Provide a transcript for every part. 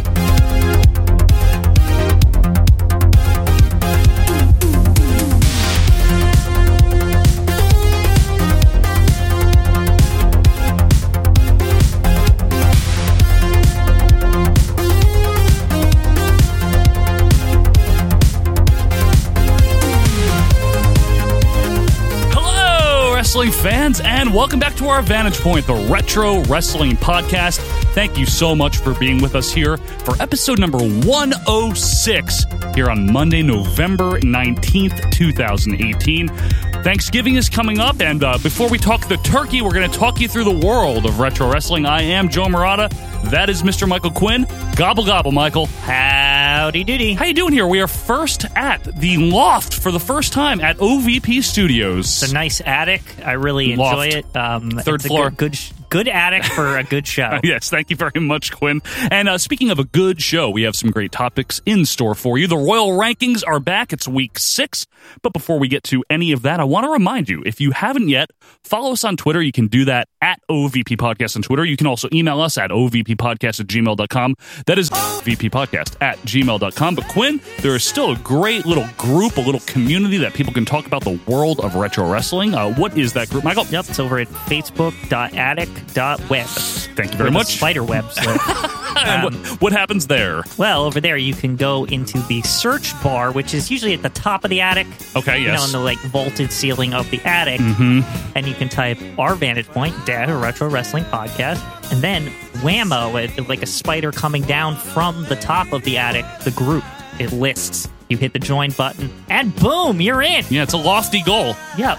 point. Hello, wrestling fans, and welcome back to our Vantage Point, the Retro Wrestling Podcast. Thank you so much for being with us here for episode number 106 here on Monday, November 19th, 2018. Thanksgiving is coming up, and uh, before we talk the turkey, we're going to talk you through the world of retro wrestling. I am Joe Murata. That is Mr. Michael Quinn. Gobble gobble, Michael. Howdy doody. How you doing here? We are first at the loft for the first time at OVP Studios. It's a nice attic. I really enjoy Loft. it. Um, Third it's a floor. Good, good, sh- good attic for a good show. Yes, thank you very much, Quinn. And uh, speaking of a good show, we have some great topics in store for you. The Royal Rankings are back. It's week six. But before we get to any of that, I want to remind you if you haven't yet, follow us on Twitter. You can do that at OVP Podcast on Twitter. You can also email us at OVPPodcast at gmail.com. That is VP Podcast at gmail.com. But Quinn, there is still a great little group, a little community that people can talk about the world of retro wrestling. Uh, what is that group, Michael? Yep, it's over at facebook.attic.web. Thank you very With a much. Spider web. So, And um, what, what happens there? well, over there you can go into the search bar, which is usually at the top of the attic. Okay, You know, yes. Mm-hmm. on the like vaulted ceiling of the attic, and you can type our vantage point, Dad, a retro wrestling podcast, and then whammo, it, like a spider coming down from the top of the attic, the group it lists. You hit the join button, and boom, you're in. Yeah, it's a lofty goal. Yeah.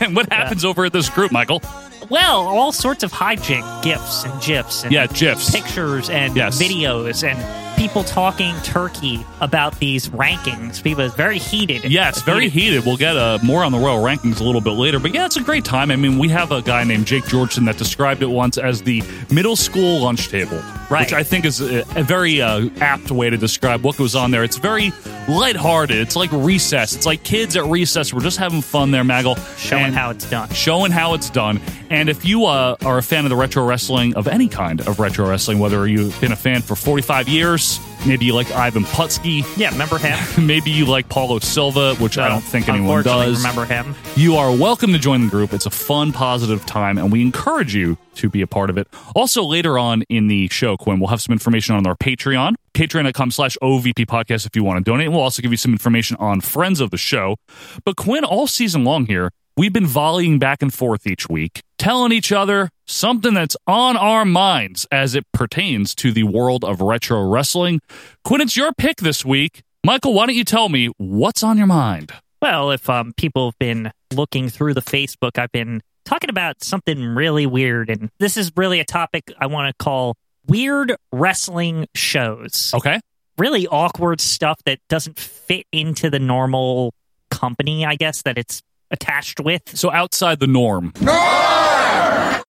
and what happens over at this group, Michael? Well, all sorts of hijink gifs and gifs and Yeah, GIFs. pictures and Yes. videos and people talking turkey about these rankings. People it's very heated. Yes, very heated. We'll get uh, more on the Royal Rankings a little bit later. But yeah, it's a great time. I mean, we have a guy named Jake Georgeson that described it once as the middle school lunch table. Right. Which I think is a, a very uh, apt way to describe what goes on there. It's very lighthearted. It's like recess. It's like kids at recess. We're just having fun there, Maggle. showing And- how it's done. showing how it's done. And if you uh, are a fan of the retro wrestling, of any kind of retro wrestling, whether you've been a fan for 45 years, maybe you like Ivan Putski, Yeah, remember him? maybe you like Paulo Silva, which I don't think anyone Unfortunately, does. Remember him? You are welcome to join the group. It's a fun, positive time, and we encourage you to be a part of it. Also, later on in the show, Quinn, we'll have some information on our Patreon, patreon.com slash OVP podcast if you want to donate. We'll also give you some information on friends of the show. But Quinn, all season long here, we've been volleying back and forth each week, telling each other something that's on our minds as it pertains to the world of retro wrestling. Quinn, it's your pick this week. Michael, why don't you tell me what's on your mind? Well, if um, people have been looking through the Facebook, I've been talking about something really weird, and this is really a topic I want to call weird wrestling shows. Okay. really awkward stuff that doesn't fit into the normal company, I guess, that it's attached with. So outside the norm.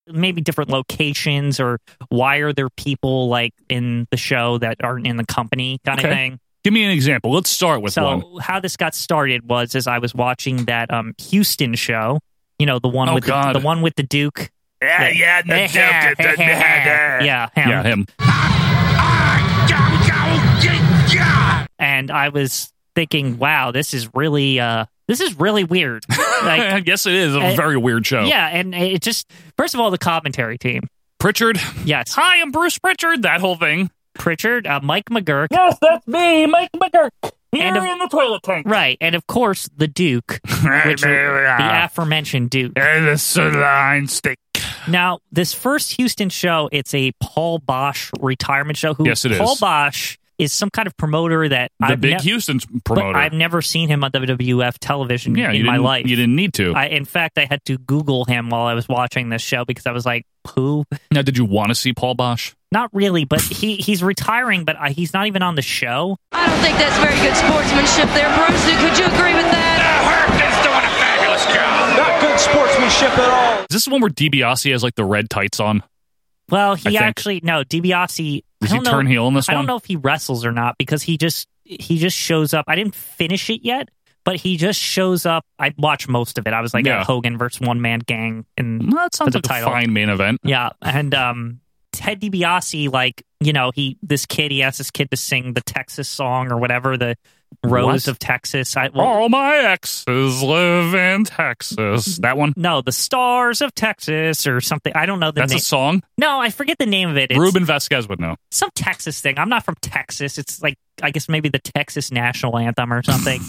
Maybe different locations or why are there people like in the show that aren't in the company kind Okay. of thing. Give me an example. Let's start with so one. how this got started was as I was watching that um Houston show, you know, the one Oh, with the, God. the one with the Duke. Yeah, yeah, the Duke, the- the- the- yeah, him. Yeah, him. And I was thinking, wow, this is really uh this is really weird. Like I guess it is a Uh, very weird show. Yeah, and it just first of all the commentary team. Pritchard. Yes, Hi, I'm Bruce Pritchard. That whole thing. Pritchard, uh, Mike McGurk, Yes, that's me, Mike McGurk. Here And of- in the toilet tank. right, and of course the Duke, which are Ah. the aforementioned Duke. And the saline stick. Now, this first Houston show, it's a Paul Bosch retirement show. Who Yes, it is. Paul Bosch is some kind of promoter that The I've big ne- Houston but promoter. I've never seen him on WWF television yeah, you in my didn't- life. You didn't need to. I, in fact, I had to Google him while I was watching this show because I was like, "Who now, did you want to see Paul Bosch? Not really, but he he's retiring, but I, he's not even on the show. I don't think that's very good sportsmanship there. Bruce, could you agree with that? Herb is doing a fabulous job. Not good sportsmanship at all. Is this the one where DiBiase has like the red tights on? Well, I he think. actually no DiBiase Does I he don't know- turn heel in this I one? don't know if he wrestles or not because he just he just shows up. I didn't finish it yet, but he just shows up. I watched most of it. I was like Yeah. Mm. at Hogan versus One Man Gang, and Well, that sounds the like title. a fine main event. yeah, and um, Ted DiBiase, like you know, he this kid he asks this kid to sing the Texas song or whatever the Rose What? Oh. of Texas. I, well, All my exes live in Texas. That one. No, the Stars of Texas or something. I don't know the That's name. a song. no, I forget the name of it. It's Ruben Vasquez would know. some Texas thing. I'm not from Texas. It's like I guess maybe the Texas national anthem or something.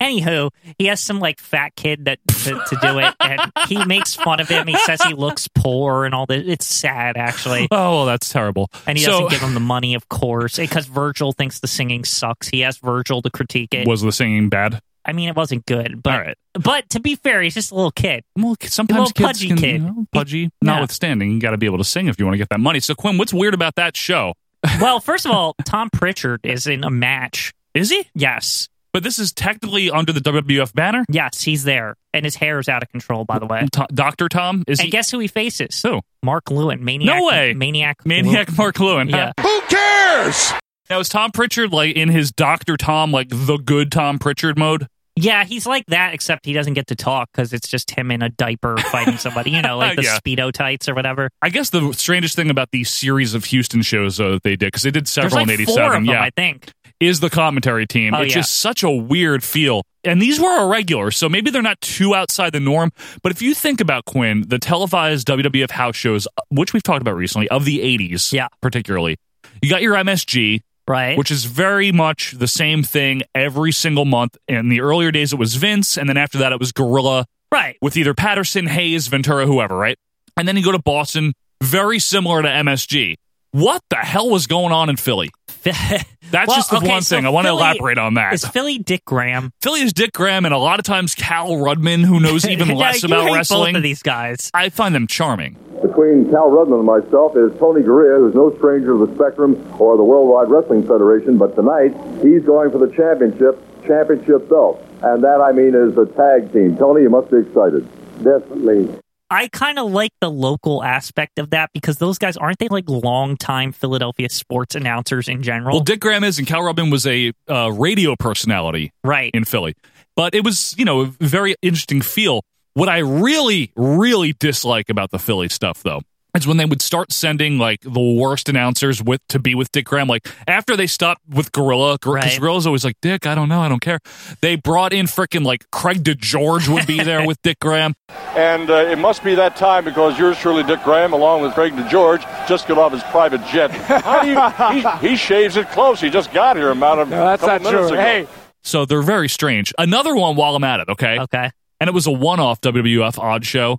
Anywho, he has some like fat kid that to, to do it, and he makes fun of him. He says he looks poor and all this. It's sad actually, Oh, well, that's terrible. and he so, doesn't give him the money, of course, because Virgil thinks the singing sucks. He asked Virgil to critique it. was the singing bad? I mean, it wasn't good, but All right. but to be fair, he's just a little kid. Well, k- sometimes little kids pudgy can, kid. you know, pudgy. Notwithstanding, you got to be able to sing if you want to get that money. So, Quinn, what's weird about that show? Well, first of all, Tom Pritchard is in a match. Is he? Yes, But this is technically under the WWF banner. yes, he's there, and his hair is out of control. By the way, Doctor Tom is and he? guess who he faces? Who? Mark Lewin, maniac. No way. maniac, Maniac Mark Lewin. Lewin. Yeah, Who cares? Now is Tom Pritchard like in his Doctor Tom, like the good Tom Pritchard mode? yeah, he's like that, except he doesn't get to talk because it's just him in a diaper fighting somebody. You know, like the Yeah. speedo tights or whatever. I guess the strangest thing about the series of Houston shows though, that they did because they did several There's like in '87. four of them, yeah, I think. is the commentary team. Oh, it's yeah. just such a weird feel. And these were irregular, so maybe they're not too outside the norm. But if you think about Quinn, the televised WWF house shows, uh, which we've talked about recently, of the 80s, Yeah. Eh. particularly, you got your MSG, Right. which is very much the same thing every single month. In the earlier days, it was Vince, and then after that, it was Gorilla right. with either Patterson, Hayes, Ventura, whoever, right? And then you go to Boston, very similar to MSG. What the hell was going on in Philly? That's Well, just the okay, one so thing. I want to Philly- elaborate on that. Is Philly Dick Graham? Philly is Dick Graham and a lot of times Cal Rudman, who knows even Yeah, less you about hate wrestling. Both of these guys. I find them charming. Between Cal Rudman and myself is Tony Gurria, who's no stranger to the Spectrum or the Worldwide Wrestling Federation, but tonight he's going for the championship, championship belt. And that, I mean, is the tag team. Tony, you must be excited. Definitely. I kind of like the local aspect of that because those guys aren't they like longtime Philadelphia sports announcers in general? Well, Dick Graham is, and Cal Rudman was a uh, radio personality right. in Philly. But it was, you know, a very interesting feel. What I really, really dislike about the Philly stuff, though, is when they would start sending like the worst announcers with to be with Dick Graham. Like after they stopped with Gorilla, because Right. Gorilla's always like Dick, I don't know, I don't care. They brought in freaking like Craig DeGeorge would be there with Dick Graham. And uh, it must be that time because yours truly, Dick Graham, along with Craig DeGeorge, just got off his private jet. How do you, he, he shaves it close. He just got here a matter of that's couple not minutes true. ago. Hey, So they're very strange. Another one while I'm at it, okay? Okay. And it was a one off WWF odd show.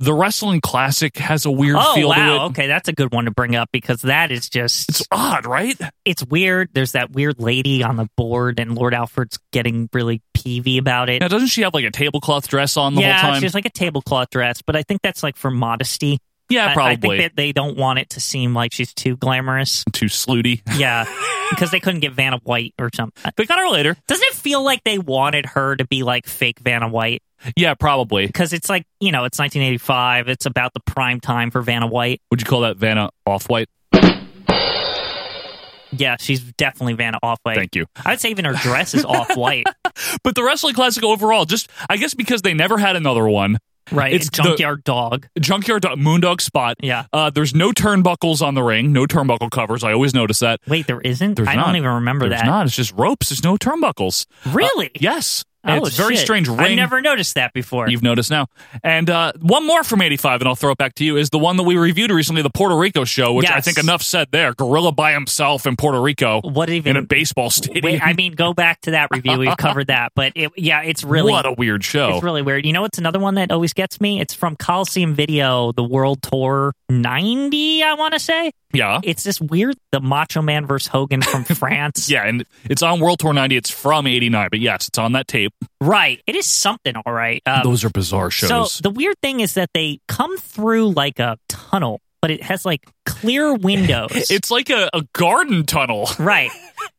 The Wrestling Classic has a weird Oh feel to it. wow. Okay, that's a good one to bring up because that is just It's odd, right? it's weird. There's that weird lady on the board, and Lord Alfred's getting really peevy about it. Now, doesn't she have like a tablecloth dress on the yeah, whole time? she's like a tablecloth dress, but I think that's like for modesty. yeah, I- probably. I, think that they don't want it to seem like she's too glamorous. Too slutty. Yeah, because they couldn't get Vanna White or something. They got her later. Doesn't it feel like they wanted her to be like fake Vanna White? Yeah, probably. Because it's like you know, it's 1985. It's about the prime time for Vanna White. Would you call that Vanna off white? Yeah, she's definitely Vanna off white. Thank you. I would say even her dress is off white. But the Wrestling Classic overall, just I guess because they never had another one. Right, It's it's junkyard dog. Junkyard Dog, Moondog Spot. Yeah. Uh, there's no turnbuckles on the ring, no turnbuckle covers. I always notice that. Wait, there isn't. There's I not. don't even remember There's that. not. It's just ropes. There's no turnbuckles. Really? Yes. And Oh, it's very shit. strange. Ring. I never noticed that before. You've noticed now. And uh, one more from 85, and I'll throw it back to you, is the one that we reviewed recently, the Puerto Rico show, which I Yes. think enough said there. Gorilla by himself in Puerto Rico What in even? a baseball stadium. Wait, I mean, go back to that review. We've covered that, but it, yeah, it's really what a weird show. it's really weird. You know, it's another one that always gets me. It's from Coliseum Video, the World Tour '90. I want to say yeah. it's this weird, the Macho Man versus Hogan from France. yeah, and it's on World Tour 90. It's from 89, but yes, it's on that tape. right. It is something, all right. Um, Those are bizarre shows. So the weird thing is that they come through like a tunnel, but it has like clear windows. it's like a, a garden tunnel. right.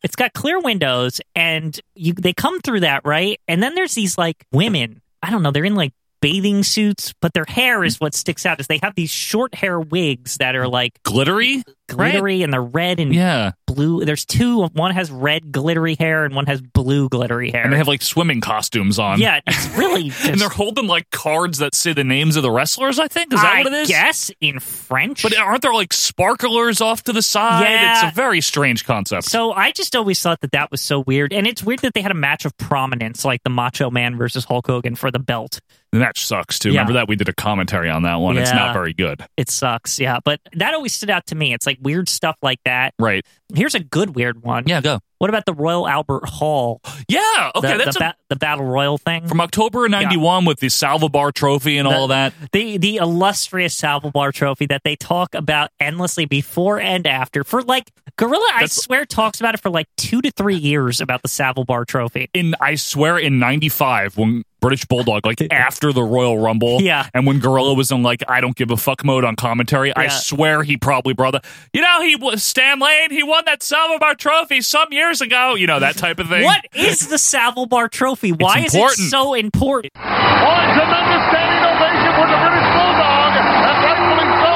It's got clear windows, and you they come through that right, and then there's these like women. I don't know. They're in like bathing suits, but their hair is what sticks out. Is they have these short hair wigs that are like Glittery? glittery and they're red and Yeah. blue. There's two. One has red glittery hair and one has blue glittery hair. And they have like swimming costumes on. yeah, it's really And just. they're holding like cards that say the names of the wrestlers, I think. Is that I what it is? guess in French. But aren't there like sparklers off to the side? Yeah. It's a very strange concept. So I just always thought that that was so weird, and it's weird that they had a match of prominence like the Macho Man versus Hulk Hogan for the belt. the match sucks too. Yeah. Remember that? We did a commentary on that one. It's Yeah. not very good. It sucks, yeah. But that always stood out to me. It's like weird stuff like that. Right. Here's a good weird one. Yeah, go. What about the Royal Albert Hall? Yeah. Okay. the, that's the, a- ba- the Battle Royal thing. from October of 91 with the Salvabar trophy and all that. the the illustrious Salvabar Trophy that they talk about endlessly before and after for like Gorilla. I That's- swear talks about it for like two to three years about the Salvabar Trophy. In I swear in 95 when British Bulldog like after the Royal Rumble Yeah. and when Gorilla was in like I don't give a fuck mode on commentary, I Yeah. swear he probably brought that. You know he was Stan Lane, he won that Salvabar trophy some years ago, you know that type of thing. What is the Salvabar Trophy? Why is it important. so important? Oh, it's an understanding ovation for the British Bulldog, and rightfully so.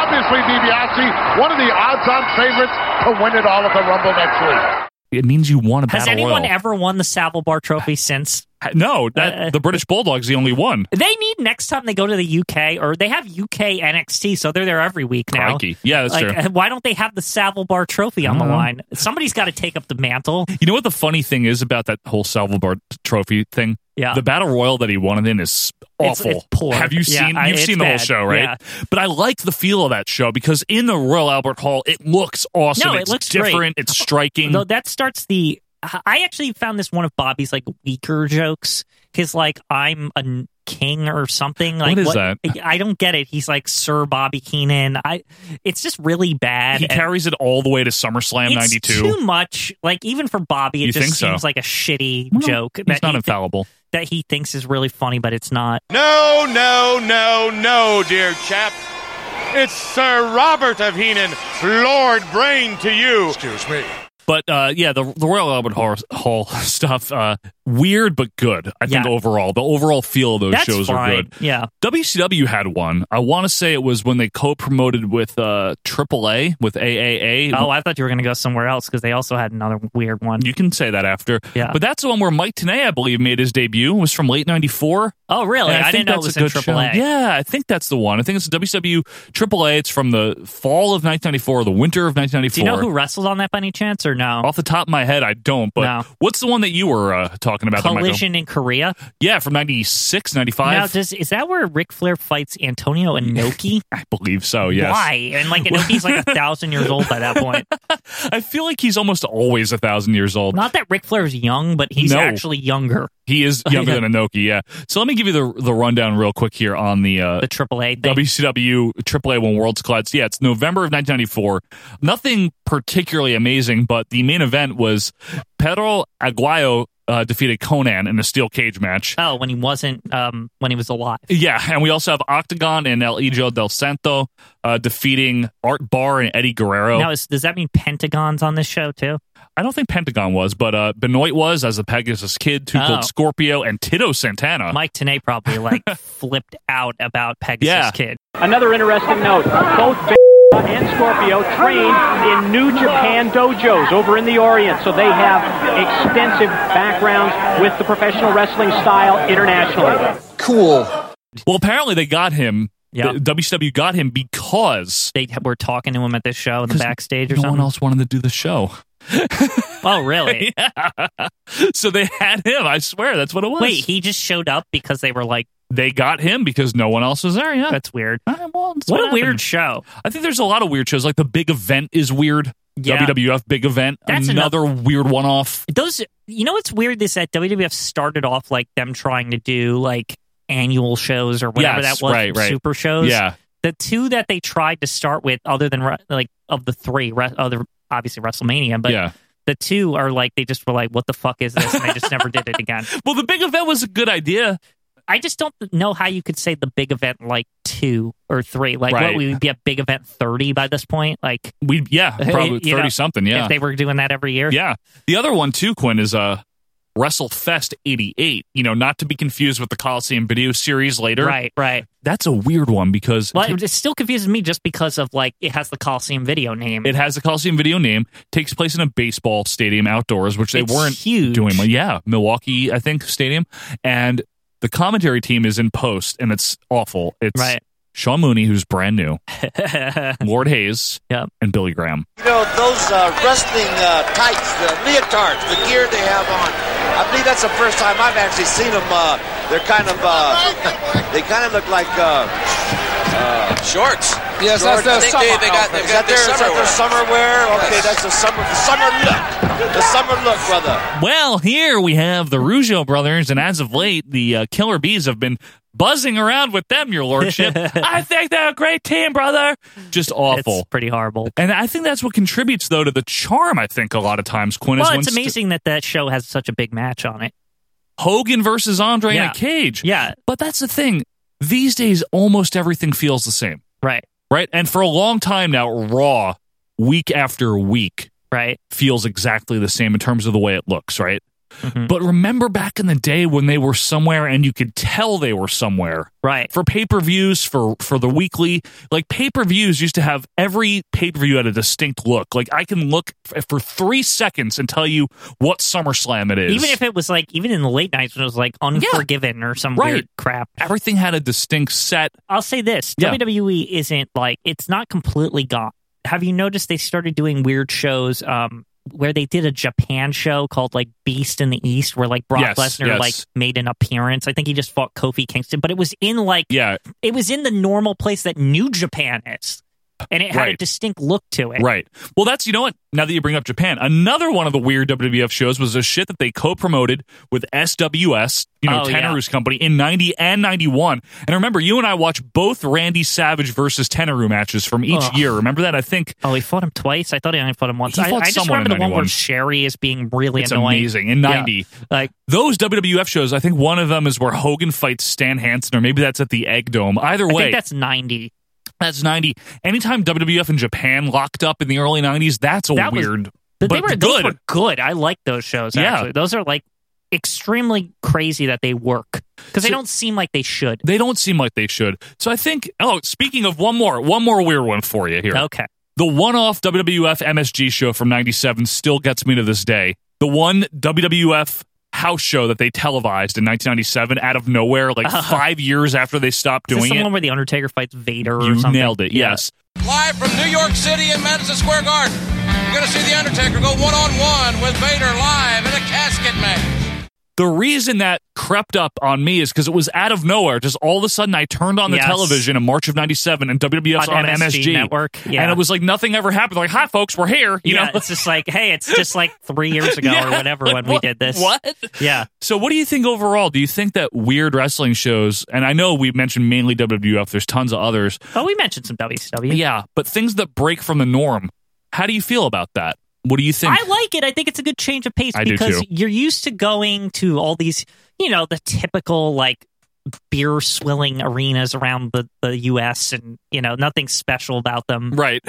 Obviously, DiBiase, one of the odds-on favorites to win it all at the Rumble next week. It means you won a Has battle anyone royal. ever won the Salvabar Trophy since? no, that Uh, the British Bulldog's the only one. They need next time they go to the UK, or they have UK NXT, so they're there every week now. Crikey. Yeah, that's Like, uh, true. Mm-hmm. Why don't they have the Salvabar Trophy on the line? Somebody's got to take up the mantle. You know what the funny thing is about that whole Salvabar trophy thing? Yeah. The battle royal that he won it in is It's- awful. it's poor. Have you Yeah, seen I- you've it's seen the whole bad. show, right? But I like the feel of that show because in the Royal Albert Hall it looks awesome. No, it it's looks great. different, it's striking. Though that starts the. I actually found this one of Bobby's like weaker jokes. His like I'm a n- king or something. Like is that? I don't get it. He's like Sir Bobby Keenan. I. It's just really bad. he and carries it all the way to SummerSlam it's ninety two. too much. Like even for Bobby, it You just think so? seems like a shitty joke He's that not he, thi- infallible. that he thinks is really funny, but it's not. No, no, no, no, dear chap. It's Sir Robert of Heenan, Lord Brain to you. Excuse me. But uh, yeah, the, the Royal Albert Hall, Hall stuff, uh, weird but good. I think Yeah. overall, the overall feel of those That's shows fine. are good. Yeah. WCW had one. I want to say it was when they co-promoted with uh, AAA with AAA. Oh, I thought you were gonna go somewhere else because they also had another weird one. you can say that after. Yeah. But that's the one where Mike Tenay, I believe, made his debut. It was from late '94. oh, really? I, didn't know it was in AAA. Yeah, I think that's the one. I think it's WCW AAA. It's from the fall of 1994, the winter of 1994. Do you know who wrestled on that by any chance or no? Off the top of my head, I don't. But No. what's the one that you were uh, talking about? there, Michael? Collision in Korea. Yeah, from 96, 95. Now, does is that where Ric Flair fights Antonio Inoki? I believe so, yes. Why? And like Inoki's like a thousand years old by that point. I feel like he's almost always a thousand years old. Not that Ric Flair's young, but he's No. actually younger. He is Oh, younger than Inoki, yeah. So let me give you the the rundown real quick here on the uh, The AAA thing. WCW AAA When Worlds Collide. So, Yeah, it's November of 1994. Nothing particularly amazing, but the main event was Pedro Aguayo uh, defeated Conan in a steel cage match. oh, when he wasn't, um, when he was alive. Yeah, and we also have Octagon and El Hijo del Santo uh, defeating Art Barr and Eddie Guerrero. Now, is, does that mean Pentagon's on this show too? I don't think Pentagon was, but uh, Benoit was as the Pegasus Kid, Two Oh. Cold Scorpio, and Tito Santana. Mike Tanay probably like flipped out about Pegasus Yeah. Kid. Another interesting note. Both Beta and Scorpio trained in New Japan dojos over in the Orient, so they have extensive backgrounds with the professional wrestling style internationally. Well, apparently they got him. Yeah. The- WCW got him because They were talking to him at this show in the 'Cause backstage or no one something. else wanted to do the show. Oh, really? So they had him. I swear that's what it was. Wait, he just showed up because they were like, they got him because no one else was there. Yeah. that's weird. All right, well, that's What, a happened. weird show. I think there's a lot of weird shows. Like the big event is weird. Yeah. WWF big event. That's another weird one off. those you know what's weird is that WWF started off like them trying to do like annual shows or whatever Yes, that was right, right. super shows Yeah. the two that they tried to start with other than re- like of the three re- other obviously WrestleMania but yeah. the two are like they just were like what the fuck is this and they just never did it again Well, the big event was a good idea. I just don't know how you could say the big event like two or three like what Right. we would be at big event 30 by this point like We yeah, probably you know, thirty something. Yeah. if they were doing that every year yeah. The other one too, Quinn, is uh WrestleFest 88, you know, not to be confused with the Coliseum video series later. Right, right. That's a weird one because Well, it it still confuses me just because of like it has the Coliseum video name. it has the Coliseum video name, takes place in a baseball stadium outdoors, which they It's weren't huge. doing. Well, yeah, Milwaukee, I think, stadium. And the commentary team is in post, and it's awful. It's Right. Sean Mooney, who's brand new, Lord Hayes, Yep. and Billy Graham. You know, those uh, wrestling uh, tights, the leotards, the gear they have on. I believe that's the first time I've actually seen them. Uh, they're kind of, uh, they kind of look like uh, uh, shorts. Yes, that's their Shorts. I think summer outfit. is that their, That's is their that their summer wear? Okay, Yes. that's the summer, the summer look. The summer look, brother. Well, here we have the Rougeau brothers, and as of late, the uh, Killer Bees have been buzzing around with them, your lordship. I think they're a great team, brother. Just awful. It's pretty horrible. and I think that's what contributes, though, to the charm. I think a lot of times, Quinn is Well, when it's st- amazing that that show has such a big match on it. Hogan versus Andre in Yeah. a cage. Yeah. But that's the thing. These days, almost everything feels the same, Right, right? And for a long time now, Raw, week after week, right. feels exactly the same in terms of the way it looks, right? Mm-hmm. But remember back in the day when they were somewhere and you could tell they were somewhere. Right. For pay-per-views, for for the weekly, like pay-per-views used to have every pay-per-view had a distinct look. Like I can look f- for 3 seconds and tell you what SummerSlam it is. Even if it was like, even in the late nights when it was like Unforgiven or some Right. weird crap. everything had a distinct set. I'll say this Yeah. WWE isn't like, it's not completely gone. Have you noticed they started doing weird shows um, where they did a Japan show called like Beast in the East where like Brock Yes, Lesnar yes. like made an appearance? I think he just fought Kofi Kingston, but it was in like, Yeah, it was in the normal place that New Japan is. And it had a Right. distinct look to it. Right. Well, that's, you know what? Now that you bring up Japan, another one of the weird WWF shows was a shit that they co promoted with SWS, you know, Oh, yeah. Tenaru's company in 90 and 91. And remember, you and I watched both Randy Savage versus Tenaru matches from each Ugh. year. Remember that? I think Oh, he fought him twice. I thought he only fought him once. He I, fought I just someone in remember the one 91. where Sherry is being really it's annoying. amazing. In Yeah. 90. Like, Those WWF shows, I think one of them is where Hogan fights Stan Hansen, or maybe that's at the Egg Dome. Either I way, think that's ninety. that's 90. Anytime WWF in Japan locked up in the early 90s, that's a That was- weird. But, but they were good. Those were good. I like those shows. Yeah. Actually, those are like extremely crazy that they work because they So- don't seem like they should. They don't seem like they should. So I think. Oh, speaking of one more, one more weird one for you here. Okay. The one-off WWF MSG show from '97 still gets me to this day. The one WWF house show that they televised in 1997 out of nowhere, like five years after they stopped Uh-huh. Is this doing the it. one where the Undertaker fights Vader or You something? nailed it. Yes. Live from New York City in Madison Square Garden. You're going to see The Undertaker go one on one with Vader live in a casket match. The reason that crept up on me is because it was out of nowhere. Just all of a sudden, I turned on the Yes. television in March of '97, and WWF's On on, MSG MSG network, yeah. and it was like nothing ever happened. Like, hi, folks, we're here. You yeah, know, it's just like, hey, it's just like three years ago or Yeah, whatever like, when what- we did this. What? Yeah. So, what do you think overall? Do you think that weird wrestling shows, and I know we mentioned mainly WWF, there's tons of others. Oh, we mentioned some WCW. Yeah, but things that break from the norm, how do you feel about that? What do you think? I like it. I think it's a good change of pace I do, because too. you're used to going to all these, you know, the typical like beer swilling arenas around the, the US and, you know, nothing special about them. right.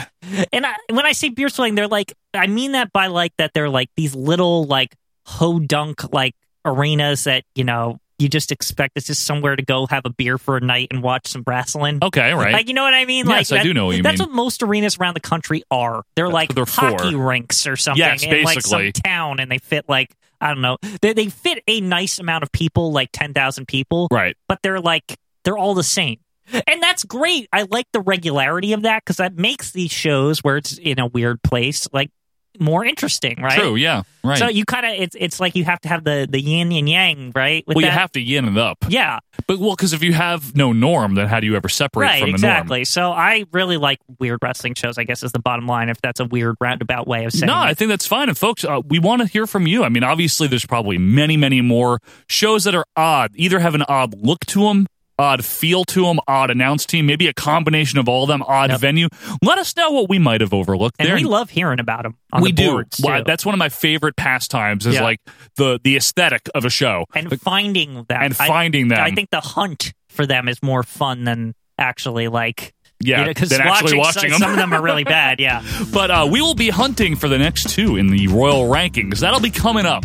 And I, when I say beer swilling, they're like, I mean that by like that they're like these little like ho dunk like arenas that, you know, you just expect it's just somewhere to go have a beer for a night and watch some wrestling. Okay, Oh, right. Like you know what I mean? Yes, like, I do know what you That's mean. what most arenas around the country are. They're like what they're for. hockey rinks or something Yes, in like some basically. town, and they fit like I don't know. They they fit a nice amount of people, like ten thousand people, right. but they're like they're all the same. And that's great. I like the regularity of that because that makes these shows where it's in a weird place like more interesting, right? True. Yeah. Right. So you kind of it's it's like you have to have the the yin and yang, right? With well, you that. have to yin it up. yeah. But, well, because if you have no norm, then how do you ever separate right from the exactly norm? so i really like weird wrestling shows i guess is the bottom line if that's a weird roundabout way of saying No, it. I think that's fine. And folks, uh, we want to hear from you. I mean, obviously, there's probably many, many more shows that are odd, either have an odd look to them, odd feel to them, odd announce team, maybe a combination of all of them, odd venue. Let us know what we might have overlooked and there. we love hearing about them on we the do. boards Well, too. that's one of my favorite pastimes is Yeah. like the the aesthetic of a show. and finding them and finding them. I, I think the hunt for them is more fun than actually like Yeah, you know, 'cause than actually watching watching some, 'em. some of them are really bad yeah But uh, we will be hunting for the next two in the Royal Rankings. That'll be coming up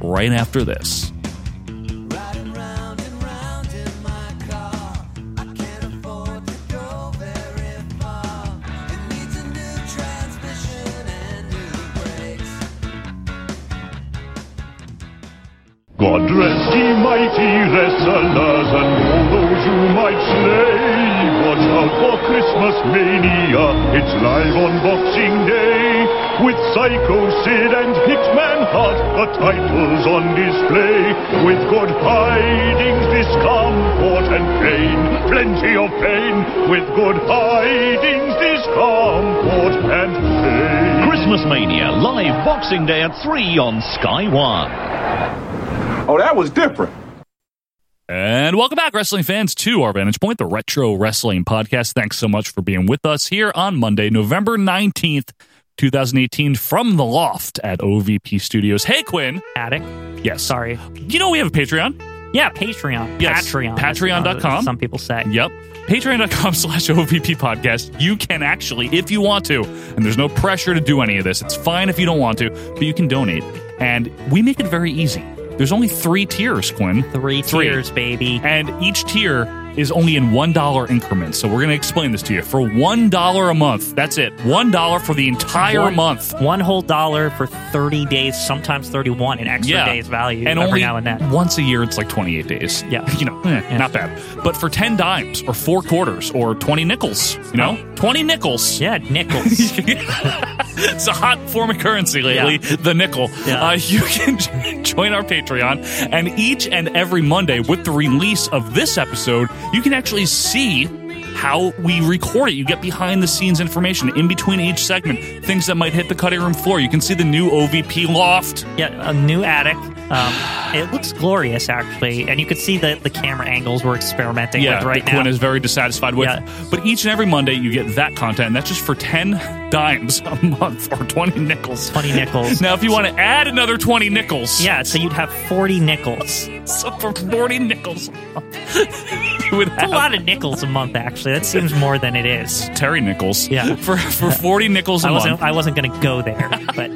right after this. God rest ye mighty wrestlers and all those you might slay. Watch out for Christmas Mania, it's live on Boxing Day. With Psycho Sid and Hitman Hart, the titles on display. With good hidings, discomfort and pain, plenty of pain. With good hidings, discomfort and pain. Christmas Mania, live Boxing Day at 3 on Sky One. Oh, that was different. And welcome back, wrestling fans, to our Vantage Point, the Retro Wrestling Podcast. Thanks so much for being with us here on Monday, November 19th, 2018, from the loft at OVP Studios. Hey, Quinn. Attic. Yes. Sorry. You know we have a Patreon. Yeah, Patreon. Yes. Patreon. Patreon.com. Some people say. Yep. Patreon.com slash OVP podcast. You can actually, if you want to, and there's no pressure to do any of this. It's fine if you don't want to, but you can donate. And we make it very easy. There's only three tiers, Quinn. Three, tiers, baby. And each tier is only in $1 increments. So we're going to explain this to you. For $1 a month, that's it. $1 for the entire One- month. One whole dollar for 30 days, sometimes 31, an extra day's value and every only now and then. Once a year, it's like 28 days. Yeah. you know, eh, not bad. But for 10 dimes or four quarters or 20 nickels, you know, 20 nickels. Yeah, nickels. it's a hot form of currency lately, the nickel. Uh, you can join our Patreon, and each and every Monday with the release of this episode, you can actually see how we record it. You get behind the scenes information in between each segment, things that might hit the cutting room floor. You can see the new OVP loft. Yeah, a new attic. Um, it looks glorious, actually, and you can see the, the camera angles we're experimenting yeah, with right that Quinn now. is very dissatisfied with. Yeah. But each and every Monday, you get that content, and that's just for 10 dimes a month or 20 nickels. 20 nickels. now, if you want to add another 20 nickels. Yeah, so you'd have 40 nickels. So for 40 nickels a month, you would That's have a lot of nickels a month, actually. That seems more than it is. Terry Nichols. Yeah. For, for 40 nickels a I wasn't, month. I wasn't going to go there, but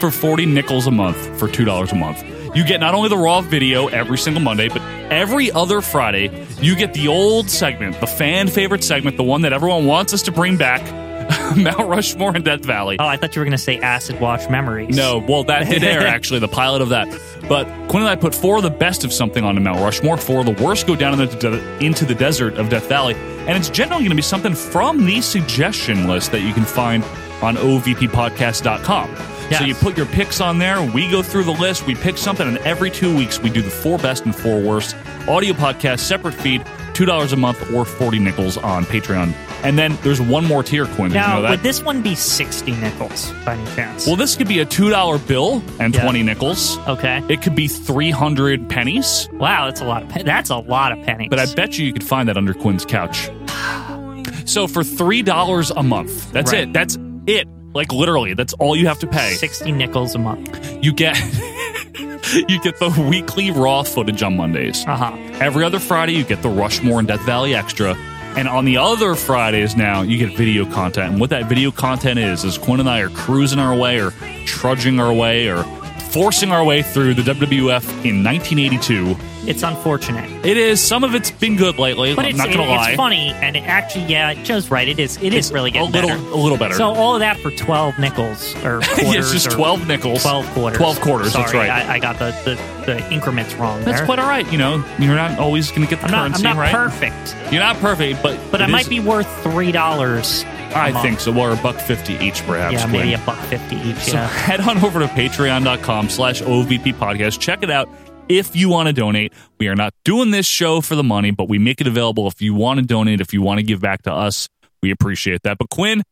for 40 nickels a month for $2 a month. You get not only the raw video every single Monday, but every other Friday, you get the old segment, the fan favorite segment, the one that everyone wants us to bring back Mount Rushmore and Death Valley. Oh, I thought you were going to say Acid Wash Memories. No, well, that did air, actually, the pilot of that. But Quinn and I put four of the best of something onto Mount Rushmore, four of the worst go down into the, into the desert of Death Valley. And it's generally going to be something from the suggestion list that you can find on ovppodcast.com. So you put your picks on there, we go through the list, we pick something, and every two weeks we do the four best and four worst audio podcast, separate feed, $2 a month or 40 nickels on Patreon. And then there's one more tier, Quinn. Did you Now, know that? would this one be 60 nickels by any chance? Well, this could be a two dollar bill and twenty nickels. Okay, it could be three hundred pennies. Wow, that's a lot. Of pe- that's a lot of pennies. But I bet you you could find that under Quinn's couch. So for three dollars a month, that's Right. it. That's it. Like literally, that's all you have to pay. 60 nickels a month. You get you get the weekly raw footage on Mondays. Uh-huh. Every other Friday you get the Rushmore and Death Valley extra. And on the other Fridays now, you get video content. And what that video content is, is Quinn and I are cruising our way or trudging our way or forcing our way through the WWF in 1982. It's unfortunate. It is. Some of it's been good lately. But I'm it's, not going it- to lie. it's funny, and it actually, yeah, Joe's right. It is. It It's is really getting a little- better. a little better. So all of that for twelve nickels or quarters. Yeah, it's just or 12 nickels. Twelve quarters. 12 quarters, Sorry, that's right. I, I got the, the, the increments wrong. That's there. quite all right. You know, you're not always going to get the I'm not- I'm currency not right. perfect. You're not perfect, but But I it might is- be worth three dollars. I think so. Or a buck fifty each, perhaps. Yeah, Quinn. maybe a buck fifty each. So yeah. head on over to patreon.com slash OVP podcast. Check it out if you want to donate. We are not doing this show for the money, but we make it available if you want to donate, if you want to give back to us. We appreciate that. But Quinn,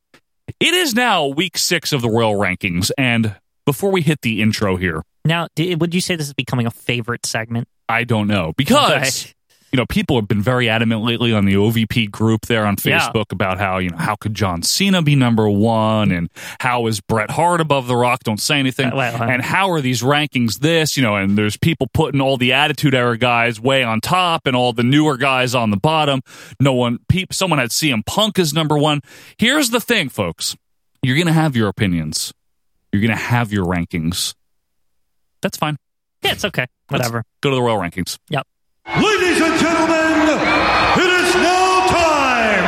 it is now week six of the Royal Rankings. And before we hit the intro here, Now, d- would you say this is becoming a favorite segment? I don't know because Okay. you know people have been very adamant lately on the OVP group there on Yeah. Facebook about how you know how could John Cena be number one and how is Bret Hart above The Rock? Don't say anything. Uh, well, huh. and how are these rankings this? You know, and there's people putting all the Attitude Era guys way on top and all the newer guys on the bottom. No one, peop, someone had CM Punk as number one. Here's the thing, folks: you're gonna have your opinions, you're gonna have your rankings. That's fine. Yeah, it's okay. Whatever. Go to the Royal Rankings. Yep. Ladies and gentlemen, it is now time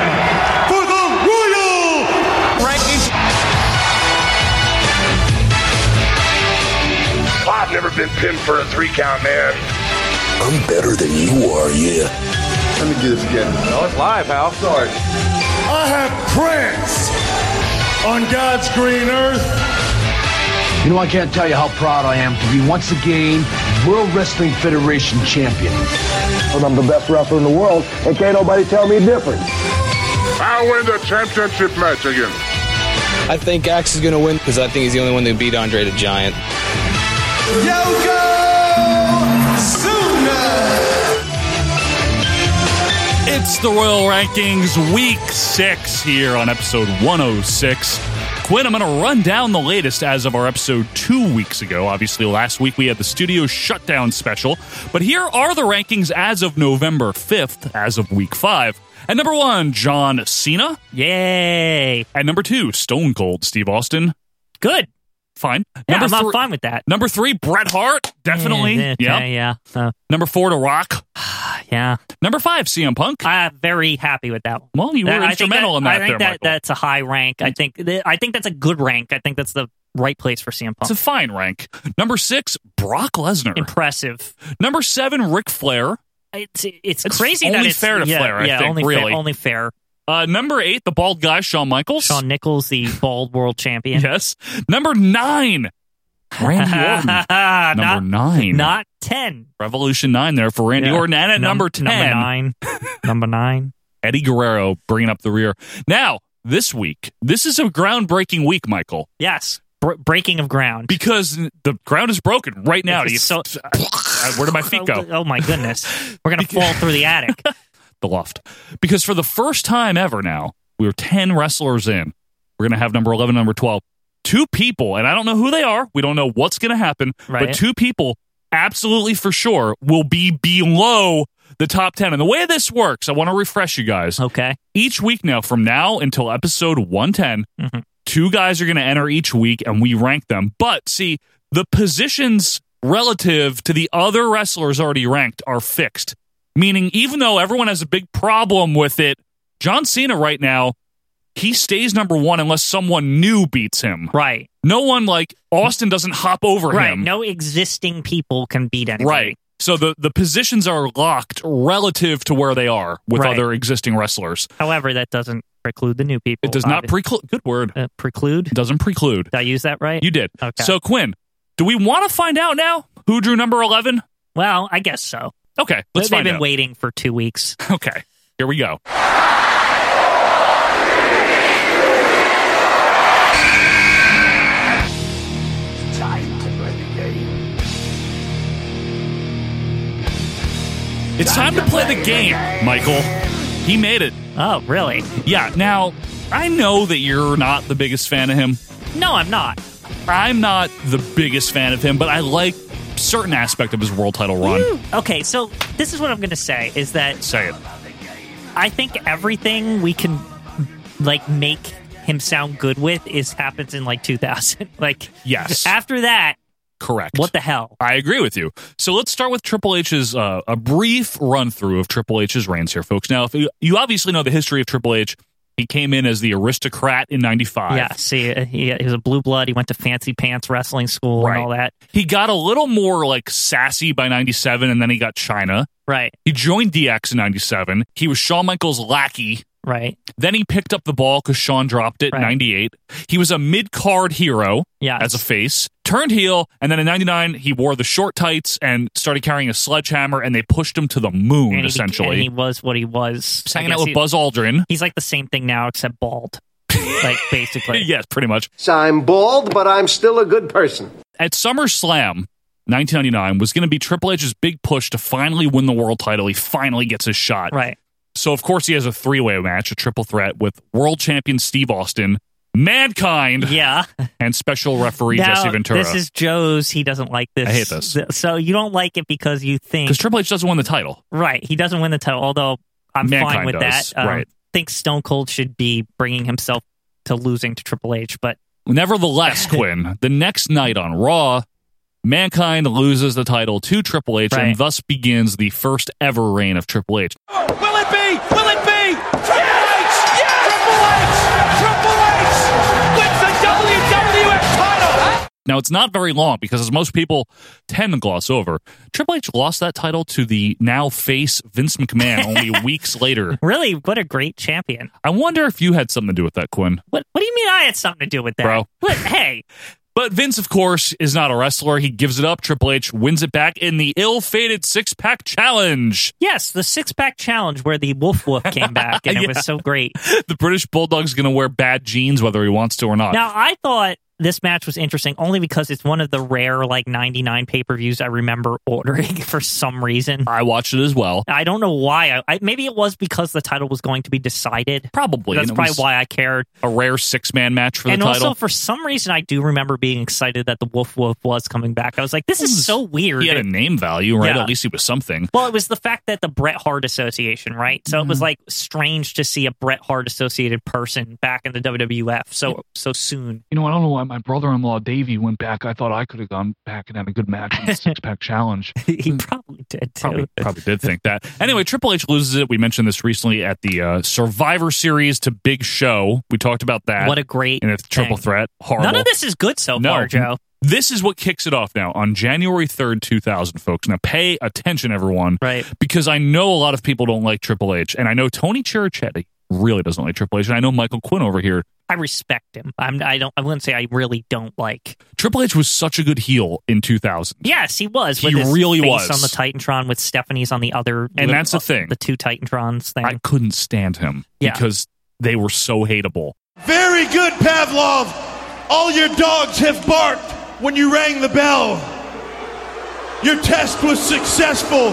for the Royal Rankings. I've never been pinned for a three count, man. I'm better than you are, yeah. Let me do this again. No, it's live, Hal. Sorry. I have pranced on God's green earth. You know, I can't tell you how proud I am to be once again World Wrestling Federation champion. And I'm the best wrestler in the world, and can't nobody tell me different. I'll win the championship match again. I think Axe is going to win because I think he's the only one that beat Andre the Giant. It's the Royal Rankings week six here on episode 106. Quinn, I'm going to run down the latest as of our episode two weeks ago. Obviously, last week we had the studio shutdown special, but here are the rankings as of November 5th, as of week five. At number one, John Cena. Yay. At number two, Stone Cold Steve Austin. Good. Fine. Yeah, number I'm three- not fine with that. Number three, Bret Hart. Definitely. Yeah, Yep. okay, yeah. So, Number four, to Rock. yeah. Number five, CM Punk. I'm very happy with that one. Well, you That- were I think instrumental that- in that I think there, that, Michael. that's a high rank. I think th- I think that's a good rank. I think that's the right place for CM It's Punk. a fine rank. Number six, Brock Lesnar. Impressive. Number seven, Ric Flair. It's it's, It's crazy only that it's fair to yeah, Flair, I yeah, think, only really. fair, only fair. Uh, number eight, the bald guy, Shawn Michaels. Shawn Nichols, the bald world champion. Yes. Number nine, Randy Orton. number not, nine. not ten. Revolution nine there for Randy Yeah. Orton. And at Num- Eh, number 10, number nine, number nine. Eddie Guerrero bringing up the rear. Now, this week, this is a groundbreaking week, Michael, Yes, Br- breaking of ground. because the ground is broken right now. It's Do you- so- Uh, Where did my feet go? Oh my goodness, we're gonna fall through the attic. the loft. Because for the first time ever now, we are 10 wrestlers in. We're going to have number 11, number 12. Two people, and I don't know who they are. We don't know what's going to happen. But Right. two people, absolutely for sure, will be below the top 10. And the way this works, I want to refresh you guys. Okay. Each week now, from now until episode 110, Mhm. two guys are going to enter each week and we rank them. But see, the positions relative to the other wrestlers already ranked are fixed. Meaning, even though everyone has a big problem with it, John Cena right now, he stays number one unless someone new beats him. Right. No one like Austin doesn't hop over Right. him. No existing people can beat anybody. Right. So the, the positions are locked relative to where they are with Right. other existing wrestlers. However, that doesn't preclude the new people. It does not obviously. preclude. Good word. uh, preclude. It doesn't preclude. Did I use that right? You did. Okay. So Quinn, do we want to find out now who drew number eleven? well, I guess so. Okay, let's They've find been out. waiting for two weeks. Okay, here we go. It's time to play the game, Michael. He made it. Oh, really? Yeah. Now I know that you're not the biggest fan of him. No, I'm not. I'm not the biggest fan of him, but I like certain aspect of his world title run. Mm. Okay, so this is what I'm going to say is that Say it. I think everything we can like make him sound good with is happens in like 2000. like Yes. After that, Correct. what the hell? I agree with you. So let's start with Triple H's uh, a brief run through of Triple H's reigns here, folks. Now, if you, you obviously know the history of Triple H. He came in as the aristocrat in '95. Yeah, see, uh, he, he was a blue blood. He went to fancy pants wrestling school Right. and all that. He got a little more like sassy by '97, and then he got China. Right, He joined DX in '97. He was Shawn Michaels' lackey. right. Then he picked up the ball because Sean dropped it in Right. 98. He was a mid card hero Yes. as a face, turned heel, and then in 99, he wore the short tights and started carrying a sledgehammer, and they pushed him to the moon, And he, essentially. and he was what he was. He's I hanging out guess with he- Buzz Aldrin. He's like the same thing now, except bald. like basically, yes, pretty much. I'm bald, but I'm still a good person. At SummerSlam, 1999 was going to be Triple H's big push to finally win the world title. He finally gets his shot. right. So, of course, he has a three way match, a triple threat with world champion Steve Austin, Mankind, Yeah. and special referee Now, Jesse Ventura. This is Joe's. He doesn't like this. I hate this. Th- So you don't like it because you think because Triple H doesn't win the title. right. He doesn't win the title. Although I'm Mankind fine with does, that. Um, right. Think Stone Cold should be bringing himself to losing to Triple H, but Nevertheless, Quinn, the next night on Raw, Mankind loses the title to Triple H, and thus begins the first ever reign of Triple H. Oh, Will it be? Will it be? Triple H! Triple H! Triple H wins the WWF title! Now, it's not very long because, as most people tend to gloss over, Triple H lost that title to the now face Vince McMahon only weeks later. Really? What a great champion. I wonder if you had something to do with that, Quinn. What What do you mean I had something to do with that? Bro. What, hey, But Vince, of course, is not a wrestler. He gives it up. Triple H wins it back in the ill fated six pack challenge. yes, the six pack challenge where the Wolf Wolf came back and it Yeah. was so great. The British Bulldog's going to wear bad jeans whether he wants to or not. Now, I thought this match was interesting only because it's one of the rare, like, 99 pay per views I remember ordering for some reason. I watched it as well. I don't know why. I, I Maybe it was because the title was going to be decided. Probably. That's and it probably was why I cared. A rare six man match for the and title. also, for some reason, I do remember being excited that the Wolf Wolf was coming back. I was like, this is so weird. Hmm. he had a name value, right? Yeah. At least he was something. Well, it was the fact that the Bret Hart Association, right? So it Hmm. was like strange to see a Bret Hart associated person back in the WWF so so soon. You know, I don't know why my brother-in-law Davey went back. I thought I could have gone back and had a good match in the six-pack challenge. he probably did Hmm. too. Probably, probably did think that. Anyway, Triple H loses it. We mentioned this recently at the uh, Survivor Series to Big Show. We talked about that. What a great and it's triple thing. threat. Horrible. None of this is good so far, Joe. This is what kicks it off now on January 3rd, 2000, folks. Now pay attention, everyone. Right. Because I know a lot of people don't like Triple H. And I know Tony Cherichetti really doesn't like Triple H. And I know Michael Quinn over here. I respect him. I'm, I don't. I wouldn't say I really don't like. Triple H was such a good heel in 2000. Yes, he was. He with his really face was. on the Titantron with Stephanie's on the other. And that's the uh, thing. The two Titantrons thing. I couldn't stand him Yeah. because they were so hateable. Very good, Pavlov. All your dogs have barked when you rang the bell. Your test was successful.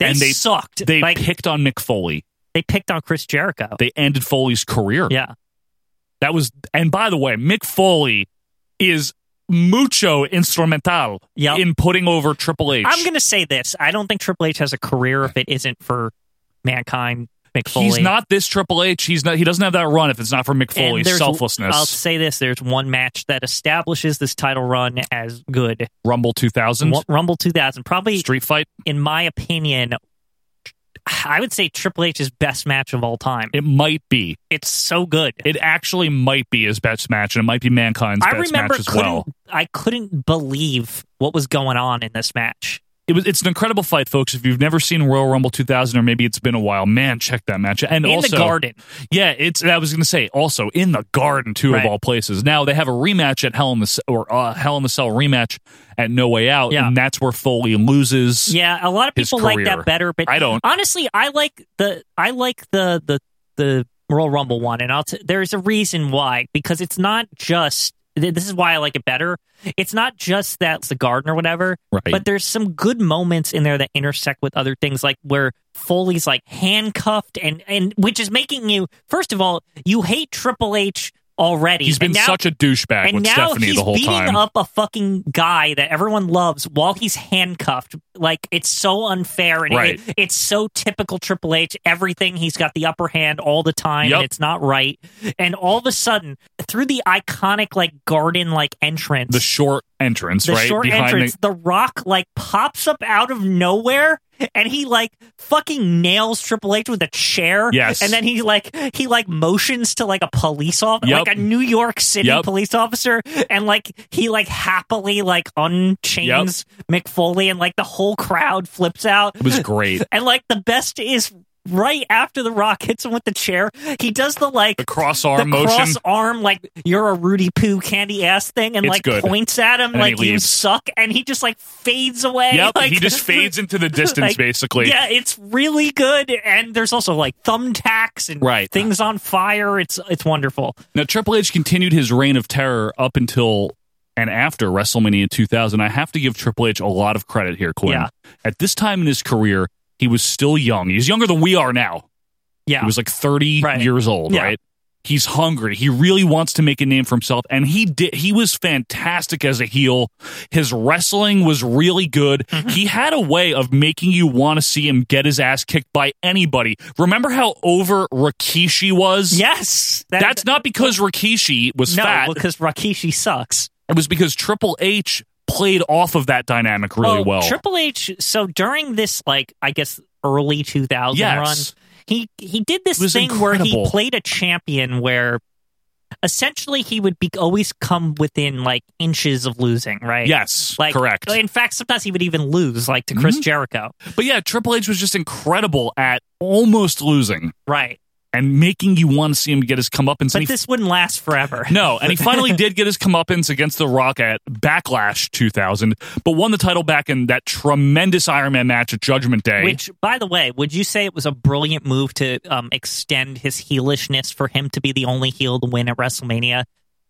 they, and they- sucked. They like, picked on Mick Foley. they picked on Chris Jericho. They ended Foley's career. yeah. That was, and by the way, Mick Foley is mucho instrumental Yep. in putting over Triple H. I'm going to say this. I don't think Triple H has a career if it isn't for mankind. McFoley. He's not this Triple H. He's not. He doesn't have that run if it's not for Mick And Foley's there's- selflessness. I'll say this: there's one match that establishes this title run as good. Rumble 2000 Ru- Rumble 2000, probably Street Fight. in my opinion, I would say Triple H's best match of all time. It might be. It's so good. It actually might be his best match, and it might be Mankind's I best remember match as couldn't, well. I couldn't believe what was going on in this match. It was. It's an incredible fight, folks. If you've never seen Royal Rumble 2000, or maybe it's been a while, man, check that match. And in also, the garden. Yeah, it's. I was going to say also in the Garden too Right. of all places. Now they have a rematch at Hell in the C- or uh, Hell in the Cell rematch at No Way Out, Yeah. and that's where Foley loses. Yeah, a lot of his people like career. that better, but I don't. Honestly, I like the I like the the the Royal Rumble one, and I'll t- there's a reason why because it's not just th- this is why I like it better. It's not just that's the garden or whatever, Right. but there's some good moments in there that intersect with other things, like where Foley's like handcuffed and and which is making you first of all you hate Triple H already. He's been and now- such a douchebag and with now Stephanie he's the whole beating time. up a fucking guy that everyone loves while he's handcuffed. Like it's so unfair, and it- Right. it's so typical Triple H. Everything he's got the upper hand all the time, Yep. and it's not right. And all of a sudden, through the iconic like garden like entrance, the short entrance, the right short behind entrance, the. the Rock like pops up out of nowhere. And he like fucking nails Triple H with a chair. Yes. And then he like he like motions to like a police officer, Yep. like a New York City Yep. police officer, and like he like happily like unchains McFoley, and like the whole crowd flips out. It was great. And like the best is right after the Rock hits him with the chair, he does the like The cross arm motion. cross arm like you're a Rudy Poo candy ass thing, and It's like good. points at him And like he you leaves. suck, and he just like fades away. Yep, like, he just fades into the distance, like, basically. Yeah, it's really good, and there's also like thumbtacks and Right. things on fire. It's it's wonderful. Now Triple H continued his reign of terror up until and after WrestleMania 2000. I have to give Triple H a lot of credit here, Quinn. Yeah. At this time in his career, he was still young. He's younger than we are now. Yeah, He was like 30 Right. years old, Yeah. right? He's hungry. He really wants to make a name for himself and he did he was fantastic as a heel. His wrestling was really good. Mm-hmm. He had a way of making you want to see him get his ass kicked by anybody. Remember how over Rikishi was? yes, that- That's not because Rikishi was no fat. because Rakishi sucks. It was because Triple H played off of that dynamic really well. Oh, Triple H. So during this, like I guess early 2000 Yes. run, he he did this It was thing where he incredible. played a champion where essentially he would be always come within like inches of losing, right? Yes, like correct. Mm-hmm. In fact, sometimes he would even lose, like to Chris Jericho. But yeah, Triple H was just incredible at almost losing. Right. And making you want to see him get his comeuppance. But and he- this wouldn't last forever. No, and he finally did get his comeuppance against The Rock at Backlash 2000, but won the title back in that tremendous Iron Man match at Judgment Day. Which, by the way, would you say it was a brilliant move to um, extend his heelishness for him to be the only heel to win at WrestleMania?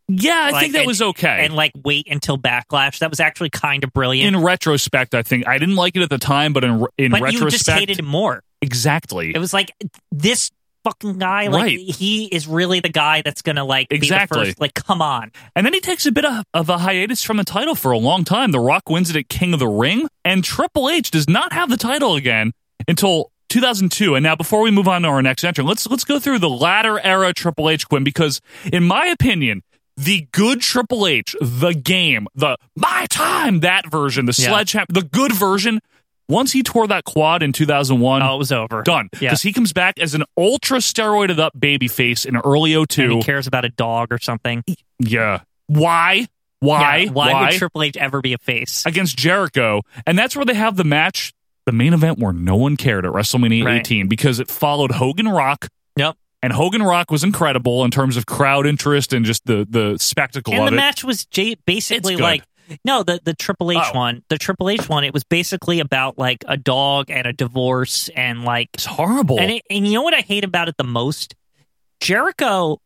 yeah, I Like, think that and- was okay. And like wait until Backlash. That was actually kind of brilliant. in retrospect, I think I didn't like it at the time, but in in but you retrospect, just hated him more. exactly. It was like this fucking guy. Like Right. he is really the guy that's gonna like Be Exactly. the first. Like come on. And then he takes a bit of, of a hiatus from the title for a long time. The Rock wins it at King of the Ring, and Triple H does not have the title again until 2002. And now, before we move on to our next entrant, let's let's go through the latter era Triple H Quinn because, in my opinion. The good Triple H, the game, the my time, that version, the Yeah. sledgehammer, the good version. Once he tore that quad in 2001, Oh, it was over. done. Yeah. Because he comes back as an ultra steroided up babyface in early 02. And he cares about a dog or something. Yeah. Why? Why? Yeah, why, would Triple H ever be a face? Against Jericho. And that's where they have the match, the main event where no one cared at WrestleMania Right. 18 because it followed Hogan Rock. Yep. And Hogan Rock was incredible in terms of crowd interest and just the, the spectacle and of the it. match was j- basically It's good. like no the the Triple H Oh. one the Triple H one it was basically about like a dog and a divorce and like it's horrible. and it, and you know what I hate about it the most Jericho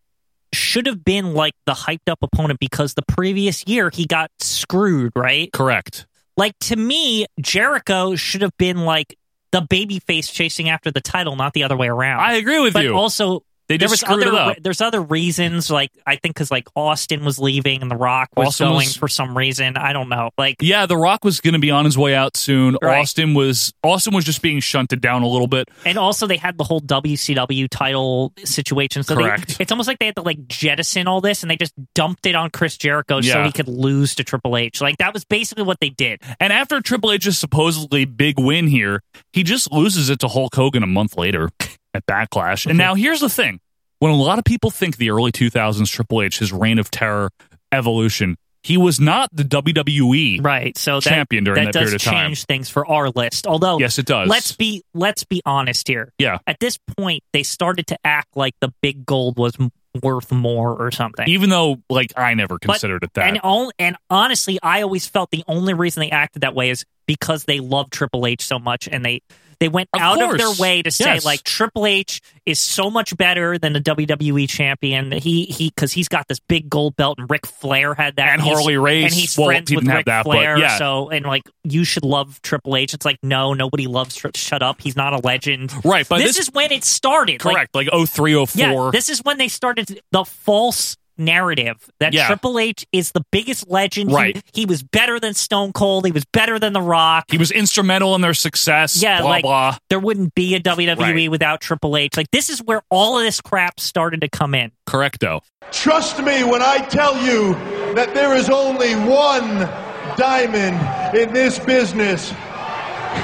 should have been like the hyped up opponent because the previous year he got screwed right Correct. like to me Jericho should have been like the babyface chasing after the title not the other way around I agree with but you. also They there just was screwed other, it up. There's other reasons, like I think because like Austin was leaving and The Rock was Austin going was- for some reason. I don't know. Like yeah, The Rock was going to be on his way out soon. Right. Austin was Austin was just being shunted down a little bit. and also they had the whole WCW title situation. So they- Correct. it's almost like they had to like jettison all this and they just dumped it on Chris Jericho so Yeah. he could lose to Triple H. Like that was basically what they did. And after Triple H's supposedly big win here, he just loses it to Hulk Hogan a month later at Backlash. And now here's the thing. When a lot of people think the early 2000s Triple H, his reign of terror, evolution, he was not the WWE. Right. So that, Champion during that does period of time. change things for our list. Although Yes, it does. Let's be let's be honest here. Yeah. At this point, they started to act like the big gold was m- worth more or something. Even though, like, I never But- considered it that. And, all, and honestly, I always felt the only reason they acted that way is because they love Triple H so much, and they they went Of out of course. their way to say Yes. like Triple H is so much better than the WWE champion. He he because he's got this big gold belt, and Ric Flair had that, And he's- Harley Race. and he's Well, friends he with didn't have Ric that, but Flair. yeah. So and like you should love Triple H. It's like no, nobody loves. Tri- shut up, he's not a legend. Right, but this, this- is when it started. Like, Correct. Like, oh three oh four. yeah, this is when they started the false narrative that Yeah. Triple H is the biggest legend. He- Right. He, was better than Stone Cold. He was better than The Rock. he was instrumental in their success. yeah, blah, like blah. there wouldn't be a WWE Right. without Triple H. Like this is where all of this crap started to come in. Correcto. Trust me when I tell you that there is only one diamond in this business.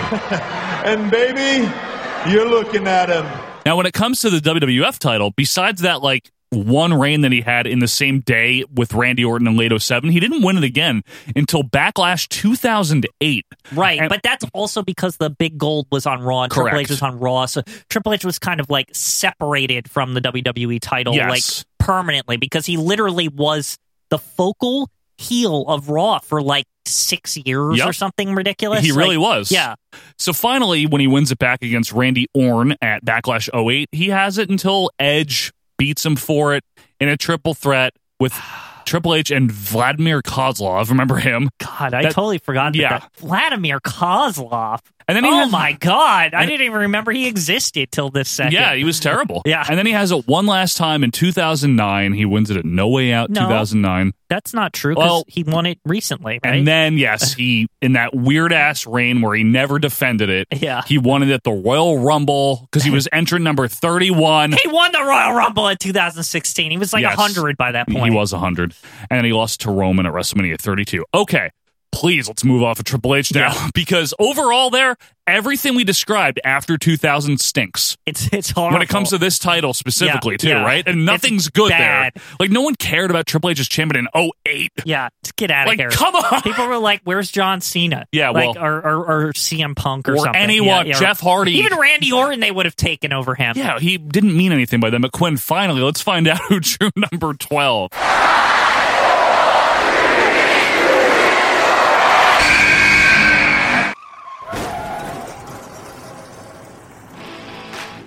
and baby, you're looking at him. Now, when it comes to the WWF title, besides that, like one reign that he had in the same day with Randy Orton in late 07, he didn't win it again until Backlash 2008. Right, And- but that's also because the big gold was on Raw and Triple Correct. H was on Raw. So Triple H was kind of like separated from the WWE title Yes. like permanently because he literally was the focal heel of Raw for like 6 years Yep. or something ridiculous. He Like, really was. Yeah. So finally, when he wins it back against Randy Orton at Backlash 08, he has it until Edge beats him for it in a triple threat with Triple H and Vladimir Kozlov. Remember him? God, I That- totally forgot yeah. about that. Vladimir Kozlov. And then he oh had- my god, I and- didn't even remember he existed till this second. Yeah, he was terrible. Yeah. And then he has it one last time in 2009. He wins it at No Way Out No. 2009. That's not true because Well- he won it recently, right? And then, yes, he in that weird ass reign where he never defended it. Yeah. he won it at the Royal Rumble because he was entrant number thirty-one. He won the Royal Rumble in 2016. He was like Yes. 100 by that point. He was hundred, and then he lost to Roman at WrestleMania thirty-two. Okay, please let's move off of Triple H now because overall, there everything we described after 2000 stinks. It's it's horrible when it comes to this title specifically Yeah, too, yeah. right? And It's nothing's good bad. there. Like no one cared about Triple H as champion in 08. Yeah, just get out Like, of here. come on. People were like, "Where's John Cena?" Yeah, like, well- or, or or CM Punk or, Or something. anyone, Yeah, yeah. Jeff Hardy. even Randy Orton, they would have taken over him. Yeah, he didn't mean anything by them. But Quinn, finally, let's find out who drew number 12.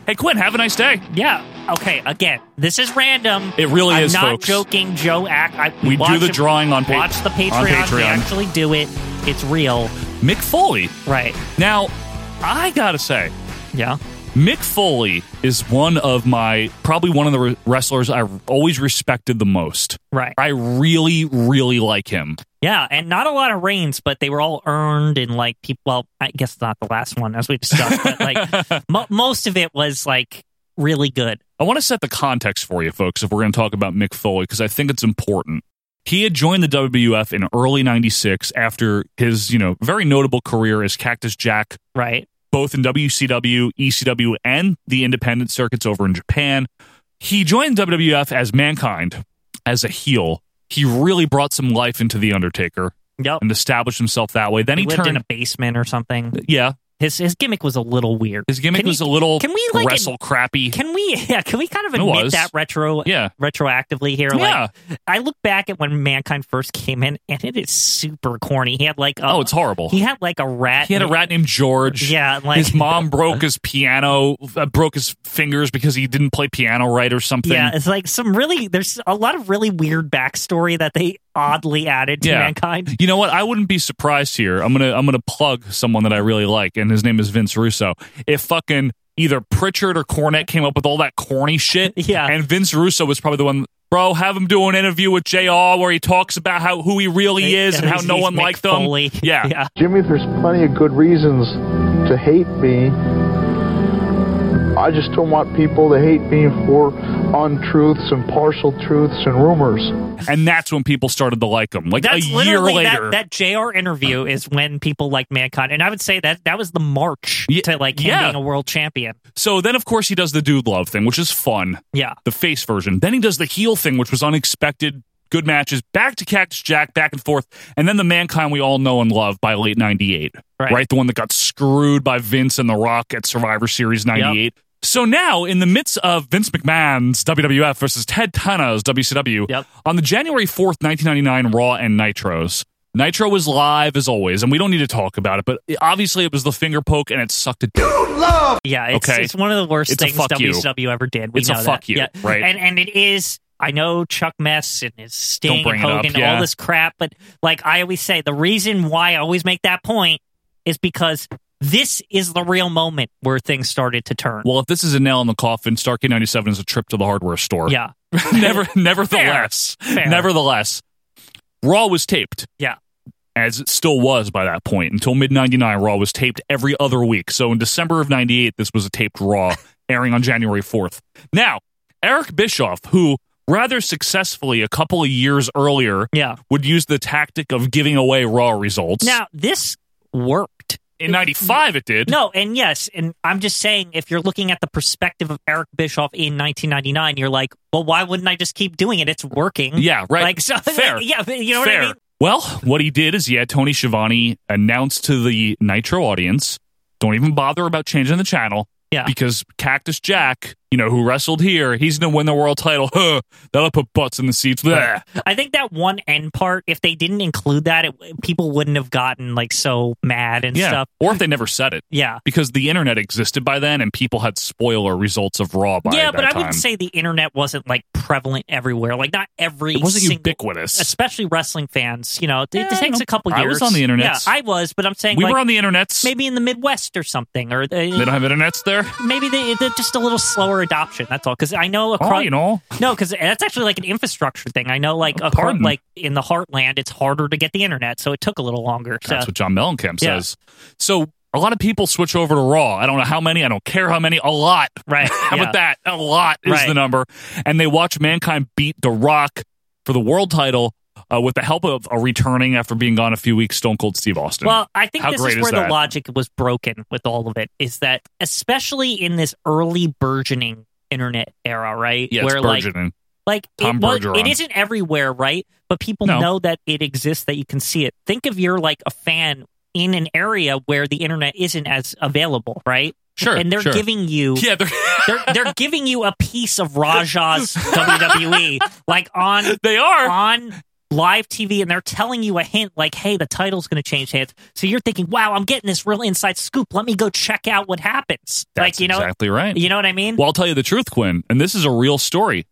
Hey, Quinn, have a nice day. Yeah. Okay. Again, this is random. It really I'm is, not folks. joking, Joe. Act. I, We do watch the it- drawing on pa- watch the on Patreon. They Patreon. actually do it. It's real. Mick Foley. Right. Now, I gotta say, Yeah. Mick Foley is one of my, probably one of the re- wrestlers I always respected the most. Right. I really, really like him. Yeah, and not a lot of reigns, but they were all earned and like people. Well, I guess not the last one as we discussed, but like mo- most of it was like really good. I want to set the context for you, folks, if we're going to talk about Mick Foley, because I think it's important. He had joined the WWF in early 96 after his, you know, very notable career as Cactus Jack, right? Both in WCW, ECW, E and the independent circuits over in Japan. He joined WWF as Mankind, as a heel. He really brought some life into The Undertaker Yep. and established himself that way. Then he, lived turned in a basement or something. Yeah. His his gimmick was a little weird. His gimmick Can was you- a little can we, like, wrestle crappy. Can we yeah, can we kind of It admit was. that retro Yeah. retroactively here? Yeah. Like I look back at when Mankind first came in and it is super corny. He had like a, oh, it's horrible. he had like a rat He had a rat named George. Yeah, like- his mom broke his piano, uh, broke his fingers because he didn't play piano right or something. Yeah, it's like some really there's a lot of really weird backstory that they oddly added to Yeah. mankind. You know what? I wouldn't be surprised here. I'm gonna I'm gonna plug someone that I really like, and his name is Vince Russo. If fucking either Pritchard or Cornette came up with all that corny shit, Yeah. and Vince Russo was probably the one. Bro, have him do an interview with Jr. where he talks about how who he really Yeah, is and how he's- no he's one Mick liked him. Foley. Yeah. yeah. Jimmy, there's plenty of good reasons to hate me. I just don't want people to hate me for untruths and partial truths and rumors. and that's when people started to like him. Like That's a year literally later, Uh. that, that JR interview is when people like mankind, and I would say that that was the march to like him yeah. being a world champion. So then, of course, he does the dude love thing, which is fun. Yeah. The face version. Then he does the heel thing, which was unexpected. Good matches. Back to Cactus Jack, back and forth. And then the mankind we all know and love by late 98. Right. The one that got screwed by Vince and The Rock at Survivor Series 98. So now, in the midst of Vince McMahon's WWF versus Ted Tana's WCW, on the January 4th, 1999 Raw and Nitros, Nitro was live as always, and we don't need to talk about it, but obviously it was the finger poke and it sucked a Dude, love! Yeah, it's, Okay. it's one of the worst It's a things fuck you. WCW ever did. We It's a know fuck that. you, yeah. right. And and it is. I know Chuck Mess and his Sting Don't and bring it up, Hogan, yeah. all this crap, but like I always say, the reason why I always make that point is because this is the real moment where things started to turn. Well, if this is a nail in the coffin, Starkey 97 is a trip to the hardware store. Yeah. Never, nevertheless, Fair. nevertheless, Raw was taped, Yeah. as it still was by that point. Until mid 99, Raw was taped every other week. So in December of 98, this was a taped Raw airing on January 4th. Now, Eric Bischoff, who rather successfully a couple of years earlier yeah. would use the tactic of giving away Raw results. Now this worked. in 95, it did. No, and yes, and I'm just saying, if you're looking at the perspective of Eric Bischoff in 1999, you're like, well, why wouldn't I just keep doing it? It's working. Yeah, right. Like, so, Fair. yeah, but you know Fair. what I mean? Well, what he did is he had Tony Schiavone announce to the Nitro audience, "Don't even bother about changing the channel, Yeah. because Cactus Jack, you know, who wrestled here, he's going to win the world title. Huh, that'll put butts in the seats. Blah. I think that one end part, if they didn't include that, it, people wouldn't have gotten like so mad and Yeah, stuff. or if they never said it, Yeah. because the internet existed by then, and people had spoiler results of Raw by yeah, that but I time. wouldn't say the internet wasn't like prevalent everywhere. Like not every it wasn't single, ubiquitous. especially wrestling fans. You know, it, it I takes don't- a couple I years. was on the internet. Yeah, I was, but I'm saying we like, were on the internet. maybe in the Midwest or something, or uh, they don't have internets there. maybe they, they're just a little slower adoption. That's all. Because I know across, Oh, you know. Uh, no, because that's actually like an infrastructure thing. I know, like across, pardon. like in the heartland, it's harder to get the internet, so it took a little longer. So That's what John Mellencamp Yeah. says. So a lot of people switch over to Raw. I don't know how many. I don't care how many. A lot. Right. how yeah. about that? A lot is Right. the number. And they watch Mankind beat The Rock for the world title uh, with the help of a returning after being gone a few weeks Stone Cold Steve Austin. Well, I think How this great is where the that? logic was broken with all of it. Is that especially in this early burgeoning internet era, right? Yeah, it's where like burgeoning. like Tom it, was- Bergeron. it isn't everywhere, right? But people No. know that it exists, that you can see it. Think of you're like a fan in an area where the internet isn't as available, right? Sure, And they're sure. giving you Yeah, they're- they're they're giving you a piece of Rajah's WWE, like on they are on live TV, and they're telling you a hint, like, "Hey, the title's going to change hands." So you're thinking, "Wow, I'm getting this real inside scoop. Let me go check out what happens." like, That's you know, exactly right. You know what I mean? Well, I'll tell you the truth, Quinn, and this is a real story.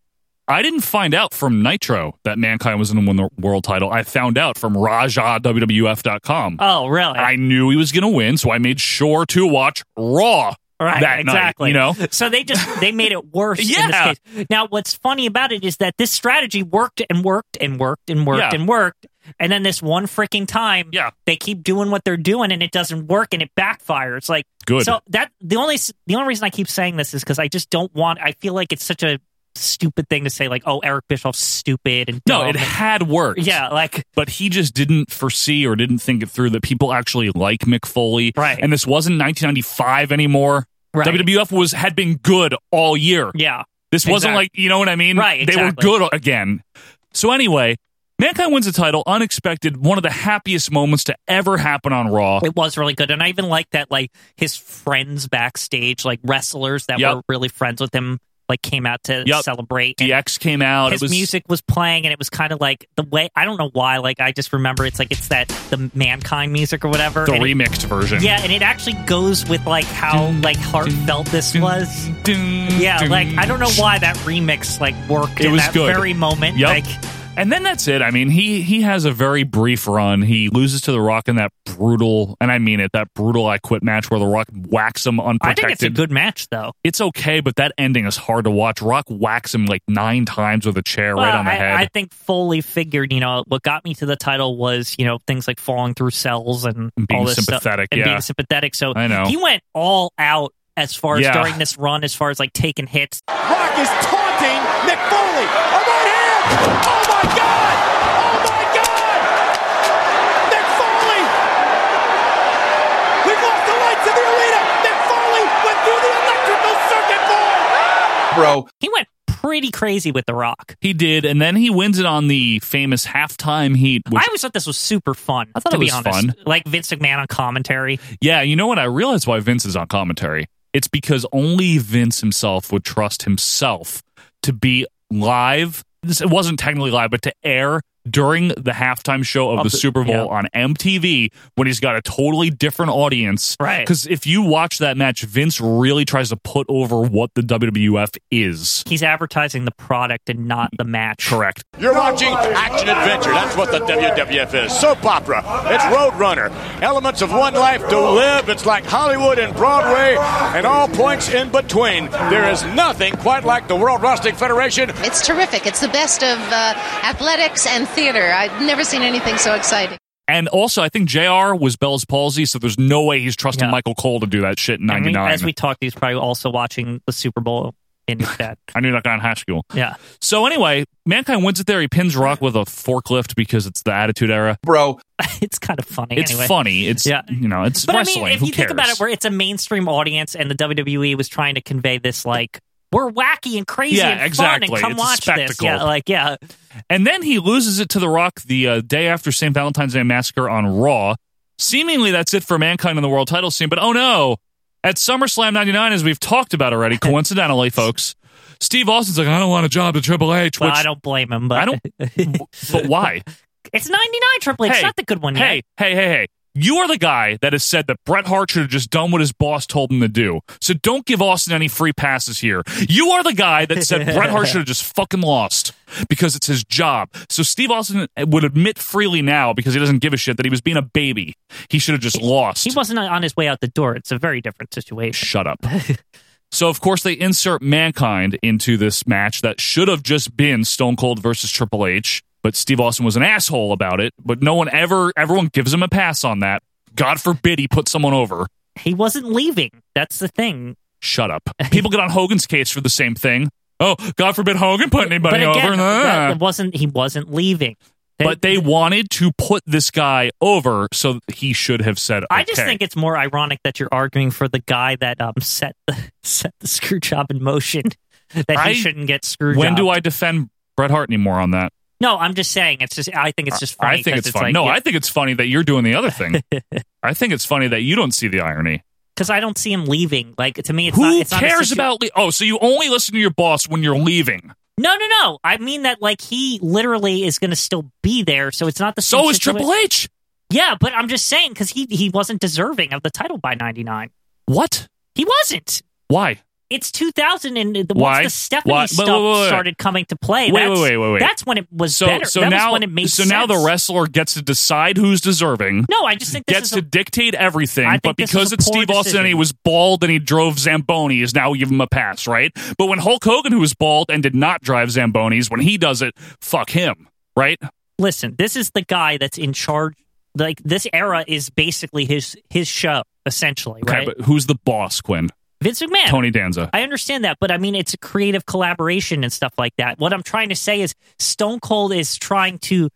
I didn't find out from Nitro that Mankind was going to win the world title. I found out from RajahWWF.com. Oh, really? I knew he was going to win, so I made sure to watch Raw. Right, that night, exactly. you know, so they just they made it worse. Yeah. In this case. Now, what's funny about it is that this strategy worked and worked and worked and worked Yeah. and worked, and then this one freaking time, yeah, they keep doing what they're doing and it doesn't work and it backfires. Like, Good. So that the only s- the only reason I keep saying this is because I just don't want. I feel like it's such a stupid thing to say. Like, oh, Eric Bischoff's stupid and No, dumb it and- had worked. Yeah, like but he just didn't foresee or didn't think it through that people actually like Mick Foley. Right. And this wasn't 1995 anymore. Right. WWF was had been good all year. Yeah. This wasn't Exact- like, you know what I mean? Right, They were exactly. good again. So anyway, Mankind wins the title, unexpected, one of the happiest moments to ever happen on Raw. It was really good, and I even like that. Like his friends backstage, like wrestlers that Yep. were really friends with him, like came out to Yep. celebrate. and DX came out. His it was music was playing, and it was kind of like the way I don't know why. Like I just remember it's like it's that the mankind music or whatever. the and it- remixed version. Yeah, and it actually goes with like how like heartfelt this was. yeah, like I don't know why that remix like worked. It in was that good. Very moment, Yep. like and then that's it. I mean, he he has a very brief run. He loses to The Rock in that brutal, and I mean it, that brutal I Quit match where The Rock whacks him I unprotected. think it's a good match though. It's okay, but that ending is hard to watch. Rock whacks him like nine times with a chair right Well, on the I, head. I think Foley figured, you know, what got me to the title was, you know, things like falling through cells and, And being all this sympathetic, stuff, and yeah. being sympathetic. So I know. he went all out as far as Yeah. during this run, as far as like taking hits. Rock is taunting Mick Foley. I'm right here. Oh my God. Oh my God. Mick Foley. We've lost the lights in the arena. Mick Foley went through the electrical circuit board. bro. He went pretty crazy with The Rock. He did, and then he wins it on the famous halftime heat. Which, I always thought this was super fun. I thought to it be was honest. fun. Like Vince McMahon on commentary. yeah, you know what? I realized why Vince is on commentary. It's because only Vince himself would trust himself to be live. This, it wasn't technically live, but to air during the halftime show of, Of the, the- Super Bowl yeah. on MTV when he's got a totally different audience. Right. Because if you watch that match, Vince really tries to put over what the WWF is. He's advertising the product and not the match. Correct. You're watching action adventure. That's what the WWF is. Soap opera. It's Roadrunner. Elements of one life to live. It's like Hollywood and Broadway and all points in between. There is nothing quite like the World Wrestling Federation. It's terrific. It's the best of uh, athletics and theater. I've never seen anything so exciting. And also, I think JR was Bell's palsy, so there's no way he's trusting Michael Cole to do that shit in I mean, 99. as we talked, he's probably also watching the Super Bowl in his bed. I knew that guy in high school. Yeah. So anyway, Mankind wins it there. He pins Rock with a forklift because it's the Attitude Era. Bro. it's kind of funny. It's anyway. funny. It's, you know, it's But wrestling. I mean, if Who you cares? think about it, where it's a mainstream audience, and the WWE was trying to convey this, like we're wacky and crazy, Yeah, and fun, exactly. and come It's a watch this. spectacle. Yeah, like yeah, and then he loses it to The Rock the uh, day after St. Valentine's Day Massacre on Raw. Seemingly, that's it for Mankind in the world title scene. But oh no, at SummerSlam 99, as we've talked about already, coincidentally, folks, Steve Austin's like, I don't want a job at Triple H. Well, which- I don't blame him, but I don't. but why? it's ninety nine Triple H, Hey, not the good one Hey, yet. hey, hey, hey. You are the guy that has said that Bret Hart should have just done what his boss told him to do. So don't give Austin any free passes here. You are the guy that said Bret Hart should have just fucking lost because it's his job. So Steve Austin would admit freely now because he doesn't give a shit that he was being a baby. He should have just lost. He wasn't on his way out the door. It's a very different situation. Shut up. So of course they insert mankind into this match that should have just been Stone Cold versus Triple H, but Steve Austin was an asshole about it. But no one ever, everyone gives him a pass on that. God forbid he put someone over. He wasn't leaving. That's the thing. Shut up. People get on Hogan's case for the same thing. Oh, God forbid Hogan put anybody but again, over. that- Nah. it wasn't. He wasn't leaving. but they wanted to put this guy over, so he should have said. I just okay. think it's more ironic that you're arguing for the guy that um, set the set the screw job in motion that he I- shouldn't get screwed. When do I defend Bret Hart anymore on that? No, I'm just saying. It's just I think it's just funny. I think 'cause it's funny. Like, no, I think it's funny that you're doing the other thing. I think it's funny that you don't see the irony. because I don't see him leaving. Like to me, it's Who not, it's not a cares situ- about? Le- oh, so you only listen to your boss when you're leaving. No, no, no. I mean that like he literally is going to still be there, so it's not the So same is situa- Triple H. Yeah, but I'm just saying because he he wasn't deserving of the title by '99. What? He wasn't. Why? It's 2000 and the, Why? once the Stephanie Why- but stuff wait, wait, wait. started coming to play. Wait, that's, wait, wait, wait, wait. That's when it was So better. so that now was when it made so now the sense. wrestler gets to decide who's deserving. No, I just think this gets is a- to dictate everything, I think but this is because a it's poor Steve Austin and he decision. was bald and he drove Zambonis, now we give him a pass, right? But when Hulk Hogan, who was bald and did not drive Zambonis, when he does it, fuck him, right? listen, this is the guy that's in charge. Like this era is basically his his show essentially, Okay, right? but who's the boss, Quinn? Vince McMahon. Tony Danza. I understand that, but I mean it's a creative collaboration and stuff like that. What I'm trying to say is Stone Cold is trying to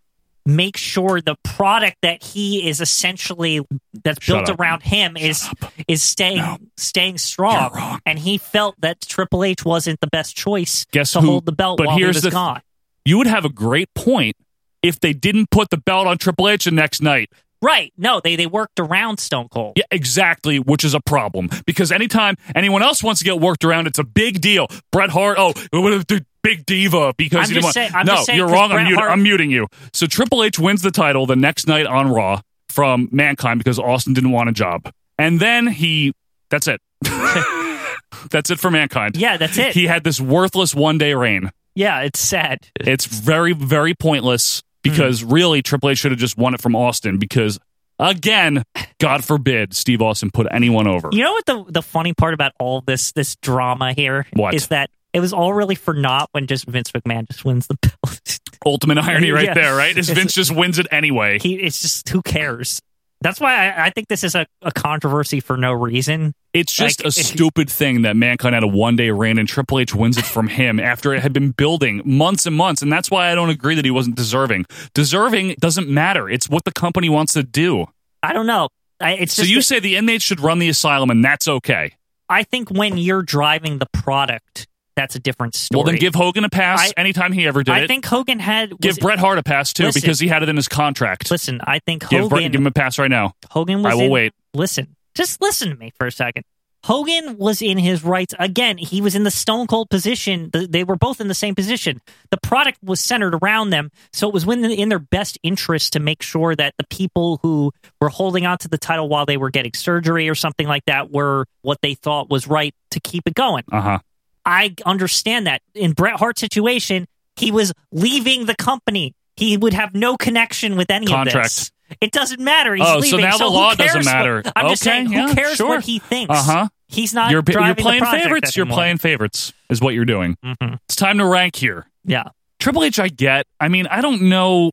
make sure the product that he is essentially that's Shut built up. around him is is staying staying strong. And he felt that Triple H wasn't the best choice Guess to who? hold the belt but while here's he was the, gone. You would have a great point if they didn't put the belt on Triple H the next night. Right. No, they they worked around Stone Cold. Yeah, exactly, which is a problem because anytime anyone else wants to get worked around, it's a big deal. Bret Hart, oh, what if the big diva because I'm he didn't just want- saying- I'm no, just saying you're 'cause wrong. I'm, Bret mute- Hart- I'm muting you. So Triple H wins the title the next night on Raw from Mankind because Austin didn't want a job, and then he that's it. that's it for Mankind. Yeah, that's it. He had this worthless one day reign. Yeah, Hmm. it's sad. It's very, very pointless because really Triple H should have just won it from Austin because again, God forbid Steve Austin put anyone over. You know what the the funny part about all this this drama here is What? that it was all really for naught when just Vince McMahon just wins the belt. Ultimate irony right Yeah. there, right? Is It's- Vince just wins it anyway. he, it's just who cares? That's why I, I think this is a, a controversy for no reason. It's just Like, a stupid thing that Mankind had a one day reign and Triple H wins it from him after it had been building months and months. And that's why I don't agree that he wasn't deserving. Deserving doesn't matter, it's what the company wants to do. I don't know. I, it's So just you that say the inmates should run the asylum and that's okay. I think when you're driving the product, that's a different story. Well, then give Hogan a pass I- anytime he ever did I it. think Hogan had was Give it- Bret Hart a pass too Listen. because he had it in his contract. Listen, I think Give, Bret- Hogan give him a pass right now. Hogan was. I will in- wait. Listen, just listen to me for a second. Hogan was in his rights again. He was in the Stone Cold position. Th- They were both in the same position. The product was centered around them, so it was within in their best interest to make sure that the people who were holding on to the title while they were getting surgery or something like that were what they thought was right to keep it going. Uh huh. I understand that. In Bret Hart's situation, he was leaving the company. He would have no connection with any of Contract. this. It doesn't matter. He's Oh, so leaving. now the who law cares doesn't what- matter. I'm just Okay, saying, yeah, who cares sure. what he thinks? Uh-huh. He's not You're, driving you're the playing project favorites. You're anymore. playing favorites is what you're doing. Mhm. It's time to rank here. Yeah. Triple H, I get. I mean, I don't know.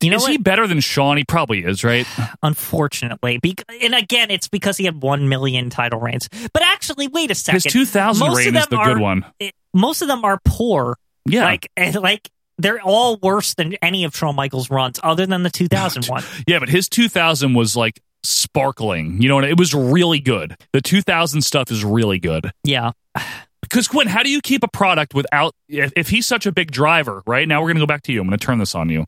You know is what? he better than Sean? He probably is, right? Unfortunately, bec- and again, it's because he had one million title reigns. But actually, wait a second. His 2000 Most of reign them is the are- good one. it- most of them are poor. Yeah. Like and, like they're all worse than any of Shawn Michaels' runs, other than the 2000 one. Yeah, but his 2000 was like sparkling. You know, what I- it was really good. The 2000 stuff is really good. Yeah. Because Quinn, how do you keep a product without? If, if he's such a big driver, right now we're going to go back to you. I'm going to turn this on you.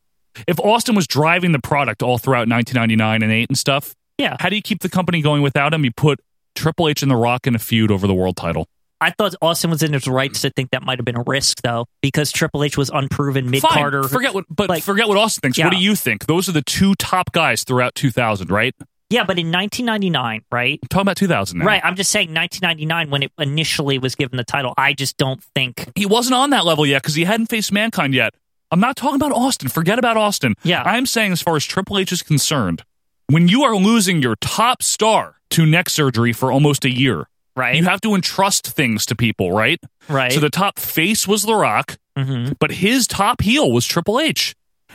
If Austin was driving the product all throughout 1999 and eight and stuff, Yeah. how do you keep the company going without him? You put Triple H and The Rock in a feud over the world title. I thought Austin was in his Hmm. rights to think that might have been a risk, though, because Triple H was unproven mid Fine, Carter. forget what, but like- forget what Austin thinks. What Yeah. do you think? Those are the two top guys throughout 2000, right? I'm Yeah, but in 1999, right? talking about 2000 now. Right. I'm just saying 1999 when it initially was given the title. I just don't think. He wasn't on that level yet because he hadn't faced mankind yet. I'm not talking about Austin. Forget about Austin. Yeah. I'm saying, as far as Triple H is concerned, when you are losing your top star to neck surgery for almost a year, Right. you have to entrust things to people, right? Right. So the top face was The Rock, Mhm. but his top heel was Triple H.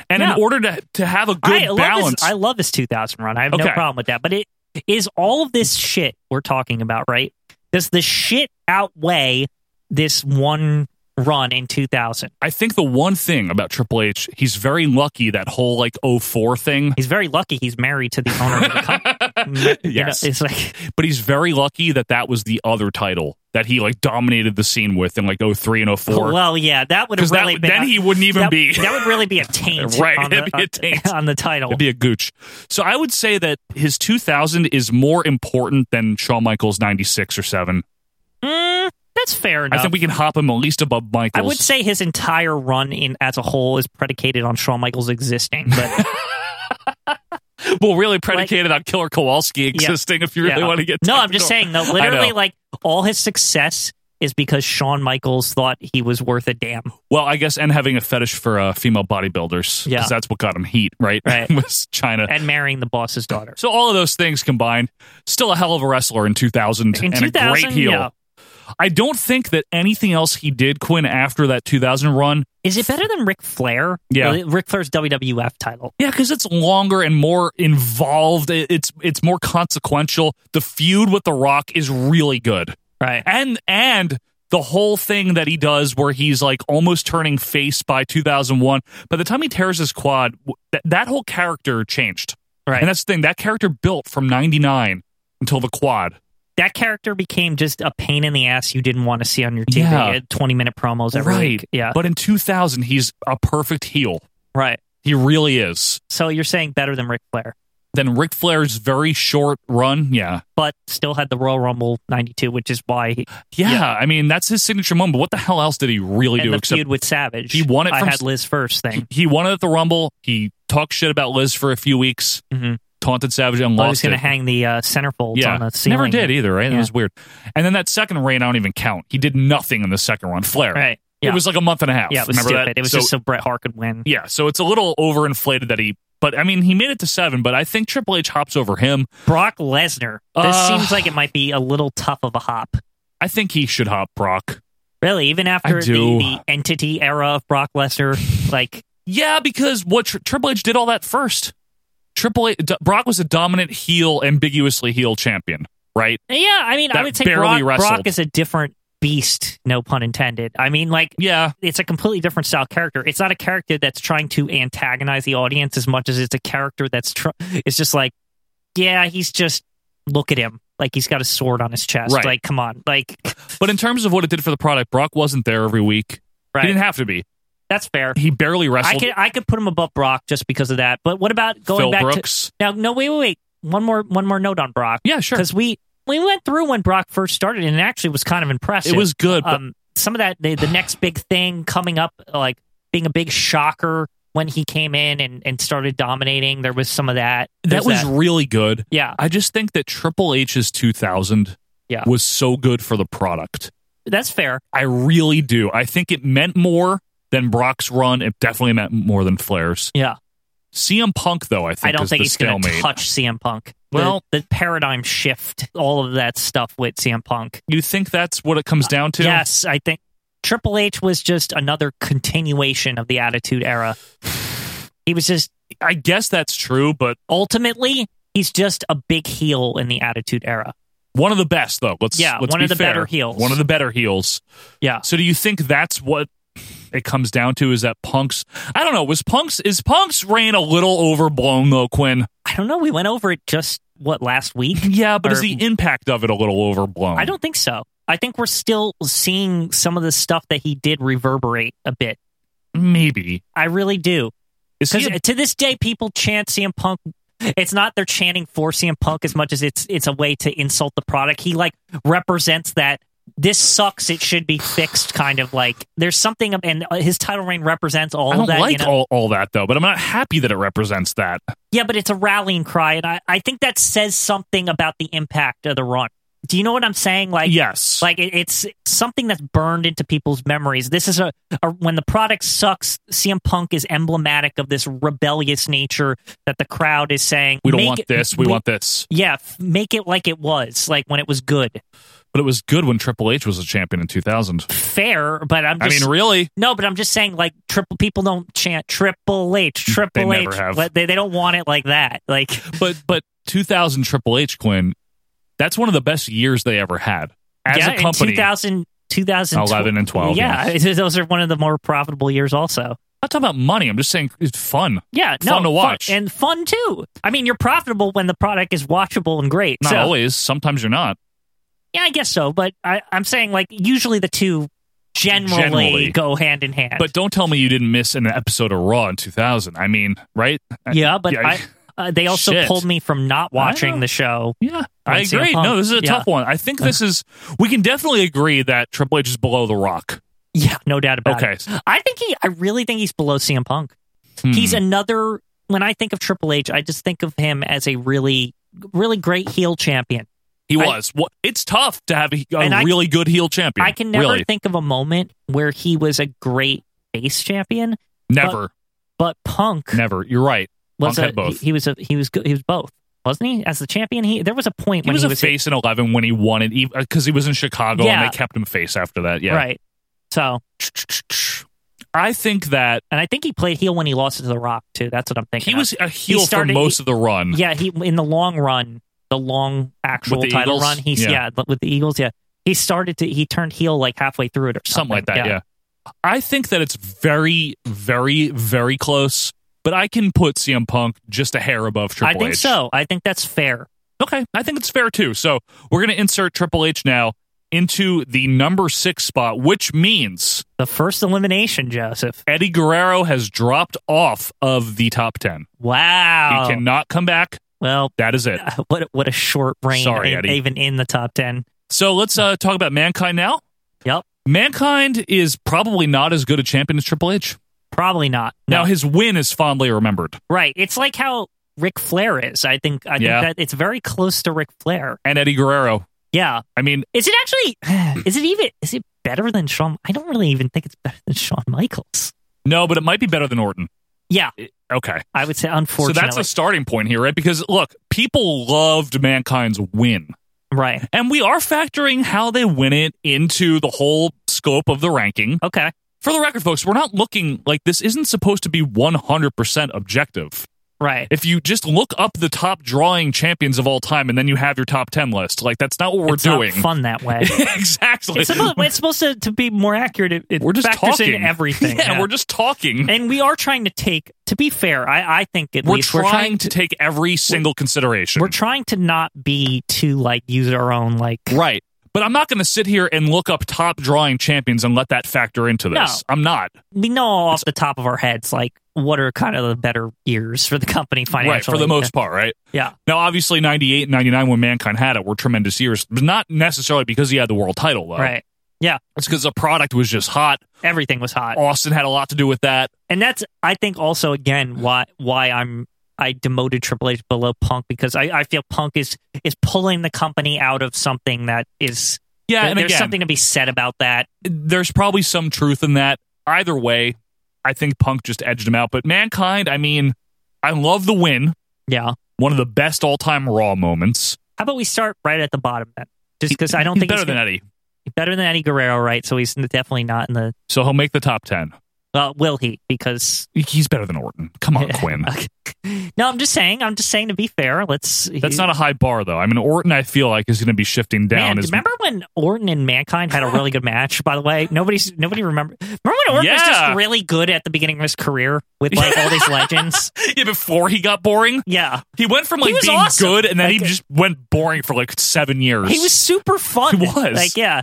And Yeah. in order to, to have a good I love balance, This, I love this 2000 run. I have Okay. no problem with that. But it is all of this shit we're talking about, right? Does the shit outweigh this one run in 2000. I think the one thing about Triple H, he's very lucky that whole like 04 thing. He's very lucky he's married to the owner of the company. Yes. it's like but he's very lucky that that was the other title that he like dominated the scene with in like 03 and 04. well, yeah, that would have 'Cause that really would- been then a- he wouldn't even that- be- That would really be a taint Right, on, it'd the, uh, be a taint. on the title. It'd be a gooch. So I would say that his 2000 is more important than Shawn Michaels 96 or 7. Mm, that's fair enough. I think we can hop him at least above I Michaels. would say his entire run in as a whole is predicated on Shawn Michaels existing, but well, really predicated on Killer Kowalski existing. If you really Yeah. want to get no, I'm just saying technical. though. I know. Literally, like all his success is because Shawn Michaels thought he was worth a damn. Well, I guess and having a fetish for uh, female bodybuilders. 'cause Yeah. that's what got him heat, right? Right. was China. and marrying the boss's daughter. so all of those things combined, still a hell of a wrestler in 2000 In and a 2000, great heel. yeah. I don't think that anything else he did, Quinn, after that 2000 run. Is it better than Ric Flair? Yeah. Well, Ric Flair's WWF title. Yeah, because it's longer and more involved. It- It's it's more consequential. The feud with The Rock is really good. Right. and and the whole thing that he does where he's like almost turning face by 2001 by the time he tears his quad w- that that whole character changed Right. and that's the thing that character built from 99 until the quad That character became just a pain in the ass you didn't want to see on your TV. Yeah. It had 20 minute promos every right week. Yeah. but in 2000 he's a perfect heel right. he really is So you're saying better than Ric Flair, then Ric Flair's very short run yeah but still had the Royal Rumble 92, which is why he, yeah, i mean that's his signature moment but what the hell else did he really and do the except feud with Savage. He won it I from- had Liz first thing. he won it at the rumble he talked shit about liz for a few weeks Mhm. taunted savage and Well, I was lost going to it. hang the uh, centerfolds on the ceiling. Never did either, right? That Yeah. was weird. And then that second reign, I don't even count. He did nothing in the second run. Flair. Right. Yeah. It was like a month and a half. Yeah, it was Remember stupid. That? It was just so Bret Hart could win. Yeah, so it's a little overinflated that he but I mean he made it to seven, but I think Triple H hops over him. Brock Lesnar. This Uh, seems like it might be a little tough of a hop. I think he should hop Brock. Really, even after the, do. the entity era of Brock Lesnar, like Yeah, because what Tri- Triple H did all that first. Triple H D- Brock was a dominant heel, ambiguously heel champion, right? yeah, I mean, I That would say barely Brock, wrestled. Brock is a different beast, no pun intended. I mean, like Yeah. it's a completely different style character. It's not a character that's trying to antagonize the audience as much as it's a character that's tr- it's just like yeah, he's just look at him. Like he's got a sword on his chest. Right. Like come on. Like But in terms of what it did for the product, Brock wasn't there every week. Right. He didn't have to be. that's fair. He barely I wrestled. could I could put him above Brock just because of that. But what about going Phil back Brooks. to now? No, wait, wait, wait. One more one more note on Brock. Yeah, sure. Because we we went through when Brock first started, and it actually was kind of impressive. It was good, but- um, some of that the, the next big thing coming up, like being a big shocker when he came in and, and started dominating. There was some of that. that There's was really good. yeah. I just think that Triple H's 2000 Yeah. was so good for the product. That's fair. I really do. I think it meant more than Brock's run. It definitely meant more than Flair's. Yeah. CM Punk, though, I think I don't is think the he's going to stalemate. touch CM Punk. The- Well- the paradigm shift, all of that stuff with CM Punk. you think that's what it comes down to? Yes, I think Triple H was just another continuation of the Attitude Era. He was just I guess that's true, but ultimately he's just a big heel in the Attitude Era. one of the best, though. Let's Yeah, let's one be of the fair. better heels. One of the better heels. Yeah, So do you think that's what it comes down to? Is that Punk's? I don't know. Was Punk's? Is Punk's reign a little overblown though, Quinn? I don't know. We went over it just what last week. Yeah, but is Or- the impact of it a little overblown? I don't think so. I think we're still seeing some of the stuff that he did reverberate a bit. Maybe. I really do. Is Because he a- to this day, people chant CM Punk. It's not they're chanting for CM Punk as much as it's it's a way to insult the product. He like represents that this sucks. It should be fixed. Kind of like there's something, of- and uh, his title reign represents all I of don't that. like you know? all, all that though, but I'm not happy that it represents that. yeah, but it's a rallying cry, and I I think that says something about the impact of the run. Do you know what I'm saying? Like Yes. like it, it's something that's burned into people's memories. This is a, a when the product sucks. CM Punk is emblematic of this rebellious nature that the crowd is saying we don't "Make want it- this, we, want this. Yeah, f- make it like it was, like when it was good. But it was good when Triple H was a champion in 2000. Fair, but I'm. I Just, mean, really? No, but I'm just saying, like triple people don't chant Triple H, Triple H. never have. like, They, they don't want it like that. Like But but 2000 Triple H Quinn, that's one of the best years they ever had as yeah, a company. in 2000 2011 and 12, Yeah, those are one of the more profitable years. Also, not talking about money. I'm just saying it's fun. yeah, no, fun to watch. and fun too. I mean, you're profitable when the product is watchable and great. not so, always. Sometimes you're not. Yeah, I guess so. But I, I'm saying like usually the two generally, Generally. go hand in hand. But don't tell me you didn't miss an episode of Raw in 2000. I mean, right? yeah, but I. Uh, they also Shit. pulled me from not watching the show. Yeah, on I CM agree. Punk. No, this is a Yeah. tough one. I think this is. We can definitely agree that Triple H is below the Rock. Yeah, no doubt about Okay. it. I think he. I really think he's below CM Punk. Hmm. He's another. When I think of Triple H, I just think of him as a really, really great heel champion. He I- was. Wha- It's tough to have a, a And I- really good heel champion. I can never Really. think of a moment where he was a great face champion. Never. But, but Punk Never. You're right. was Punk a, had both. He, he was a he was good. He was both, wasn't he? As the champion, he there was a point He when was he a was face in 11 when he wanted, because he was in Chicago Yeah. and they kept him face after that. Yeah. right. So I think that and I think he played heel when he lost to The Rock too. That's what I'm thinking. he of. was a heel started- for most of the run. Yeah, he in the long run, the long actual With the title Eagles? run. He's Yeah. yeah. but with the Eagles. Yeah, he started to he turned heel like halfway through it or something something, like that. Yeah. I think that it's very, very, very close, but I can put CM Punk just a hair above Triple I think H. so. I think that's fair. Okay, I think it's fair too. So we're going to insert Triple H now into the number six spot, which means The first elimination, Joseph. Eddie Guerrero has dropped off of the top ten. Wow. He cannot come back. Well, That is it. what what a short reign. Sorry, in- Eddie. Even in the top ten. So let's uh, talk about Mankind now. Yep. Mankind is probably not as good a champion as Triple H. Probably not. Now his win is fondly remembered. Right. It's like how Ric Flair is. I think. I Yeah. think that it's very close to Ric Flair. and Eddie Guerrero. Yeah. I mean, Is it actually? Is it even? Is it better than Shawn? I don't really even think it's better than Shawn Michaels. no, but it might be better than Orton. Yeah, Okay. I would say So unfortunately. that's a starting point here, right? Because look, people loved Mankind's win. right. And we are factoring how they win it into the whole scope of the ranking. Okay. For the record, folks, we're not looking like this isn't supposed to be 100% objective. Right. If you just look up the top drawing champions of all time and then you have your top 10 list, like that's not what we're it's not doing. fun that way. exactly. it's supposed, it's supposed to, to be more accurate. It, it we're just factors talking. in everything. Yeah, yeah. we're just talking. and we are trying to take. To be fair, I, I think at we're least trying, we're trying to, take every single consideration. we're trying to not be too like use our own like right. But I'm not going to sit here and look up top drawing champions and let that factor into this. No. I'm not. we know off the top of our heads like what are kind of the better years for the company financially Right, for the most part, right? Yeah. Now, obviously, 98 and 99, when Mankind had it, were tremendous years. But not necessarily because he had the world title, though. Right. Yeah. It's because the product was just hot. Everything was hot. Austin had a lot to do with that. and that's I think also again why why I'm I demoted Triple H below Punk because I, I feel Punk is is pulling the company out of something that is Yeah, there- and there's again- something to be said about that. There's probably some truth in that. Either way, I think Punk just edged him out. But Mankind, I mean, I love the win. Yeah. One of the best all time Raw moments. How about we start right at the bottom then? Just because I don't He's think better he's than gonna- Eddie. he's better than Eddie Guerrero, right? So he's definitely not in the. So he'll make the top 10. Well, will he? Because He's better than Orton. Come on, Quinn. no, I'm just saying. I'm just saying to be fair. Let's. That's not a high bar, though. I mean, Orton, I feel like, is going to be shifting down. Man, as, remember when Orton and Mankind had a really good match? By the way, nobody's nobody remember. Remember when Orton was Yeah. just really good at the beginning of his career with like all these legends? yeah, before he got boring, Yeah, he went from He like was being awesome. good, and then he Like, just went boring for like seven years. he was super fun. He was. like yeah,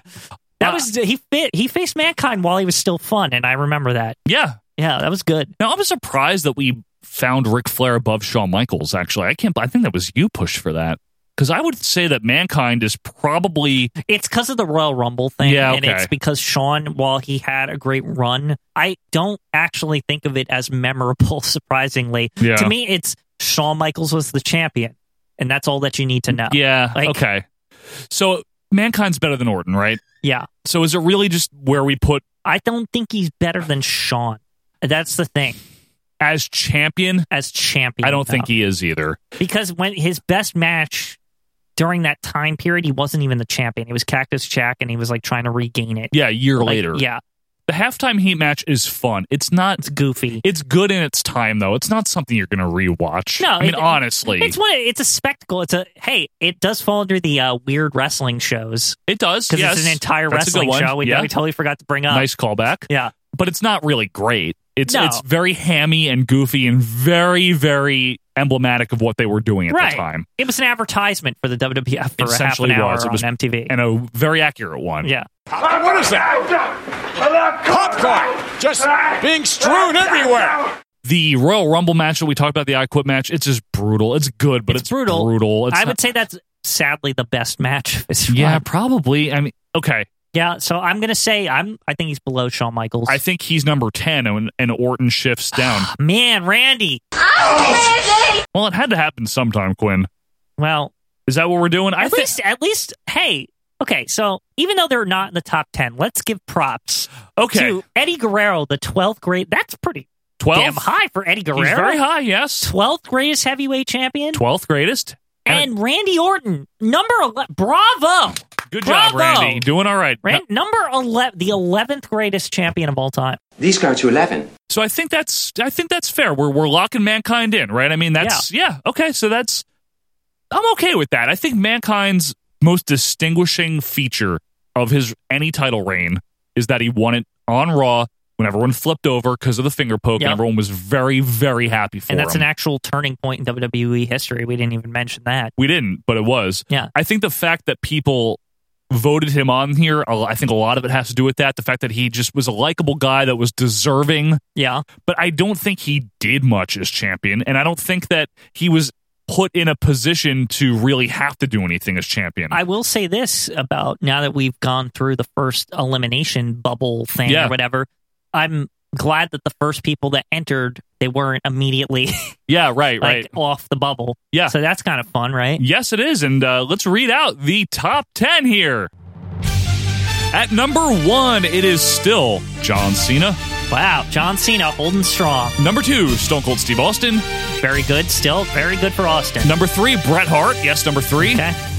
that Uh, was he fit. He faced Mankind while he was still fun, and I remember that. yeah. Yeah, that was good. Now I'm surprised that we found Ric Flair above Shawn Michaels. Actually, I can't. I think that was you pushed for that because I would say that Mankind is probably It's because of the Royal Rumble thing, Yeah, and okay. it's because Sean, while he had a great run, I don't actually think of it as memorable. Surprisingly, Yeah. to me, it's Shawn Michaels was the champion, and that's all that you need to know. yeah Like- okay. So Mankind's better than Orton, right? yeah. So is it really just where we put I don't think he's better than Sean. That's the thing. as champion? As champion, I don't think though. he is either. because when his best match during that time period, he wasn't even the champion. He was Cactus Jack, and he was like trying to regain it Yeah, a year Like, later. Yeah, The halftime heat match is fun. It's not it's goofy. It's good in its time though. It's not something you're going to rewatch. No, I mean it- honestly, it's one. It's a spectacle. It's a hey. It does fall under the uh, weird wrestling shows. It does because yes. it's an entire That's a good wrestling one. show. We, Yeah. we totally forgot to bring up. nice callback. Yeah, but it's not really great. It's No. it's very hammy and goofy and very very emblematic of what they were doing at right. the time. It was an advertisement for the WWF for It a half an essentially hour was. It on was MTV. and a very accurate one. yeah. Uh, What is that? Popcorn just being strewn everywhere. The Royal Rumble match that we talked about, the I Quit match, it's just brutal. It's good, but it's, brutal. Brutal. It's I not- would say that's sadly the best match. of his yeah, run. probably. I mean, okay. yeah. So I'm gonna say I'm. I think he's below Shawn Michaels. I think he's number ten, and, and Orton shifts down. Man, Randy. well, it had to happen sometime, Quinn. Well, Is that what we're doing? I at think least, at least, hey, okay. So even though they're not in the top ten, let's give props. Okay. to Eddie Guerrero, the twelfth grade. That's pretty 12? damn high for Eddie Guerrero. he's very high. Yes, Twelfth greatest heavyweight champion, twelfth greatest. and, Randy Orton, number eleven. Bravo! Good job, Bravo! Randy. Doing all right. Ran- number eleven, the eleventh greatest champion of all time. These go to 11. So I think that's I think that's fair. We're we're locking mankind in, right? I mean, that's yeah. okay. So that's I'm okay with that. I think mankind's most distinguishing feature of his any title reign is that he won it on Raw when everyone flipped over because of the finger poke, Yeah. and everyone was very very happy for And that's him. an actual turning point in WWE history. We didn't even mention that. we didn't, but it was. Yeah. I think the fact that people voted him on here, a- I think a lot of it has to do with that. The fact that he just was a likable guy that was deserving. Yeah. But I don't think he did much as champion. And I don't think that he was put in a position to really have to do anything as champion. I will say this about now that we've gone through the first elimination bubble thing Yeah. or whatever. I'm glad that the first people that entered they weren't immediately yeah, right, like right. off the bubble. Yeah. So that's kind of fun, right? Yes, it is. And uh, let's read out the top 10 here. At number one, it is still John Cena. Wow, John Cena holding strong. Number two, Stone Cold Steve Austin. Very good, still very good for Austin. Number three, Bret Hart. Yes, number three.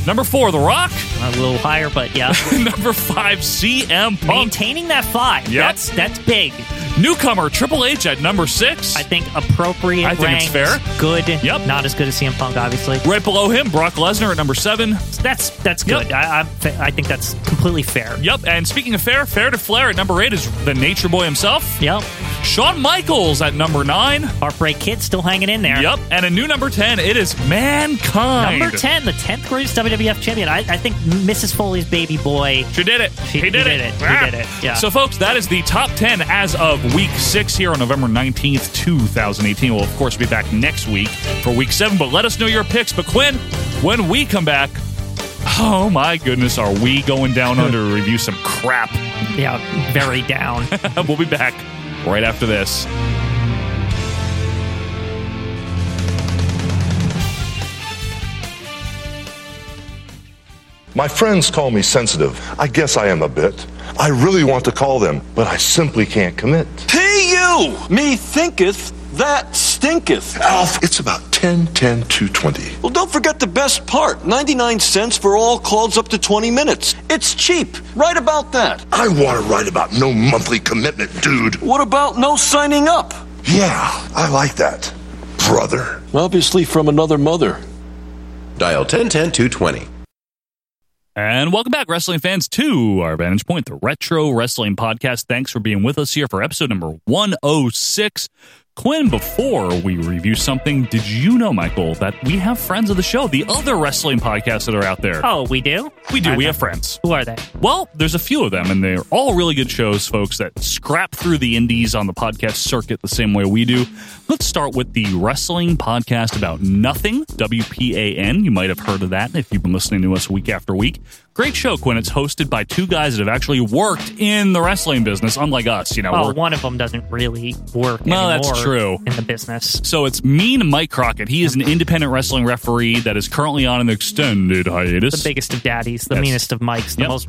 Number four, The Rock. A little higher, but yeah. number five, CM Punk. Maintaining that five. Yep. That's that's big. Newcomer Triple H at number six. I think appropriate. I think it's ranked, fair. Good. Yep. Not as good as CM Punk, obviously. right below him, Brock Lesnar at number seven. That's that's good. I, I I think that's completely fair. Yep. And speaking of fair, fair to Flair at number eight is the Nature Boy himself. Yep. Shawn Michaels at number nine. Heartbreak Kid still hanging in there. Yep. And a new number ten. It is Mankind. Number ten, the tenth greatest WWF champion. I, I think Mrs. Foley's baby boy. She did it. She- he he did, did it. it. He Ah. did it. Yeah. So, folks, that is the top 10 as of week six here on November 19th, 2018. We'll, of course, be back next week for week seven, but let us know your picks. But, Quinn, when we come back, oh my goodness, are we going down under to review some crap? Yeah, very down. we'll be back right after this. My friends call me sensitive. I guess I am a bit. I really want to call them, but I simply can't commit. Pay you! Me thinketh, that stinketh. Alf, it's about 10, 10, 220. Well, don't forget the best part 99 cents for all calls up to 20 minutes. It's cheap. Right about that. I want to write about no monthly commitment, dude. What about no signing up? Yeah, I like that, brother. Obviously from another mother. Dial 1010 220. And welcome back, wrestling fans, to our Vantage Point, the Retro Wrestling Podcast. Thanks for being with us here for episode number 106. Quinn, before we review something, did you know, Michael, that we have friends of the show, the other wrestling podcasts that are out there? Oh, we do? We do. I We thought- have friends. Who are they? Well, there's a few of them, and they're all really good shows, folks, that scrap through the indies on the podcast circuit the same way we do. Let's start with the wrestling podcast about nothing, WPAN. You might have heard of that if you've been listening to us week after week. Great show, Quinn. It's hosted by two guys that have actually worked in the wrestling business, unlike us. You know, Well, we're- one of them doesn't really work. No, that's anymore true. In the business, So it's Mean Mike Crockett. He is an independent wrestling referee that is currently on an extended hiatus. the biggest of daddies, the Yes. meanest of mics, the Yep. most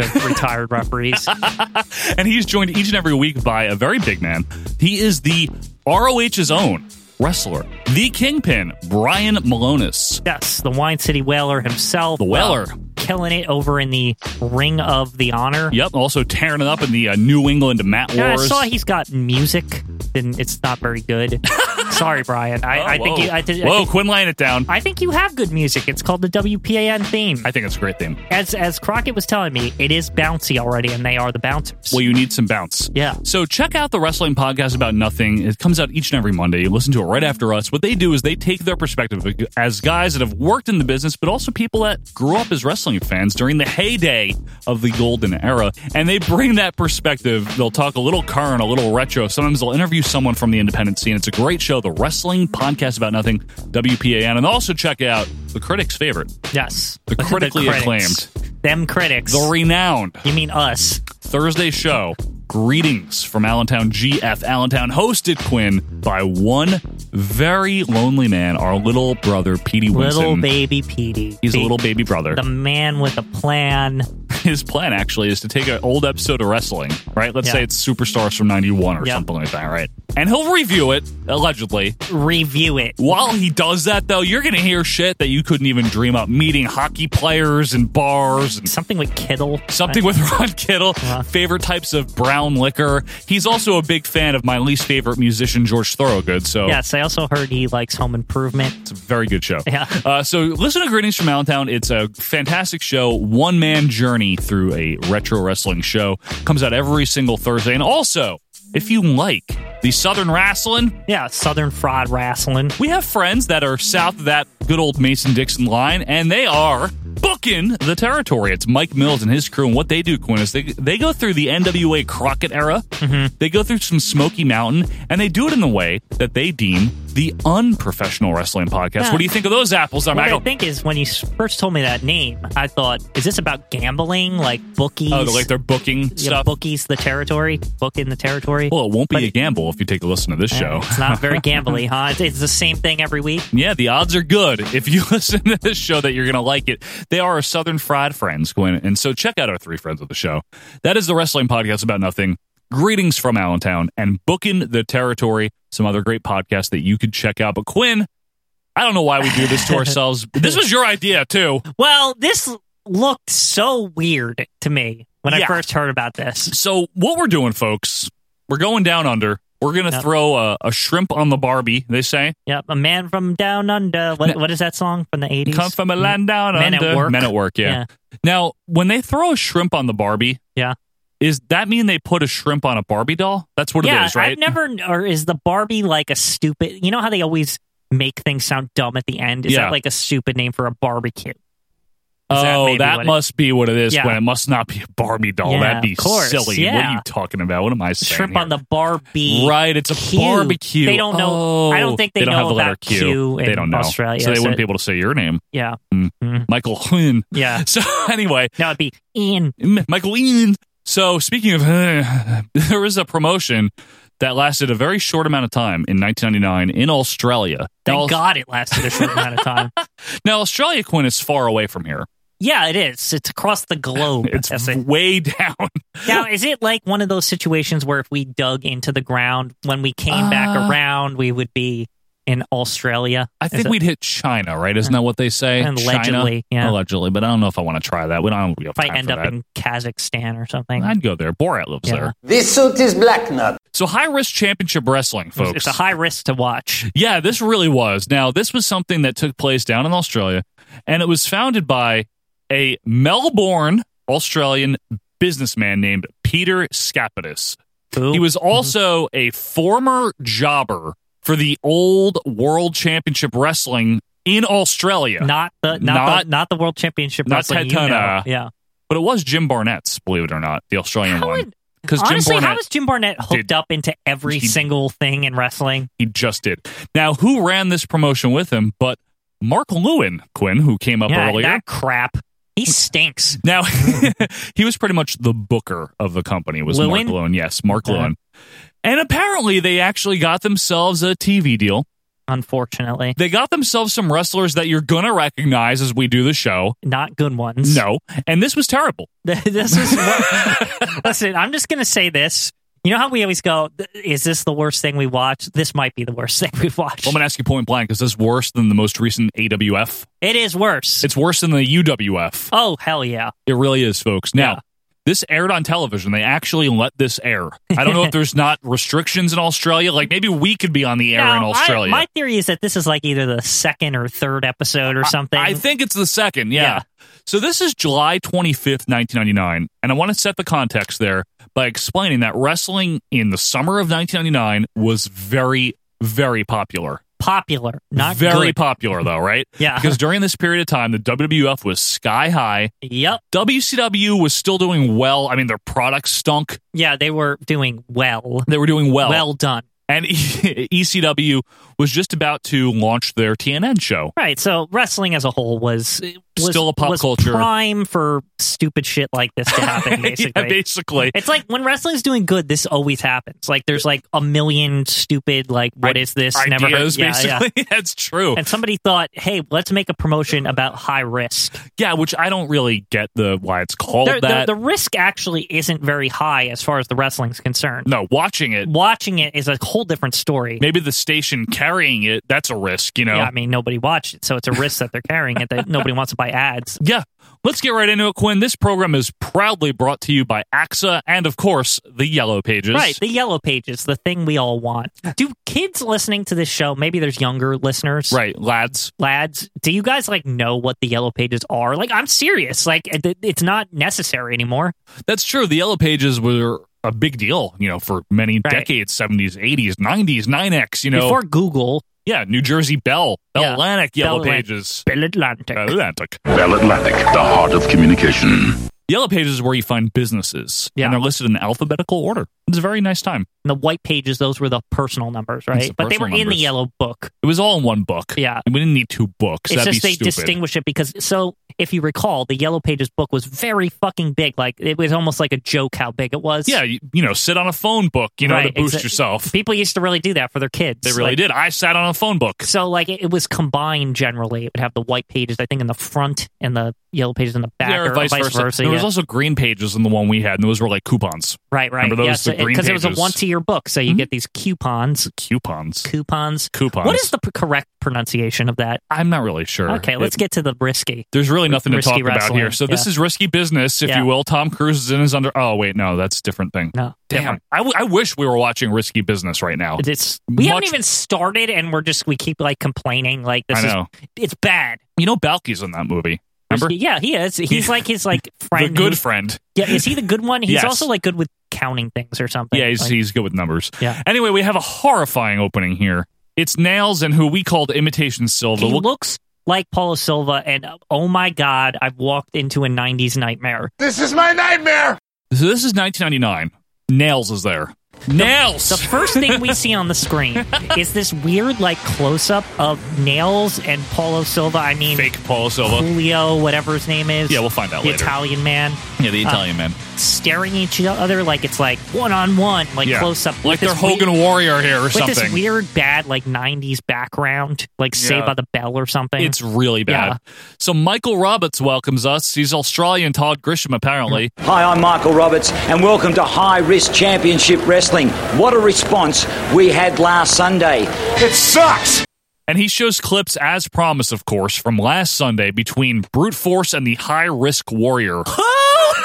of retired referees. and he's joined each and every week by a very big man. He is the ROH's own wrestler, the kingpin, Brian Malonis. Yes, the Wine City Whaler himself. The Whaler. uh, killing it over in the Ring of the Honor. Yep, also tearing it up in the uh, New England Mat Wars. Yeah, I saw he's got music, and it's not very good. Sorry, Brian. I, Oh, I think whoa. you. I, thi- I whoa, think, Quinn, laying it down. I think you have good music. It's called the WPAN theme. I think it's a great theme. As as Crockett was telling me, it is bouncy already, and they are the bouncers. Well, you need some bounce. Yeah. So check out the Wrestling Podcast About Nothing. It comes out each and every Monday. You listen to it right after us. What they do is they take their perspective as guys that have worked in the business, but also people that grew up as wrestling fans during the heyday of the golden era. And they bring that perspective. They'll talk a little current, a little retro. Sometimes they'll interview someone from the independent scene. It's a great show, the Wrestling Podcast About Nothing, WPAN. And also check out the critics' favorite, yes, the critically critics. Them critics. the renowned you mean us? Thursday show. Greetings from Allentown GF Allentown, hosted Quinn by one very lonely man, our little brother Petey Winston. Little baby Petey. He's a little baby brother. The man with a plan. His plan actually is to take an old episode of wrestling, right? Let's Yeah. say it's Superstars from '91 or Yeah. something like that, right? And he'll review it allegedly. Review it. While he does that, though, you're going to hear shit that you couldn't even dream up. Meeting hockey players and bars and Something with Kittle. Something with Ron Kittle. Favorite types of brown liquor. He's also a big fan of my least favorite musician, George Thorogood. So Yes, I also heard he likes Home Improvement. it's a very good show. Yeah. Uh, so listen to Greetings from Allentown. It's a fantastic show, one man journey through a retro wrestling show. Comes out every single Thursday. And also, if you like the Southern wrestling, Yeah, Southern fraud wrestling. we have friends that are south of that good old Mason Dixon line, and they are booking the territory. It's Mike Mills and his crew, and what they do, Quinn, is they, they go through the NWA Crockett era, they go through some Smoky Mountain, and they do it in the way that they deem the unprofessional wrestling podcast. Yeah. What do you think of those apples, there, What I Michael? think is when you s- first told me that name, I thought, is this about gambling, like bookies? Oh, they're like they're booking Yeah, stuff. bookies the territory, booking the territory. Eh, well, it won't be a gamble if you take a listen to this show. It's not very gambly, huh? It's, it's the same thing every week. Yeah, the odds are good if you listen to this show that you're going to like it. They are our Southern Fried friends, Gwen. And so check out our three friends of the show. That is the Wrestling Podcast About Nothing. Greetings from Allentown and Booking the Territory, some other great podcasts that you could check out. But Quinn, I don't know why we do this to ourselves. This was your idea, too. Well, this looked so weird to me when I Yeah. first heard about this. So, what we're doing, folks, we're going down under. We're going to Yep. throw a, a shrimp on the Barbie, they say. Yep, a man from down under. What, No. what is that song from the eighties? Come from a land down Men at under. Work. Men at work, yeah. Now, when they throw a shrimp on the Barbie, Yeah. is that mean they put a shrimp on a Barbie doll? That's what yeah, it is, right? I've never. Or is the Barbie like a stupid? You know how they always make things sound dumb at the end. Is Yeah. that like a stupid name for a barbecue? Is that oh, maybe that, what it- must be what it is. Yeah. When it must not be a Barbie doll. Yeah, That'd be of course, silly. What are yeah. you talking about? What am I saying? Shrimp here? on the Barbie. Right, it's a Q. barbecue. They don't know. I Oh, don't think they, don't know have the about letter Q. in they don't know. Australia. so they so- wouldn't be able to say your name, Yeah, Michael Quinn. yeah. So anyway, No, it'd be Ian. M- Michael Ian. So speaking of, there was a promotion that lasted a very short amount of time in 1999 in Australia. Thank now, God it lasted a short amount of time. Now Australia Quinn is far away from here. Yeah, it is. It's across the globe. It's That's it. way down. Now, is it like one of those situations where if we dug into the ground when we came back Uh, around, we would be in Australia? I Is think it- we'd hit China, right? Isn't that what they say? And China? allegedly, yeah. allegedly. But I don't know if I want to try that. We don't. We don't have if I time end for up that. in Kazakhstan or something. I'd go there. Borat lives Yeah. there. This suit is black nut. So high risk championship wrestling, It's- folks. It's a high risk to watch. Yeah, this really was. Now, this was something that took place down in Australia, and it was founded by a Melbourne Australian businessman named Peter Skapitis. Ooh. He was also a former jobber for the old World Championship Wrestling in Australia. not the not, uh, Not- the not the world championship. Not wrestling, you Ted know. Turner. Yeah. but it was Jim Barnett's, believe it or not, the Australian How one. would- Honestly, how is Jim Barnett hooked Dude. up into every He- single thing in wrestling? He just did. Now, who ran this promotion with him? But Mark Lewin Quinn, who came up yeah, earlier. that crap. He stinks. Now, he was pretty much the booker of the company. Was Lewin? Uh-huh. Mark Lewin? Yes, Mark Okay. Lewin. And apparently, they actually got themselves a TV deal. Unfortunately, They got themselves some wrestlers that you're gonna recognize as we do the show. not good ones. No, and this was terrible. this is. what- listen, I'm just gonna say this. You know how we always go, is this the worst thing we watched? This might be the worst thing we've watched. Well, I'm going to ask you point blank. Is this worse than the most recent AWF? It is worse. It's worse than the UWF. Oh, hell yeah. It really is, folks. Now, this aired on television. They actually let this air. I don't know if there's not restrictions in Australia. Like maybe we could be on the air Now, in I- Australia. my theory is that this is like either the second or third episode or something. I think it's the second, yeah. So this is July 25th, 1999, and I want to set the context there by explaining that wrestling in the summer of 1999 was very, very popular. popular, not very good. popular though, right? Yeah. Because during this period of time, the WWF was sky high. Yep. WCW was still doing well. I mean, their products stunk. Yeah, they were doing well. They were doing well. Well done. and ECW was just about to launch their TNN show. Right. So wrestling as a whole was, was Still a pop was culture. prime for stupid shit like this to happen. Basically, yeah, basically. it's like when wrestling's doing good, this always happens. Like there's like a million stupid like what is this? Ideas, Never heard. Yeah, yeah. basically. That's true. And somebody thought, hey, let's make a promotion about high risk. yeah, which I don't really get the why it's called The- the- that. the risk actually isn't very high as far as the wrestling's concerned. no, watching it, Watching it is a whole different story. maybe the station carrying it, that's a risk, you know. Yeah, I mean, nobody watched it, so it's a risk that they're carrying it that nobody wants to buy ads. Yeah. Let's get right into it, Quinn. This program is proudly brought to you by AXA and, of course, the Yellow Pages. Right, the yellow pages, the thing we all want. Do kids listening to this show, maybe there's younger listeners, Right, lads. lads, do you guys like know what the yellow pages are? Like, I'm serious. Like, it, it's not necessary anymore. That's true. The Yellow Pages were a big deal, you know, for many Right. decades 70s, 80s, 90s, 9X, you know. Before Google, yeah, New Jersey Bell, Yeah. Atlantic Yellow Bell Atlantic. Pages. Bill Atlantic. Atlantic. Bell Atlantic, the heart of communication. Yellow Pages is where you find businesses, Yeah. and they're listed in alphabetical order. It's a very nice time. And the white pages, those were the personal numbers, That's right? the but they were personal in the numbers. yellow book. It was all in one book. Yeah. And we didn't need two books. It's That'd just be they stupid. distinguish it because so if you recall, the yellow pages book was very fucking big. Like it was almost like a joke how big it was. Yeah, you, you know, sit on a phone book, you know, Right, to boost exa- yourself. People used to really do that for their kids. They really Like, did. I sat on a phone book. So like it, it was combined generally. It would have the white pages, I think, in the front and the yellow pages in the back, Yeah, or vice, versa. There was yeah. also green pages in the one we had, and those were like coupons. right, right, remember those, yes, the green because it was a pages? once-a-year book, so you get these coupons, Coupons. coupons, Coupons. What is the p- correct pronunciation of that? I'm not really sure. Okay, let's It- get to the brisky. There's really nothing to risky talk about wrestling, here. So this yeah. is risky business, if Yeah. you will. Tom Cruise is in his under. Oh wait, no, that's a different thing. No, Damn, I, w- I wish we were watching risky business right now. It's we haven't Much- even started, and we're just we keep like complaining like this I is know. it's bad. You know, Balky's in that movie. Remember Brisky- Yeah, he is. He's like his like the friend. good who's- friend. Yeah, is he the good one? He's Yes. also like good with counting things or something. Yeah, he's, Like- he's good with numbers. Yeah. Anyway, we have a horrifying opening here. It's Nails and who we called Imitation Silva. he Look- looks like Paulo Silva, and uh, oh my god, I've walked into a '90s nightmare. This is my nightmare. so this is 1999. Nails is there. Nails. The first thing we see on the screen is this weird, like, close-up of nails and Paulo Silva. I mean, fake Paul Silva. Julio, whatever his name is. Yeah, we'll find out the later. Italian man Yeah, the Italian Uh, man. staring at each other like it's like one on one, like yeah. close up, like with they're this weird- Hogan Warrior here or with something. this weird bad like '90s background, like Saved Yeah. by the Bell or something. It's really bad. So Michael Roberts welcomes us. He's Australian Todd Grisham, apparently. Hi, I'm Michael Roberts, and welcome to High Risk Championship Wrestling. What a response we had last Sunday. It sucks! And he shows clips, as promised, of course, from last Sunday between Brute Force and the High Risk Warrior.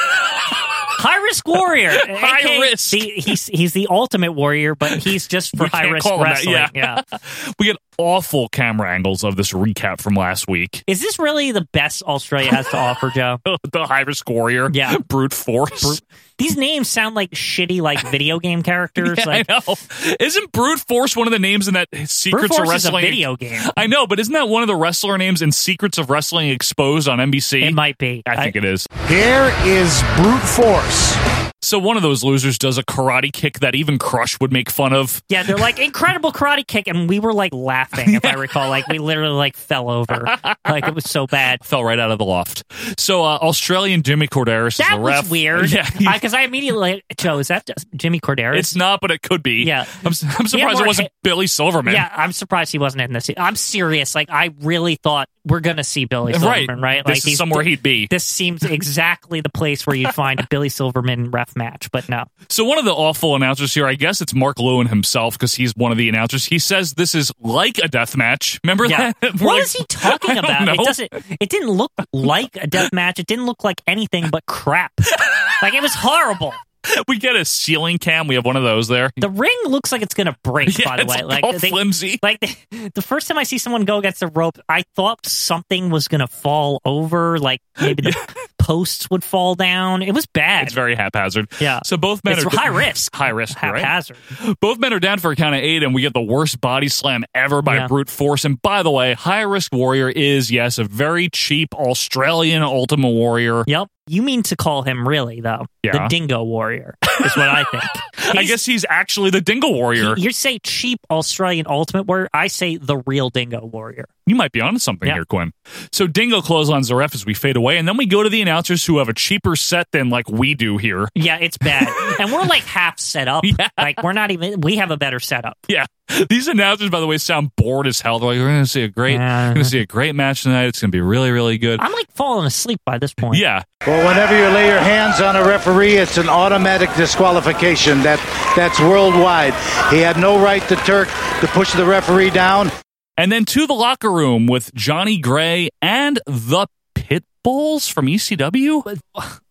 High risk warrior. High AKA, risk. The, he's he's the ultimate warrior, but he's just for We high can't risk call him that, wrestling. yeah. yeah. we get awful camera angles of this recap from last week. Is this really the best Australia has to offer, Joe? the High Risk Warrior. Yeah. Brute Force. These names sound like shitty, like video game characters. Yeah, like I know. Isn't Brute Force one of the names in that Secrets Brute Force of is a Wrestling? video game. I know, but isn't that one of the wrestler names in Secrets of Wrestling Exposed on NBC? It might be. I think it is. Here is brute force. So one of those losers does a karate kick that even Crush would make fun of. Yeah, they're like incredible karate kick, and we were like laughing. If I recall, like we literally like fell over, like it was so bad. Fell right out of the loft. So uh, Australian Jimmy Corderas is That the was ref. weird. Yeah, he- because I immediately like, Joe, is that just Jimmy Corderas? it's not, but it could be. Yeah. I'm, s- I'm surprised more it wasn't hit- Billy Silverman. Yeah, I'm surprised he wasn't in this. I'm serious. Like I really thought we're gonna see Billy Right. Silverman, right? This is he's- somewhere he'd be. This seems exactly the place where you'd find a Billy Silverman ref match, but no. So one of the awful announcers here, I guess it's Mark Lewin himself because he's one of the announcers. He says this is like a death match. Remember Yeah. that? What is he talking about? It know. doesn't. It didn't look like a death match. It didn't look like anything but crap. like it was horrible. we get a ceiling cam. We have one of those there. The ring looks like it's gonna break. Yeah, by the it's way, like all flimsy. Like the, the first time I see someone go against the rope, I thought something was gonna fall over. Like maybe the posts would fall down. It was bad. It's very haphazard. Yeah. So both men It's are high risk. High risk. you're right. Haphazard. Both men are down for a count of eight, and we get the worst body slam ever by Yeah. brute force. And by the way, high risk warrior is yes a very cheap Australian Ultima warrior. Yep. You mean to call him really though? Yeah. The Dingo Warrior is what I think. I He's- guess he's actually the Dingle Warrior. You say cheap Australian Ultimate Warrior. I say the real Dingo Warrior. You might be onto something here, Quinn. So Dingo clotheslines the ref as we fade away, and then we go to the announcers who have a cheaper set than like we do here. Yeah, it's bad. and we're like half set up. Like we're not even. We have a better setup. Yeah, these announcers, by the way, sound bored as hell. They're like, "We're going to see a great, we're going to see a great match tonight. It's going to be really, really good." I'm like falling asleep by this point. yeah, Well, whenever you lay your hands on a referee, it's an automatic disqualification. That that's worldwide. He had no right to Turk to push the referee down. and then to the locker room with Johnny Gray and the Pitbulls from E ECW.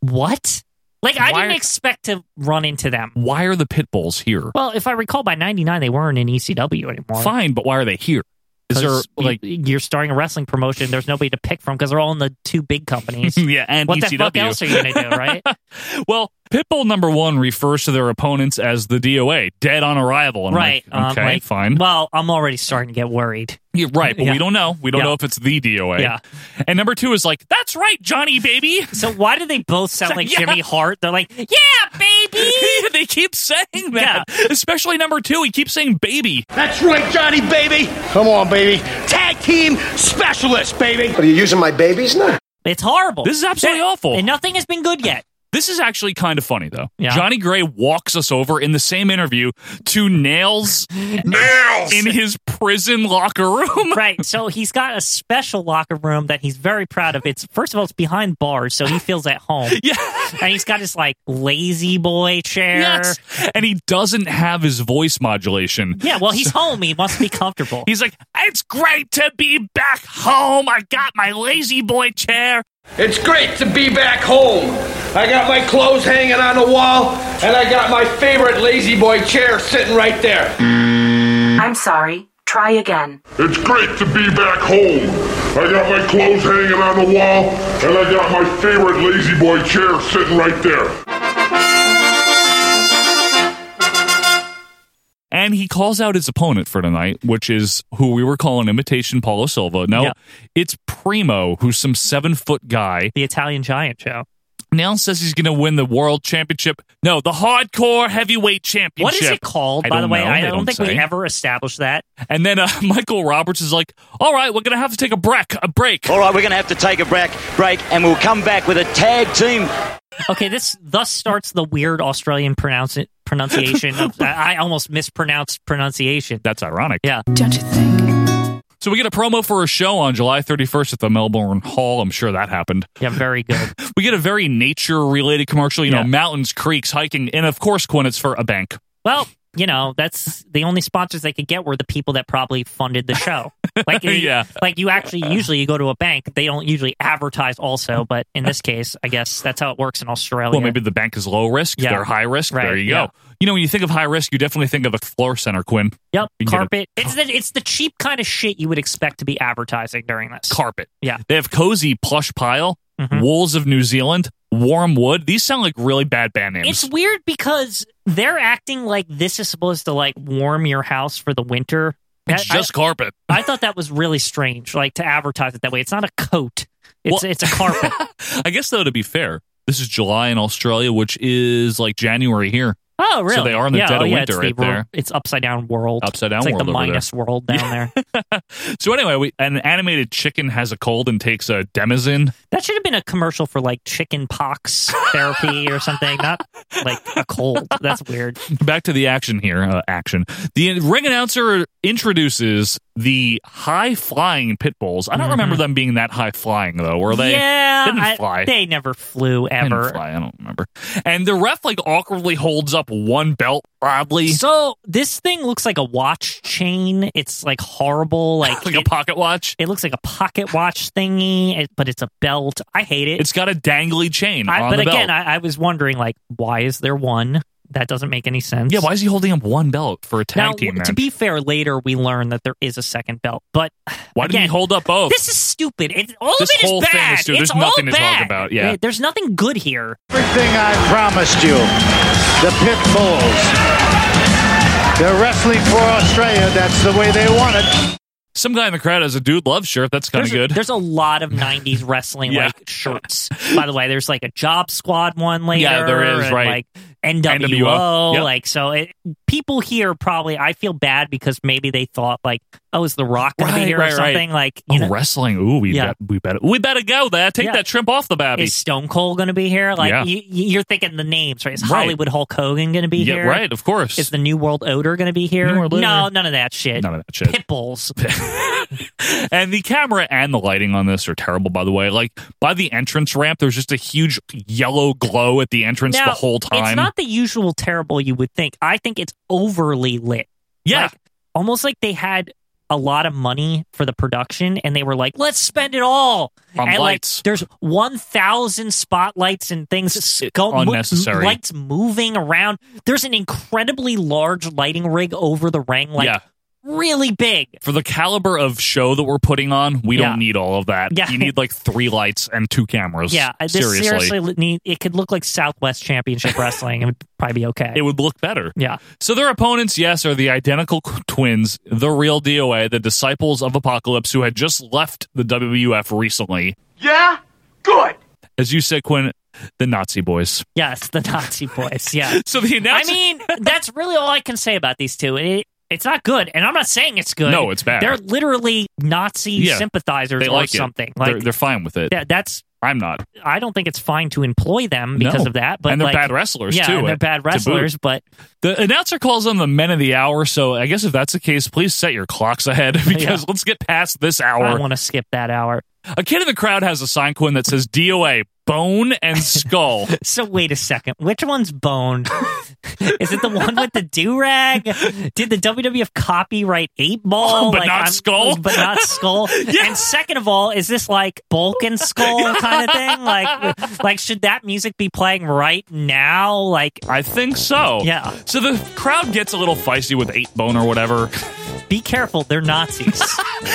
What? Like I Why- didn't expect to run into them. Why are the Pitbulls here? Well, if I recall, by '99 they weren't in ECW anymore. Fine, but why are they here? Is there 'Cause like you, you're starting a wrestling promotion? There's nobody to pick from because they're all in the two big companies. Yeah, and E what the fuck ECW. else are you gonna do, right? Well, Pitbull number one refers to their opponents as the DOA, dead on arrival. And I'm right. like, okay, um, like, fine. Well, I'm already starting to get worried. Yeah, right, but Yeah. we don't know. We don't Yeah. know if it's the DOA. Yeah. And number two is like, that's right, Johnny, baby. So why do they both sound like Yeah. Jimmy Hart? They're like, yeah, baby. they keep saying that. Especially number two. He keeps saying baby. That's right, Johnny, baby. Come on, baby. Tag team specialist, baby. Are you using my babies now? It's horrible. This is absolutely awful. And nothing has been good yet. This is actually kind of funny, though. Yeah. Johnny Gray walks us over in the same interview to Nails, Nails! in his prison locker room. right. So he's got a special locker room that he's very proud of. It's first of all, it's behind bars, so he feels at home. Yeah. And he's got his like lazy boy chair. Yes. And he doesn't have his voice modulation. Yeah, well, he's home. He must be comfortable. He's like, it's great to be back home. I got my lazy boy chair. It's great to be back home. I got my clothes hanging on the wall, and I got my favorite lazy boy chair sitting right there. I'm sorry. Try again. It's great to be back home. I got my clothes hanging on the wall, and I got my favorite lazy boy chair sitting right there. And he calls out his opponent for tonight, which is who we were calling imitation Paulo Silva. No, Yeah. it's Primo, who's some seven foot guy. the Italian giant show. Now says he's going to win the world championship. No, the hardcore heavyweight championship. What is it called, I by the don't way? know. I They don't, think say. we ever established that. And then uh, Michael Roberts is like, "All right, we're going to have to take a break. A break." Oh. All right, we're going to have to take a break, break, and we'll come back with a tag team. Okay, this thus starts the weird Australian pronounce pronunciation. Of, I I almost mispronounced pronunciation. That's ironic. Yeah. Don't you think? So we get a promo for a show on July 31st at the Melbourne Hall. I'm sure that happened. Yeah, very good. We get a very nature related commercial, you Yeah. know, mountains, creeks, hiking, and of course, Quinn, it's for a bank. Well, you know, that's the only sponsors they could get were the people that probably funded the show. Like, Yeah. like you actually usually you go to a bank, they don't usually advertise also, but in this case, I guess that's how it works in Australia. Well, maybe the bank is low risk, Oh, Yeah. they're high risk. There Right, you go. yeah. You know, when you think of high risk, you definitely think of a floor center, Quinn. Yep, You can get a- carpet. It's the it's the cheap kind of shit you would expect to be advertising during this. Carpet. Yeah. They have cozy plush pile, Mhm. wools of New Zealand, warm wood. These sound like really bad band names. It's weird because they're acting like this is supposed to like warm your house for the winter. It's I- just carpet. I, I thought that was really strange, like to advertise it that way. It's not a coat. It's Well- it's a carpet. I guess, though, to be fair, this is July in Australia, which is like January here. Oh, really? So they are in the yeah, dead oh, of yeah, winter it's right the, wor- there. It's upside down world. Upside down It's like world the over there. minus world down there. So anyway, we, an animated chicken has a cold and takes a demizin. That should have been a commercial for like chicken pox therapy or something, not like a cold. That's weird. Back to the action here. Uh, action. The ring announcer introduces the high flying pit bulls. I don't remember them being that high flying though. Were they? Mm-hmm. yeah, They didn't I- fly. they never flew They didn't ever. fly, I don't remember. And the ref like awkwardly holds up one belt oddly. So this thing looks like a watch chain. It's like horrible, like Like a pocket watch. It looks like a pocket watch thingy, it- but it's a belt. I hate it. It's got a dangly chain I, on but the again, belt. I, I was wondering, like, why is there one? That doesn't make any sense. yeah, why is he holding up one belt for a tag now, team match? to be fair, later we learn that there is a second belt, but why did he again, hold up both? This is stupid. It, all This of it is whole thing bad. is stupid. It's There's nothing all to talk bad. about, yeah. Eh, there's nothing good here. Everything I promised you. The Pit Bulls. They're wrestling for Australia. That's the way they want it. Some guy in the crowd has a dude love shirt. That's kind There's of a, good. there's a lot of '90s wrestling Yeah. like shirts. By the way, there's like a Job Squad one later. Yeah, there is, and, right. Like NWO, NWO, yep. like so. It, people here probably I feel bad because maybe they thought like, oh, is The Rock gonna be Right, here right, or right. something? Like, Oh, you know, wrestling. Ooh, we Yeah. bet, we better we better go there. Take Yeah. that shrimp off the babby. is Stone Cold gonna be here? Like, Yeah. you, you're thinking the names, right? Is Right. Hollywood Hulk Hogan gonna be yeah, here? right. Of course. Is the New World Odor going to be here? New World No, Order. none of that shit. None of that shit. Pit bulls. and the camera and the lighting on this are terrible. By the way, like by the entrance ramp, there's just a huge yellow glow at the entrance Now, the whole time. It's not the usual terrible you would think. I think it's overly lit. Yeah. Like, almost like they had a lot of money for the production and they were like, let's spend it all. On and lights. like there's 1,000 spotlights and things sco- mo- unnecessary. lights moving around. There's an incredibly large lighting rig over the ring. Like, yeah. really big. For the caliber of show that we're putting on, we Yeah. don't need all of that. Yeah. You need like three lights and two cameras. Yeah, I- this seriously. seriously, li- need- it could look like Southwest Championship Wrestling. It would probably be okay. It would look better. yeah, So their opponents, yes, are the identical qu- twins, the real DOA, the disciples of Apocalypse, who had just left the WWF recently. Yeah? Good. As you said, Quinn, the Nazi boys. yes, the Nazi boys. Yeah, So the I announcer, mean that's really all I can say about these two. It, it's not good, and I'm not saying it's good. No, it's bad. They're literally Nazi Yeah, sympathizers they or like it. something. They're- Like they're, fine with it. yeah, that's. I'm not. I don't think it's fine to employ them because No. of that. But And they're like- bad wrestlers, yeah, too, And they're at- to bad boot. wrestlers, but The announcer calls them the men of the hour. So I guess if that's the case, please set your clocks ahead because Yeah. let's get past this hour. I want to skip that hour. a kid in the crowd has a sign, Quinn, that says DOA, bone and skull. So wait a second. Which one's boned? Is it the one with the do rag? Did the WWF copyright eight ball? But not Skull? But not skull. And second of all, is this like bulk and skull kind of thing? Like, like should that music be playing right now? Like, I think so. Yeah. So the crowd gets a little feisty with eight bone or whatever. be careful, they're Nazis.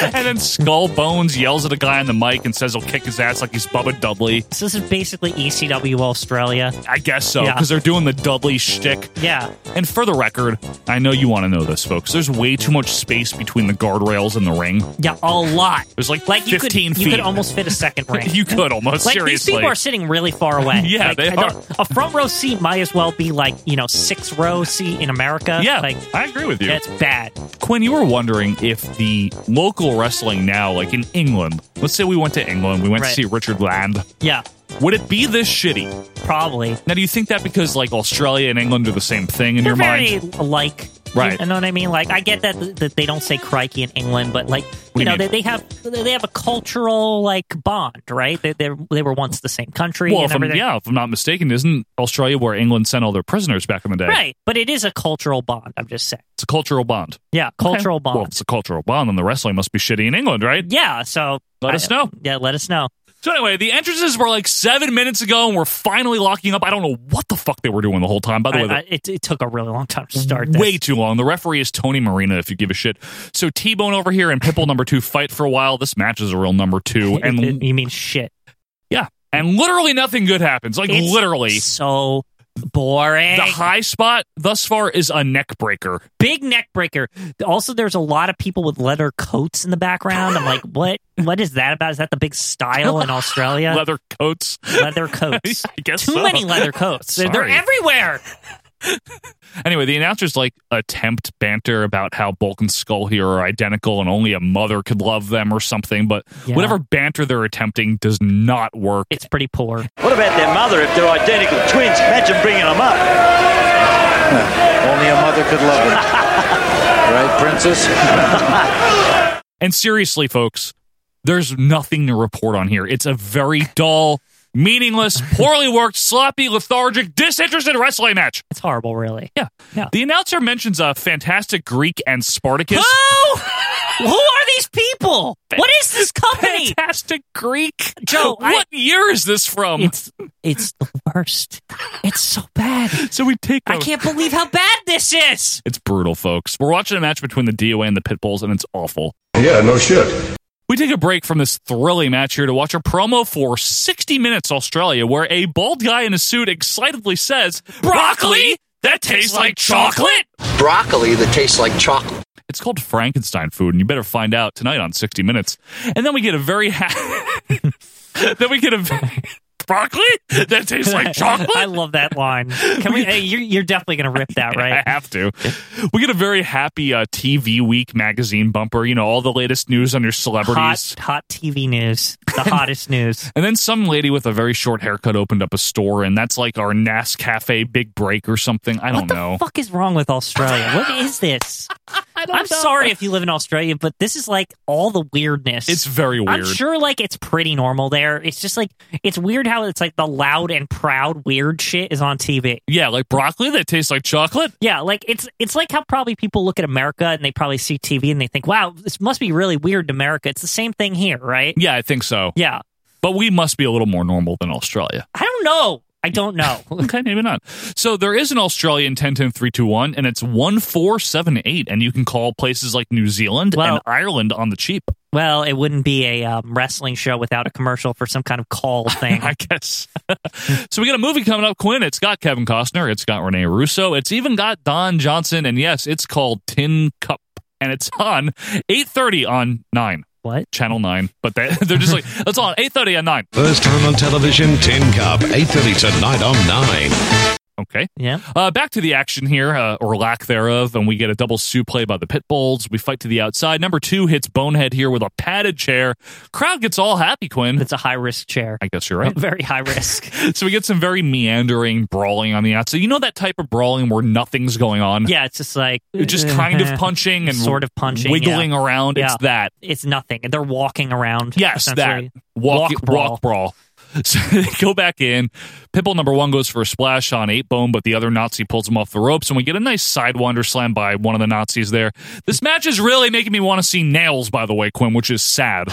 and then Skull Bones yells at a guy on the mic and says he'll kick his ass like he's Bubba Dudley. so this is basically ECW Australia. I guess so, Yeah. because they're doing the Dudley shtick. Yeah. And for the record, I know you want to know this, folks. There's way too much space between the guardrails and the ring. Yeah, a lot. There's like, Like you 15 could, feet. you could almost fit a second ring. You could almost, Like seriously. these people are sitting really far away. Yeah, Like, they I don't- are. A front row seat might as well be like you know six row seat in America. Yeah, like I agree with you. that's bad. Quinn, you were wondering if the local wrestling now, like in England, let's say we went to England, we went Right. to see Richard Land, Yeah, would it be this shitty? probably. Now, do you think that because like Australia and England are the same thing in They're your very mind? alike. Right. You know what I mean? Like I get that that they don't say crikey in England, but like do you you know mean? they, they have they have a cultural like bond, right? They they they were once the same country Well, and if I'm, everything. yeah, if I'm not mistaken, isn't Australia where England sent all their prisoners back in the day? Right, but it is a cultural bond. I'm just saying. It's a cultural bond. Yeah, cultural Okay. bond. Well, if it's a cultural bond, then the wrestling must be shitty in England, right? yeah, so Let us know. Yeah, let us know. So anyway, the entrances were like seven minutes ago, and we're finally locking up. I don't know what the fuck they were doing the whole time. By the I- way, the- I- it, it took a really long time to start. This. Way too long. The referee is Tony Marina, if you give a shit. So T Bone over here and Pitbull number two fight for a while. This match is a real number two, and you mean shit? yeah, and literally nothing good happens. Like It's literally, so boring. the high spot thus far is a neck breaker. big neck breaker. Also, there's a lot of people with leather coats in the background. I'm like, what? What is that about? Is that the big style in Australia? Leather coats. leather coats. I guess Too so. many leather coats. They're, they're Sorry. everywhere. Anyway, the announcers like attempt banter about how Bulk and Skull here are identical and only a mother could love them or something, but Yeah. whatever banter they're attempting does not work. It's pretty poor. What about their mother if they're identical twins? Imagine bringing them up. Only a mother could love it. right, Princess? And seriously, folks, there's nothing to report on here. It's a very dull, meaningless, poorly worked, sloppy, lethargic, disinterested wrestling match. It's horrible, really. Yeah. The announcer mentions a fantastic Greek and Spartacus. Who? Who are these people? What is this company? Fantastic Greek. Joe, I- what year is this from? It's it's the worst. It's so bad. So we take. I can't believe how bad this is. It's brutal, folks. We're watching a match between the DOA and the Pitbulls, and it's awful. Yeah, no shit. We take a break from this thrilling match here to watch a promo for 60 Minutes Australia, where a bald guy in a suit excitedly says, Broccoli? That tastes like chocolate? Broccoli that tastes like chocolate. It's called Frankenstein food, and you better find out tonight on 60 Minutes. And then we get a very ha- then we get a broccoli that tastes like chocolate. I love that line. Can we? hey, you're, you're definitely gonna rip that, right? I have to. We get a very happy uh, TV Week magazine bumper. You know, all the latest news on your celebrities. Hot, hot TV news. The hottest news. And then some lady with a very short haircut opened up a store, and that's like our NAS Cafe big break or something. I don't know. Fuck is wrong with Australia? What is this? I am sorry if you live in Australia, but this is like all the weirdness. It's very weird. I'm sure like it's pretty normal there. It's just like it's weird how it's like the loud and proud weird shit is on TV. Yeah, like broccoli that tastes like chocolate. Yeah, like it's it's like how probably people look at America and they probably see TV and they think, "Wow, this must be really weird in America." It's the same thing here, right? Yeah, I think so. Yeah. But we must be a little more normal than Australia. I don't know. I don't know. okay, maybe not. So there is an Australian 1010-321, and it's 1478, and you can call places like New Zealand and Well- Ireland on the cheap. Well, it wouldn't be a um, wrestling show without a commercial for some kind of call thing. I guess. so we got a movie coming up, Quinn. It's got Kevin Costner. It's got Renee Russo. It's even got Don Johnson. And yes, it's called Tin Cup. And it's on 8.30 on 9. What? Channel 9. But they, they're just like, it's on 8.30 on 9. First time on television, Tin Cup, 8.30 tonight on 9. Okay. Yeah. Uh, back to the action here, uh, or lack thereof, and we get a double Sioux play by the Pitbulls. We fight to the outside. Number two hits Bonehead here with a padded chair. Crowd gets all happy, Quinn. It's a high risk chair. I guess you're right. Very high risk. So we get some very meandering brawling on the outside. You know that type of brawling where nothing's going on? Yeah, it's just like Just kind of punching and sort of punching, wiggling yeah. around. It's Yeah. that. It's nothing. They're walking around. Yes, that. essentially. Walk, walk, Walk brawl. brawl. So they go back in. Pitbull number one goes for a splash on Eight Bone, but the other Nazi pulls him off the ropes, and we get a nice sidewinder slam by one of the Nazis there. This match is really making me want to see nails, by the way, Quinn, which is sad.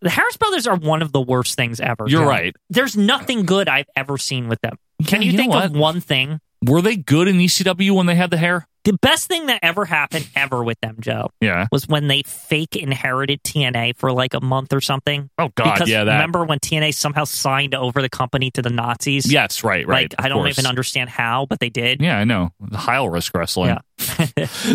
The Harris Brothers are one of the worst things ever. You're Joe. right. There's nothing good I've ever seen with them. Can Yeah, you, you know think of what? one thing? Were they good in ECW when they had the hair? The best thing that ever happened ever with them, Joe, Yeah. was when they fake inherited TNA for like a month or something. Oh, God, Because yeah, that. Remember when TNA somehow signed over the company to the Nazis? Yes, right, right. Like I of don't course. even understand how, but they did. Yeah, I know. High risk wrestling.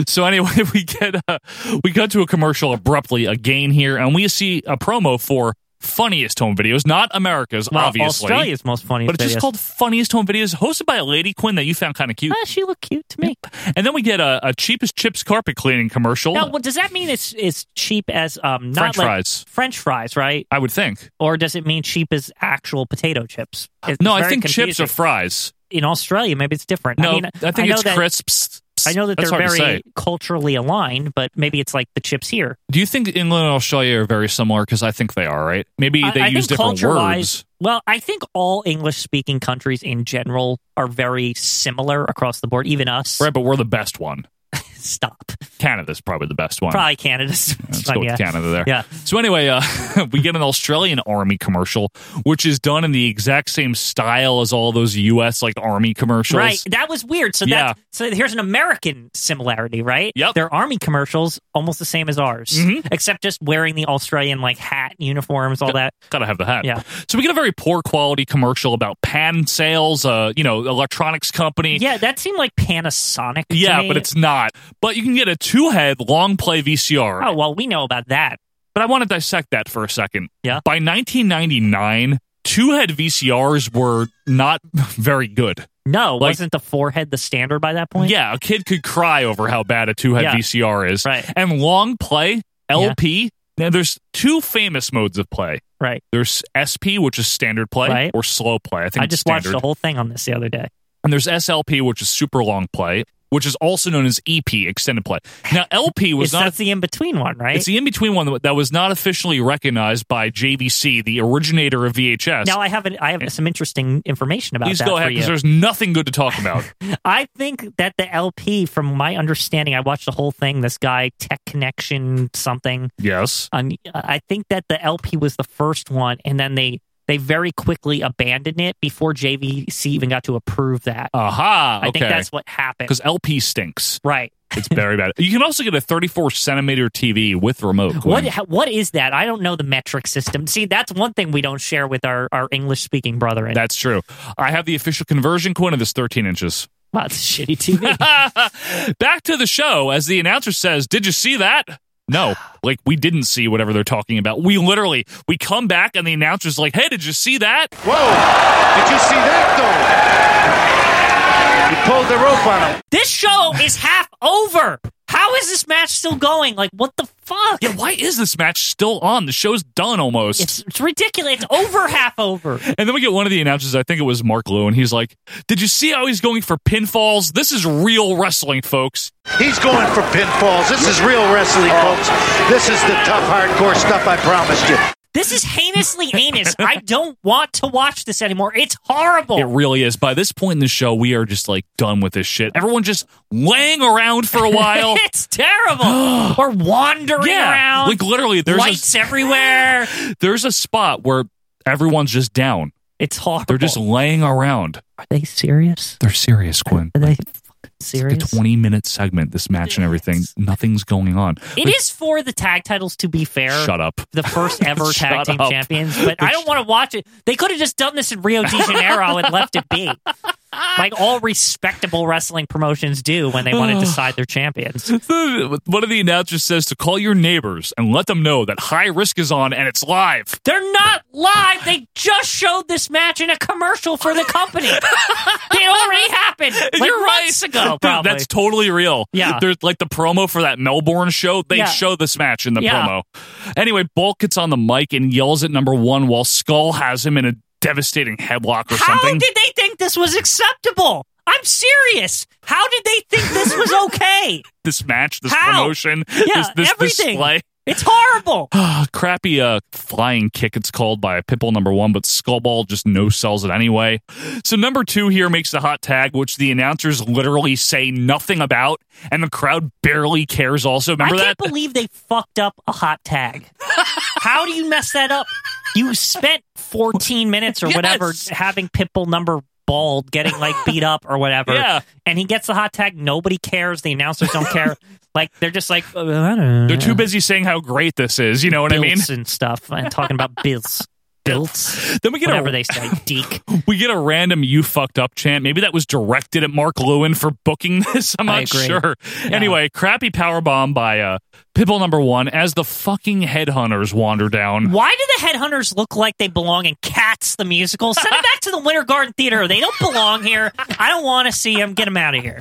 so anyway, we get uh, we cut to a commercial abruptly again here, and we see a promo for funniest home videos, not America's, Well, obviously. Australia's most funniest. but it's just videos. called funniest home videos, hosted by a lady Quinn that you found kind of cute. Ah, she looked cute to me. And then we get a, a cheapest chips carpet cleaning commercial. Now, what does that mean? It's it's cheap as um not French like fries. French fries, right? I would think. Or does it mean cheap as actual potato chips? It's No, very I think chips confusing. are fries. in Australia. Maybe it's different. No, I mean, I think know it's that, crisps. I know that That's they're hard to very say. culturally aligned, but maybe it's like the chips here. Do you think England and Australia are very similar? Because I think they are, right? Maybe I- they I use think different culture-wise- words. Well, I think all English speaking countries in general are very similar across the board. Even us. Right, but we're the best one. Stop. Canada's probably the best one. Probably Canada's. Let's go with yeah. Canada there. Yeah. So anyway, uh, we get an Australian Army commercial, which is done in the exact same style as all those U.S. like Army commercials. Right. That was weird. So Yeah. that so here's an American similarity, right? Yep. Their army commercials almost the same as ours, Mm-hmm. except just wearing the Australian like hat, uniforms, all that. Gotta have the hat. Yeah. So we get a very poor quality commercial about pan sales, uh, you know, electronics company. Yeah, that seemed like Panasonic. to Yeah, me. but it's not. But you can get a two head long play VCR. Oh, well, we know about that. But I want to dissect that for a second. Yeah. By 1999, two head VCRs were not very good. No, wasn't the forehead the standard by that point? Yeah, a kid could cry over how bad a two-head Yeah. VCR is. Right. And long play, LP. Now there's two famous modes of play. Right. There's SP, which is standard play, Right. or slow play. I think I it's just standard. watched the whole thing on this the other day. And there's SLP, which is super long play, which is also known as EP, extended play. Now LP was It's- not that's the in between one, right? It's the in between one that was not officially recognized by JVC, the originator of VHS. now I have an, I have some interesting information about Please that go for ahead you. because there's nothing good to talk about. I think that the LP, from my understanding, I watched the whole thing. This guy, Tech Connection, something. yes. On, I think that the LP was the first one, and then they they very quickly abandoned it before JVC even got to approve that. Aha. I okay. think that's what happened. because LP stinks. Right. It's very bad. You can also get a 34 centimeter TV with remote. What Glenn. ha- what is that? I don't know the metric system. See, that's one thing we don't share with our, our English speaking brethren. That's true. I have the official conversion coin of this 13 inches. Wow, it's a shitty TV. Back to the show. As the announcer says, "Did you see that?" No, like we didn't see whatever they're talking about. We literally we come back and the announcer's like, "Hey, did you see that?" Whoa! Did you see that though? He pulled the rope on him. this show is half over. How is this match still going? Like, what the fuck? Yeah, why is this match still on? The show's done almost. It's, it's ridiculous. It's over half over. And then we get one of the announcers, I think it was Mark Lou, and he's like, Did you see how he's going for pinfalls? This is real wrestling, folks. He's going for pinfalls. This is real wrestling, folks. This is the tough, hardcore stuff I promised you. This is heinously heinous. I don't want to watch this anymore. It's horrible. It really is. By this point in the show, we are just like done with this shit. Everyone just laying around for a while. it's terrible. or wandering yeah. around. Like literally there's lights a, everywhere. there's a spot where everyone's just down. It's horrible. They're just laying around. Are they serious? They're serious, Quinn. Are they fucking The serious? twenty minute segment, this match and everything, nothing's going on. It is for the tag titles, to be fair. Shut up. The first ever tag Shut team up. champions, but I don't want to watch it. They could have just done this in Rio de Janeiro and left it be, like all respectable wrestling promotions do when they want to decide their champions. One of the announcers says to call your neighbors and let them know that high risk is on and it's live. They're not live. They just showed this match in a commercial for the company. it already happened like You're right. months ago. Dude, Probably. That's totally real. Yeah. There's like the promo for that Melbourne show. They Yeah. show this match in the Yeah. promo. Anyway, Bulk gets on the mic and yells at number one while Skull has him in a devastating headlock or How something. did they think this was acceptable? I'm serious. How did they think this was okay? this match, this How? promotion, Yeah, this, this everything. display. It's horrible. Ah, crappy uh, flying kick it's called by Pitbull number one, but Skullball just no sells it anyway. So number two here makes the hot tag, which the announcers literally say nothing about, and the crowd barely cares. Also, remember I that? can't believe they fucked up a hot tag. How do you mess that up? You spent 14 minutes or whatever Yes. having Pitbull number bald getting like beat up or whatever. Yeah. And he gets the hot tag. Nobody cares. The announcers don't care. like they're just like "Uh, I don't They're too busy saying how great this is. You know what I mean? bills and stuff. I'm talking about bills. Bills. Then we get a- whatever they say. Deke. We get a random "you fucked up" chant. Maybe that was directed at Mark Lewin for booking this. I'm I not agree. sure. Anyway, crappy power bomb by uh, Pitbull number one as the fucking headhunters wander down. Why do the headhunters look like they belong in Cats the musical? Send them back to the Winter Garden Theater. They don't belong here. I don't want to see them. Get them out of here.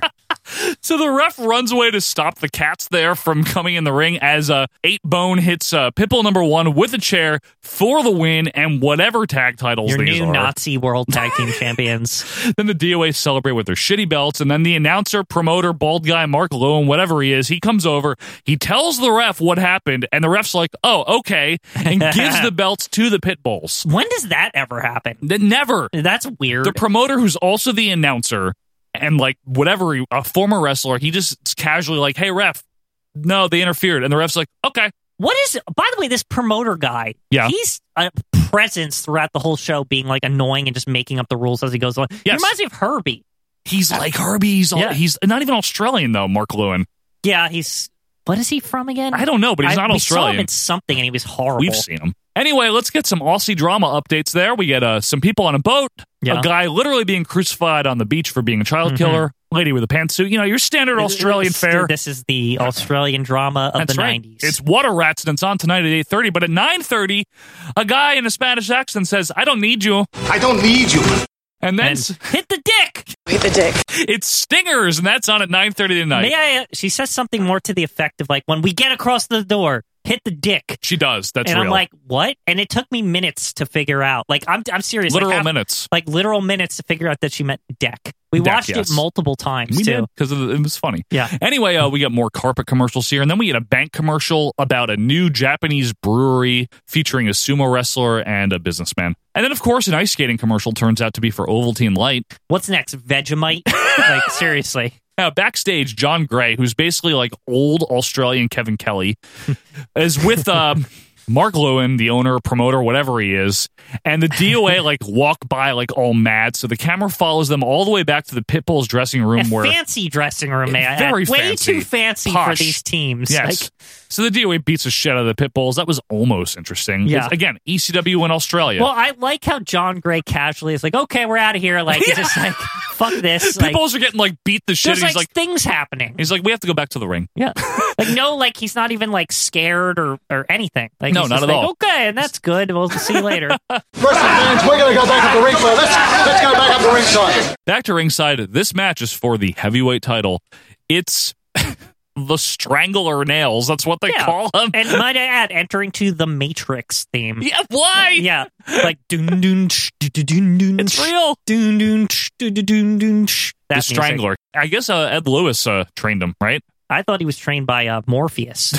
So the ref runs away to stop the cats there from coming in the ring as uh, Eight Bone hits uh, Pitbull number one with a chair for the win and whatever tag titles Your these new are. Nazi World Tag Team Champions. Then the DOA celebrate with their shitty belts, and then the announcer, promoter, bald guy, Mark Lowen, whatever he is, he comes over, he tells the ref what happened, and the ref's like, oh, okay, and gives the belts to the pit bulls. When does that ever happen? That never. That's weird. The promoter, who's also the announcer, and like whatever, he- a former wrestler, he just casually like, hey, ref, no, they interfered. And the ref's like, okay. what is? By the way, this promoter guy. Yeah. He's a presence throughout the whole show, being like annoying and just making up the rules as he goes along. He Yes. reminds me of Herbie. He's like Herbie. He's, all, Yeah. he's not even Australian, though, Mark Lowen. Yeah, he's. What is he from again? I don't know, but he's I- not we Australian. Saw him in something, and he was horrible. We've seen them. Anyway, let's get some Aussie drama updates there. We get uh, some people on a boat, Yeah. Mm-hmm. a guy literally being crucified on the beach for being a child killer, lady with a pantsuit. You know, your standard Australian This- fare. This is the Australian drama of That's the right. 90s. It's water rats, and it's on tonight at 8.30. But at 9.30, a guy in a Spanish accent says, I don't need you. I don't need you. And then... And hit the dick. Eat the dick. It's Stingers, and that's on at 9.30 tonight. May I? uh, She says something more to the effect of like, "When we get across the door, hit the dick." She does. That's and real. I'm like, what? And it took me minutes to figure out. Like, I'm I'm serious. like, Literal half- minutes. Like literal minutes to figure out that she meant deck. We Deck, watched yes. it multiple times we too. because it was funny. Yeah. Anyway, uh, we got more carpet commercials here, and then we get a bank commercial about a new Japanese brewery featuring a sumo wrestler and a businessman. And then, of course, an ice skating commercial turns out to be for Ovaltine Light. What's next? Vegemite? like seriously. Now, backstage, John Gray, who's basically like old Australian Kevin Kelly, is with uh, Mark Lewin, the owner, promoter, whatever he is. And the DOA like walk by like all mad. So the camera follows them all the way back to the Pitbull's dressing room A where. fancy dressing room, may I add. very Way fancy. too fancy Posh. for these teams. Yes. Like, so the DOA beats the shit out of the Pitbulls. That was almost interesting. Yeah. It's, again, ECW in Australia. Well, I like how John Gray casually is like, "Okay, we're out of here." Like, he's just like, "Fuck this." Like, Pitbulls are getting like beat the shit. there's and like, He's like, things happening. he's like, we have to go back to the ring. Yeah, like no, like he's not even like scared or or anything. Like, No, he's not at just like, all. Okay, and that's good. We'll see you later. Wrestling fans, we're going to go back up the ringside. Let's, let's go back up the ringside. Back to ringside. This match is for the heavyweight title. It's the Strangler Nails. That's what they Yeah. call him. and might I add, entering to the Matrix theme. yeah, why? Yeah, like dun dun sh, dun dun dun. It's sh, real. Dun dun sh, dun dun dun dun. sh. The That music. Strangler. I guess uh, Ed Lewis uh, trained him, right? I thought he was trained by uh, Morpheus.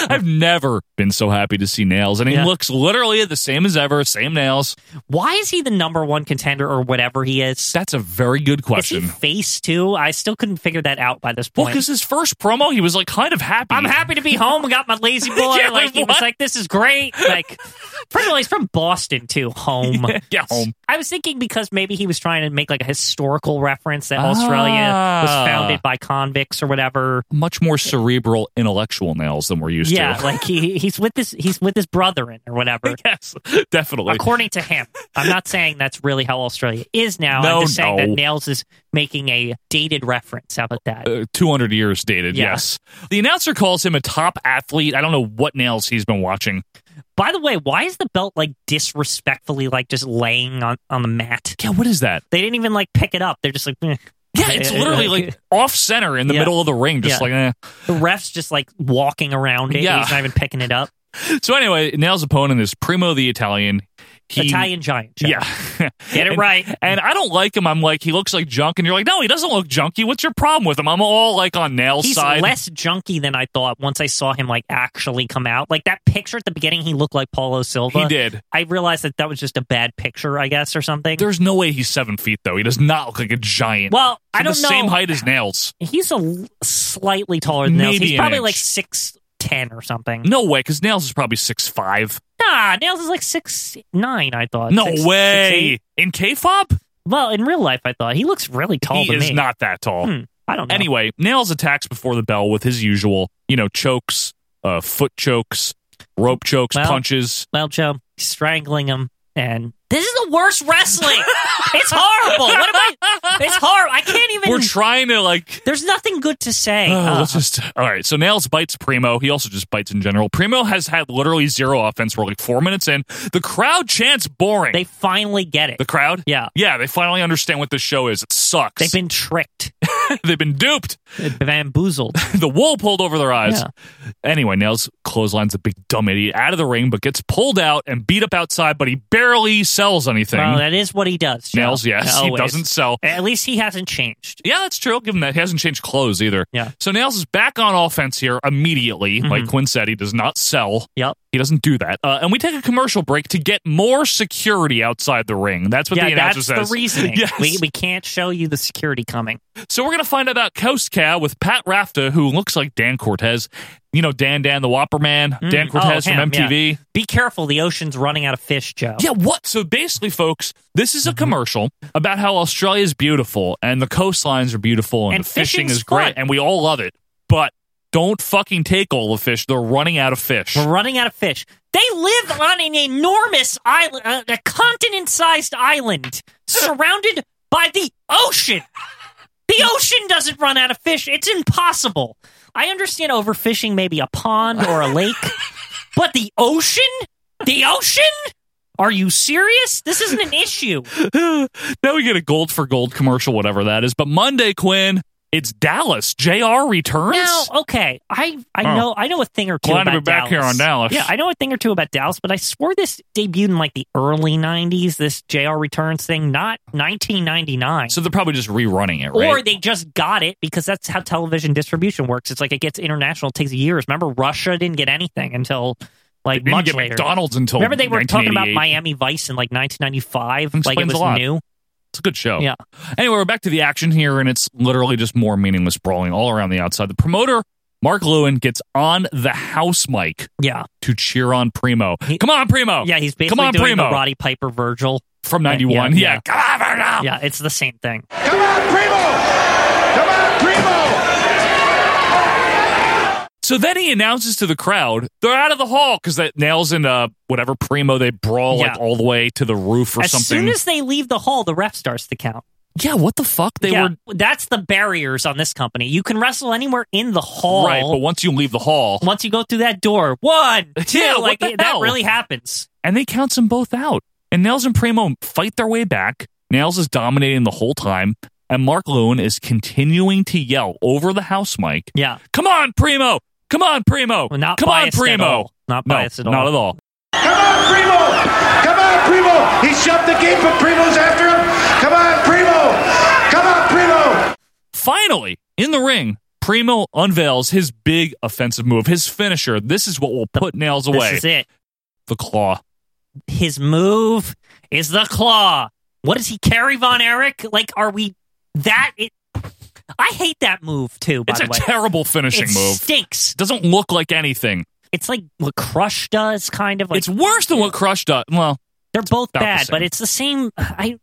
I've never been so happy to see nails, and he Yeah. looks literally the same as ever. Same nails. Why is he the number one contender or whatever he is? That's a very good question. Is he face too? I still couldn't figure that out by this Well, point. because his first promo, he was like kind of happy. I'm happy to be home. I got my lazy boy. Yeah, like he was what? like, this is great. Like, first of all, he's from Boston too. Home. yeah, home. I was thinking because maybe he was trying to make like a historical reference that Australia was Ah. founded by convicts or whatever. Much more cerebral, intellectual nails than we're used Yeah, to. like he he's with this he's with his brethren or whatever. yes, definitely. According to him, I'm not saying that's really how Australia is now. No, I'm just saying no. that Nails is making a dated reference. How about that? Uh, 200 years dated, Yeah. yes. The announcer calls him a top athlete. I don't know what nails he's been watching. By the way, why is the belt like disrespectfully like just laying on, on the mat? Yeah, what is that? They didn't even like pick it up. They're just like, eh. Yeah, it's Eh, literally like off center in the Yeah. middle of the ring, just Yeah. like, eh. the refs just like walking around it. Yeah. He's not even picking it up. eh. So, anyway, Nail's opponent is Primo the Italian. He, Italian giant. Joe. Yeah. Get it And- right. And I don't like him. I'm like, he looks like junk. And you're like, no, he doesn't look junky. What's your problem with him? I'm all like on Nail's He's side. less junky than I thought once I saw him like actually come out. Like that picture at the beginning, he looked like Paulo Silva. He did. I realized that that was just a bad picture, I guess, or something. There's no way he's seven feet, though. He does not look like a giant. well, I He's don't the know. same height as Nails. He's a l- slightly taller than Nails. Maybe He's an probably inch. like six ten or something. No way, because Nails is probably six five. Nah, Nails is like six nine. I thought. No Six- way. six, eight. in K-fob, well, in real life, I thought he looks really tall. he to is me. not that tall. Hmm, I don't know. Anyway, Nails attacks before the bell with his usual, you know, chokes, uh, foot chokes, rope chokes, Well- punches. Well, Joe, strangling him, and this is the worst wrestling. it's horrible. What am I? It's horrible. I can't even. We're trying to like. There's nothing good to say. Oh, Uh, let's just all right. So Nails bites Primo. He also just bites in general. Primo has had literally zero offense. We're like four minutes in. The crowd chants boring. they finally get it. the crowd, Yeah. yeah, they finally understand what this show is. It sucks. They've been tricked, They've been duped. bamboozled. the wool pulled over their eyes. Anyway, Nails clotheslines a big dumb idiot out of the ring, but gets pulled out and beat up outside, but he barely sells anything. Well, that is what he does. Joe. Nails, yes, he Always. doesn't sell. At least he hasn't changed. Yeah, that's true. I'll give him that. He hasn't changed clothes either. Yeah. Mm-hmm. So Nails is back on offense here immediately. Like Quinn said, he does not sell. Yep. He doesn't do that. Uh, and we take a commercial break to get more security outside the ring. That's what yeah, the announcer that's says. the reasoning. Yes. We we can't show you the security coming. So we're going to find out about Coast Cow with Pat Rafta, who looks like Dan Cortez. You know, Dan Dan the Whopper Man, Dan Mm, Cortez oh, from him, yeah. MTV. Be careful. The ocean's running out of fish, Joe. Yeah, what? So basically, folks, this is a Mm-hmm. commercial about how Australia is beautiful and the coastlines are beautiful and, And the fishing fishing's is great fun. and we all love it. But don't fucking take all the fish. They're running out of fish. We're running out of fish. They live on an enormous island, uh, a continent sized island, surrounded by the ocean. The ocean doesn't run out of fish. It's impossible. I understand overfishing, maybe a pond or a lake, but the ocean? The ocean? Are you serious? This isn't an issue. now we get a gold for gold commercial, whatever that is. But Monday, Quinn, it's Dallas. JR returns. Now, okay, I I Oh. know I know a thing or two Glad to about be back here on Dallas. Yeah, I know a thing or two about Dallas, but I swore this debuted in like the early '90s. This JR returns thing, not 1999. So they're probably just rerunning it, right? Or they just got it because that's how television distribution works. It's like it gets international, it takes years. Remember, Russia didn't get anything until like didn't much get later. McDonald's until remember they were talking about 1988. Miami Vice in like 1995, like it Explains was a lot. new. It's a good show. Yeah. Anyway, we're back to the action here, and it's literally just more meaningless brawling all around the outside. The promoter, Mark Lewin, gets on the house mic Yeah, to cheer on Primo. Come on, Primo. yeah, he's basically Oh. Come on, doing Primo. the Roddy Piper Virgil From 91. Yeah. yeah. Ah. Yeah, it's the same thing. Come on, Primo! Come on, Primo! So then he announces to the crowd, they're out of the hall because that nails in uh, whatever Primo they brawl like Yeah. all the way to the roof or as something. soon as they leave the hall, the ref starts to count. yeah, what the fuck? They yeah, were. that's the barriers on this company. You can wrestle anywhere in the hall. Right, but once you leave the hall, once you go through that door, one, two, Yeah, what like the it- that hell? really happens. and they counts them both out. And Nails and Primo fight their way back. Nails is dominating the whole time, and Mark Lewin is continuing to yell over the house mic. Yeah, Come on, Primo! Come on, Primo! Well, not Come on, biased at Primo! all. Not No, biased at all. Not at all. Come on, Primo! Come on, Primo! He shoved the gate, but Primo's after him. Come on, Primo! Come on, Primo! Finally, in the ring, Primo unveils his big offensive move, his finisher. This is what will put Nails away. This is it. The claw. His move is the claw. What does he carry, Von Erich? Like, are we that? It, I hate that move too. By It's the a way, terrible finishing it move. stinks. Doesn't look like anything. It's like what Crush does, kind of. Like, it's worse than what Crush does. Well, They're both about the bad, but same. it's the same. I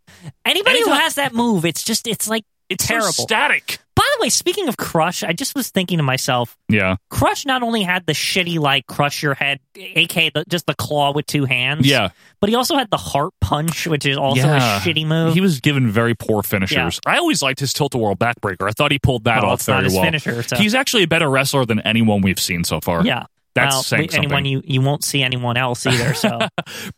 anybody who Anytime- has that move, it's just it's like it's so terrible. static. By the way, speaking of Crush, I just was thinking to myself, Yeah. Crush not only had the shitty like crush your head, aka the, just the claw with two hands, Yeah. but he also had the heart punch, which is also Yeah. a shitty move. He was given very poor finishers. I always liked his tilt a whirl backbreaker. I thought he pulled that off Well, Oh, it's not very his well. finisher, so- He's actually a better wrestler than anyone we've seen so far. yeah, That's well, saying we- something. anyone you you won't see anyone else either. So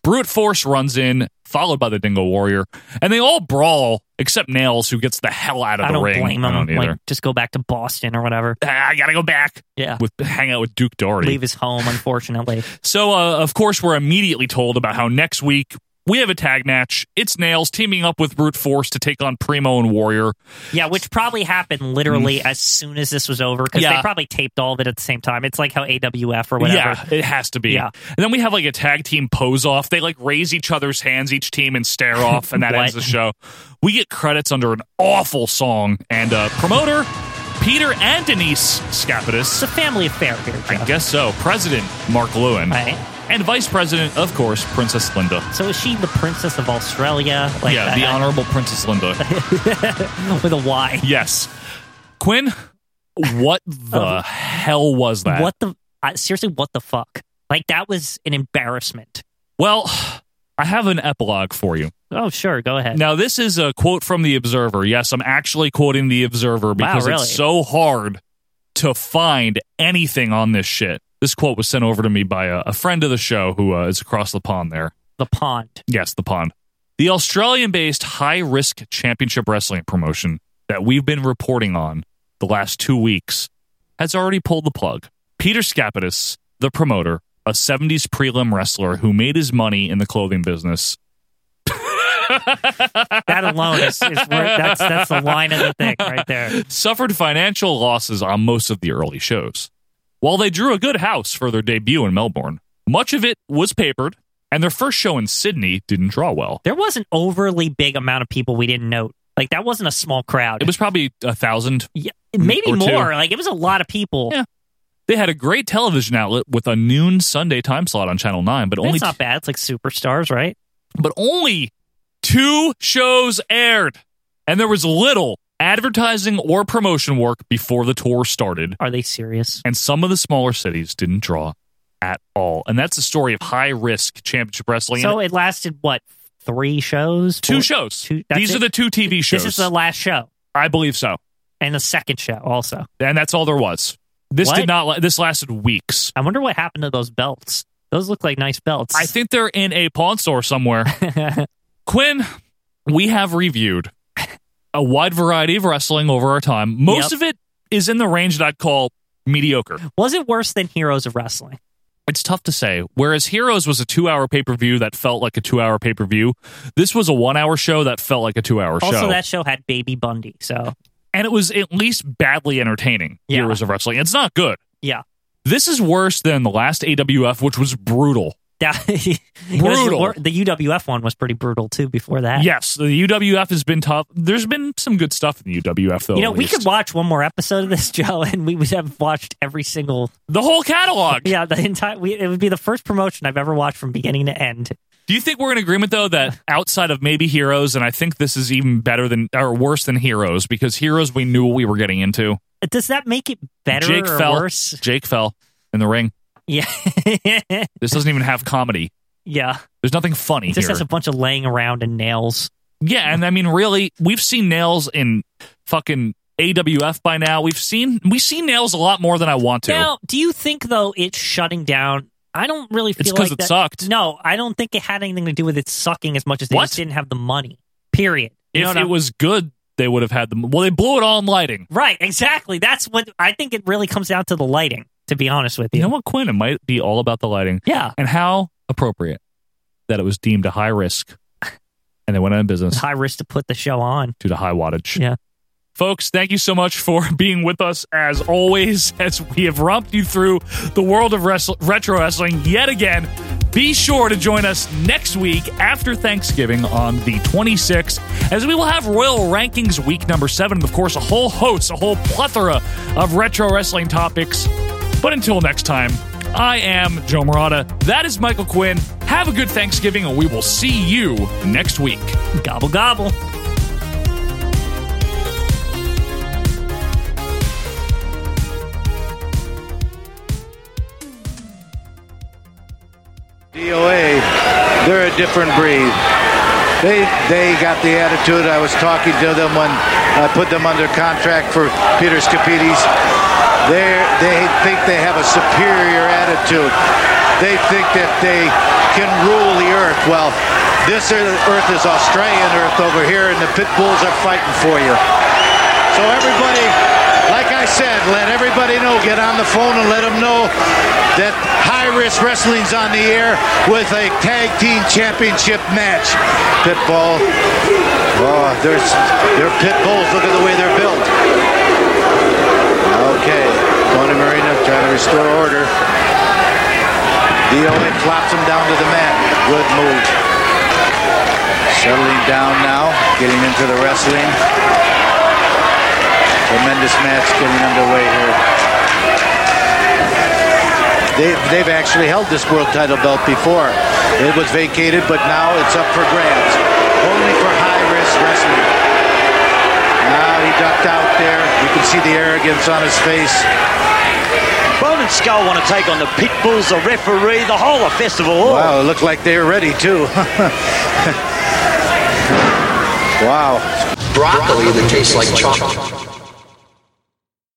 Brute Force runs in, followed by the Dingo Warrior, and they all brawl except Nails, who gets the hell out of I the don't ring. blame I him. don't either. Like, just go back to Boston or whatever. "Ah, I gotta go back. Yeah, With hang out with Duke Doherty. leave his home. Unfortunately, So, uh, of course, we're immediately told about how next week we have a tag match. It's Nails teaming up with Brute Force to take on Primo and Warrior. yeah, which probably happened literally as soon as this was over because Mm. Yeah. they probably taped all of it at the same time. It's like how AWF or whatever. Yeah, it has to be. Yeah. And then we have like a tag team pose off. They like raise each other's hands, each team, and stare off, and that What? ends the show. We get credits under an awful song and uh, promoter Peter and Denise It's Scapitis. a family affair here. Jeff. I guess so. President Mark Lewin. Right. And vice president, of course, Princess Linda. So is she the princess of Australia? Like yeah, I- the I- Honorable Princess Linda. with a Y. yes. Quinn, what the hell was that? What the? I seriously, what the fuck? Like that was an embarrassment. Well, I have an epilogue for you. Oh sure, go ahead. Now, this is a quote from The Observer. Yes, I'm actually quoting The Observer because really? it's so hard to find anything on this shit. This quote was sent over to me by a, a friend of the show who uh, is across the pond there. The pond. Yes, the pond. The Australian based high risk championship wrestling promotion that we've been reporting on the last two weeks has already pulled the plug. Peter Skapitis, the promoter, a 70s prelim wrestler who made his money in the clothing business. That alone is, is where, that's that's the line of the thing right there. suffered financial losses on most of the early shows. While they drew a good house for their debut in Melbourne, much of it was papered, and their first show in Sydney didn't draw well. There was an overly big amount of people we didn't note. Like that wasn't a small crowd. It was probably a thousand. yeah, maybe or two. more. Like it was a lot of people. Yeah. They had a great television outlet with a noon Sunday time slot on Channel 9, but only It's not bad. It's like superstars, right? but only two shows aired, and there was little advertising or promotion work before the tour started. Are they serious? and some of the smaller cities didn't draw at all. And that's the story of high risk championship wrestling. So And it lasted what three shows? two Four- shows. two- that's These it? are the two TV shows. This is the last show I believe so. and the second show also. And that's all there was. This What? did not. La- this lasted weeks. I wonder what happened to those belts. Those look like nice belts. I think they're in a pawn store somewhere. Quinn, we have reviewed a wide variety of wrestling over our time. Most Yep. of it is in the range that I'd call mediocre. Was it worse than Heroes of Wrestling? It's tough to say. Whereas Heroes was a two hour pay per view that felt like a two hour pay per view, this was a one hour show that felt like a two hour show. also, that show had Baby Bundy, so and it was at least badly entertaining, Heroes of Wrestling. It's not good. yeah. This is worse than the last AWF, which was brutal. That, it was Brutal. wor- the UWF one was pretty brutal too. Before that, Yes, the UWF has been tough. There's been some good stuff in the UWF, though. you know, at we least. could watch one more episode of this, Joe, and we would have watched every single. The whole catalog. Yeah, the entire. We, it would be the first promotion I've ever watched from beginning to end. Do you think we're in agreement though that outside of maybe Heroes, and I think this is even better than or worse than Heroes because Heroes we knew what we were getting into. Does that make it better Jake or fell. worse? Jake fell in the ring. Yeah, This doesn't even have comedy. yeah. There's nothing funny It just here. has a bunch of laying around and nails. yeah, and I mean, really, we've seen nails in fucking AWF by now. We've seen we see nails a lot more than I want to. Now, do you think though it's shutting down? I don't really feel It's 'cause like it that- sucked. No, I don't think it had anything to do with it sucking as much as they What? just didn't have the money. Period. You know if what it I'm- was good, they would have had them. Well, they blew it all in lighting. right, exactly. That's what I think. It really comes down to the lighting. To be honest with you, You know what, Quinn? It might be all about the lighting. Yeah. And how appropriate that it was deemed a high risk and they went out of business It's high risk to put the show on. due to high wattage. Yeah. Folks, thank you so much for being with us as always, as we have romped you through the world of wrestle- retro wrestling yet again. Be sure to join us next week after Thanksgiving on the 26th, as we will have Royal Rankings week number seven, and of course, a whole host, a whole plethora of retro wrestling topics. But until next time, I am Joe Morata. That is Michael Quinn. Have a good Thanksgiving, and we will see you next week. Gobble, gobble. DOA, they're a different breed. They they got the attitude. I was talking to them when I put them under contract for Peter Scapides. They they think they have a superior attitude. They think that they can rule the earth. Well, this earth is Australian earth over here, and the pit bulls are fighting for you. So everybody, like I said, let everybody know. Get on the phone and let them know that High Risk Wrestling's on the air with a tag team championship match. Pitbull. Oh, there's they're pit bulls. Look at the way they're built. Okay, Tony Marino trying to restore order. DOA flops him down to the mat. Good move. Settling down now, getting into the wrestling. Tremendous match getting underway here. They, they've actually held this world title belt before. It was vacated, but now it's up for grabs. Only for high risk wrestling. Now he ducked out there. You can see the arrogance on his face. Bone and Skull want to take on the Pit Bulls, the referee, the whole of festival. Wow, it looked like they were ready too. wow. Broccoli that tastes like chocolate.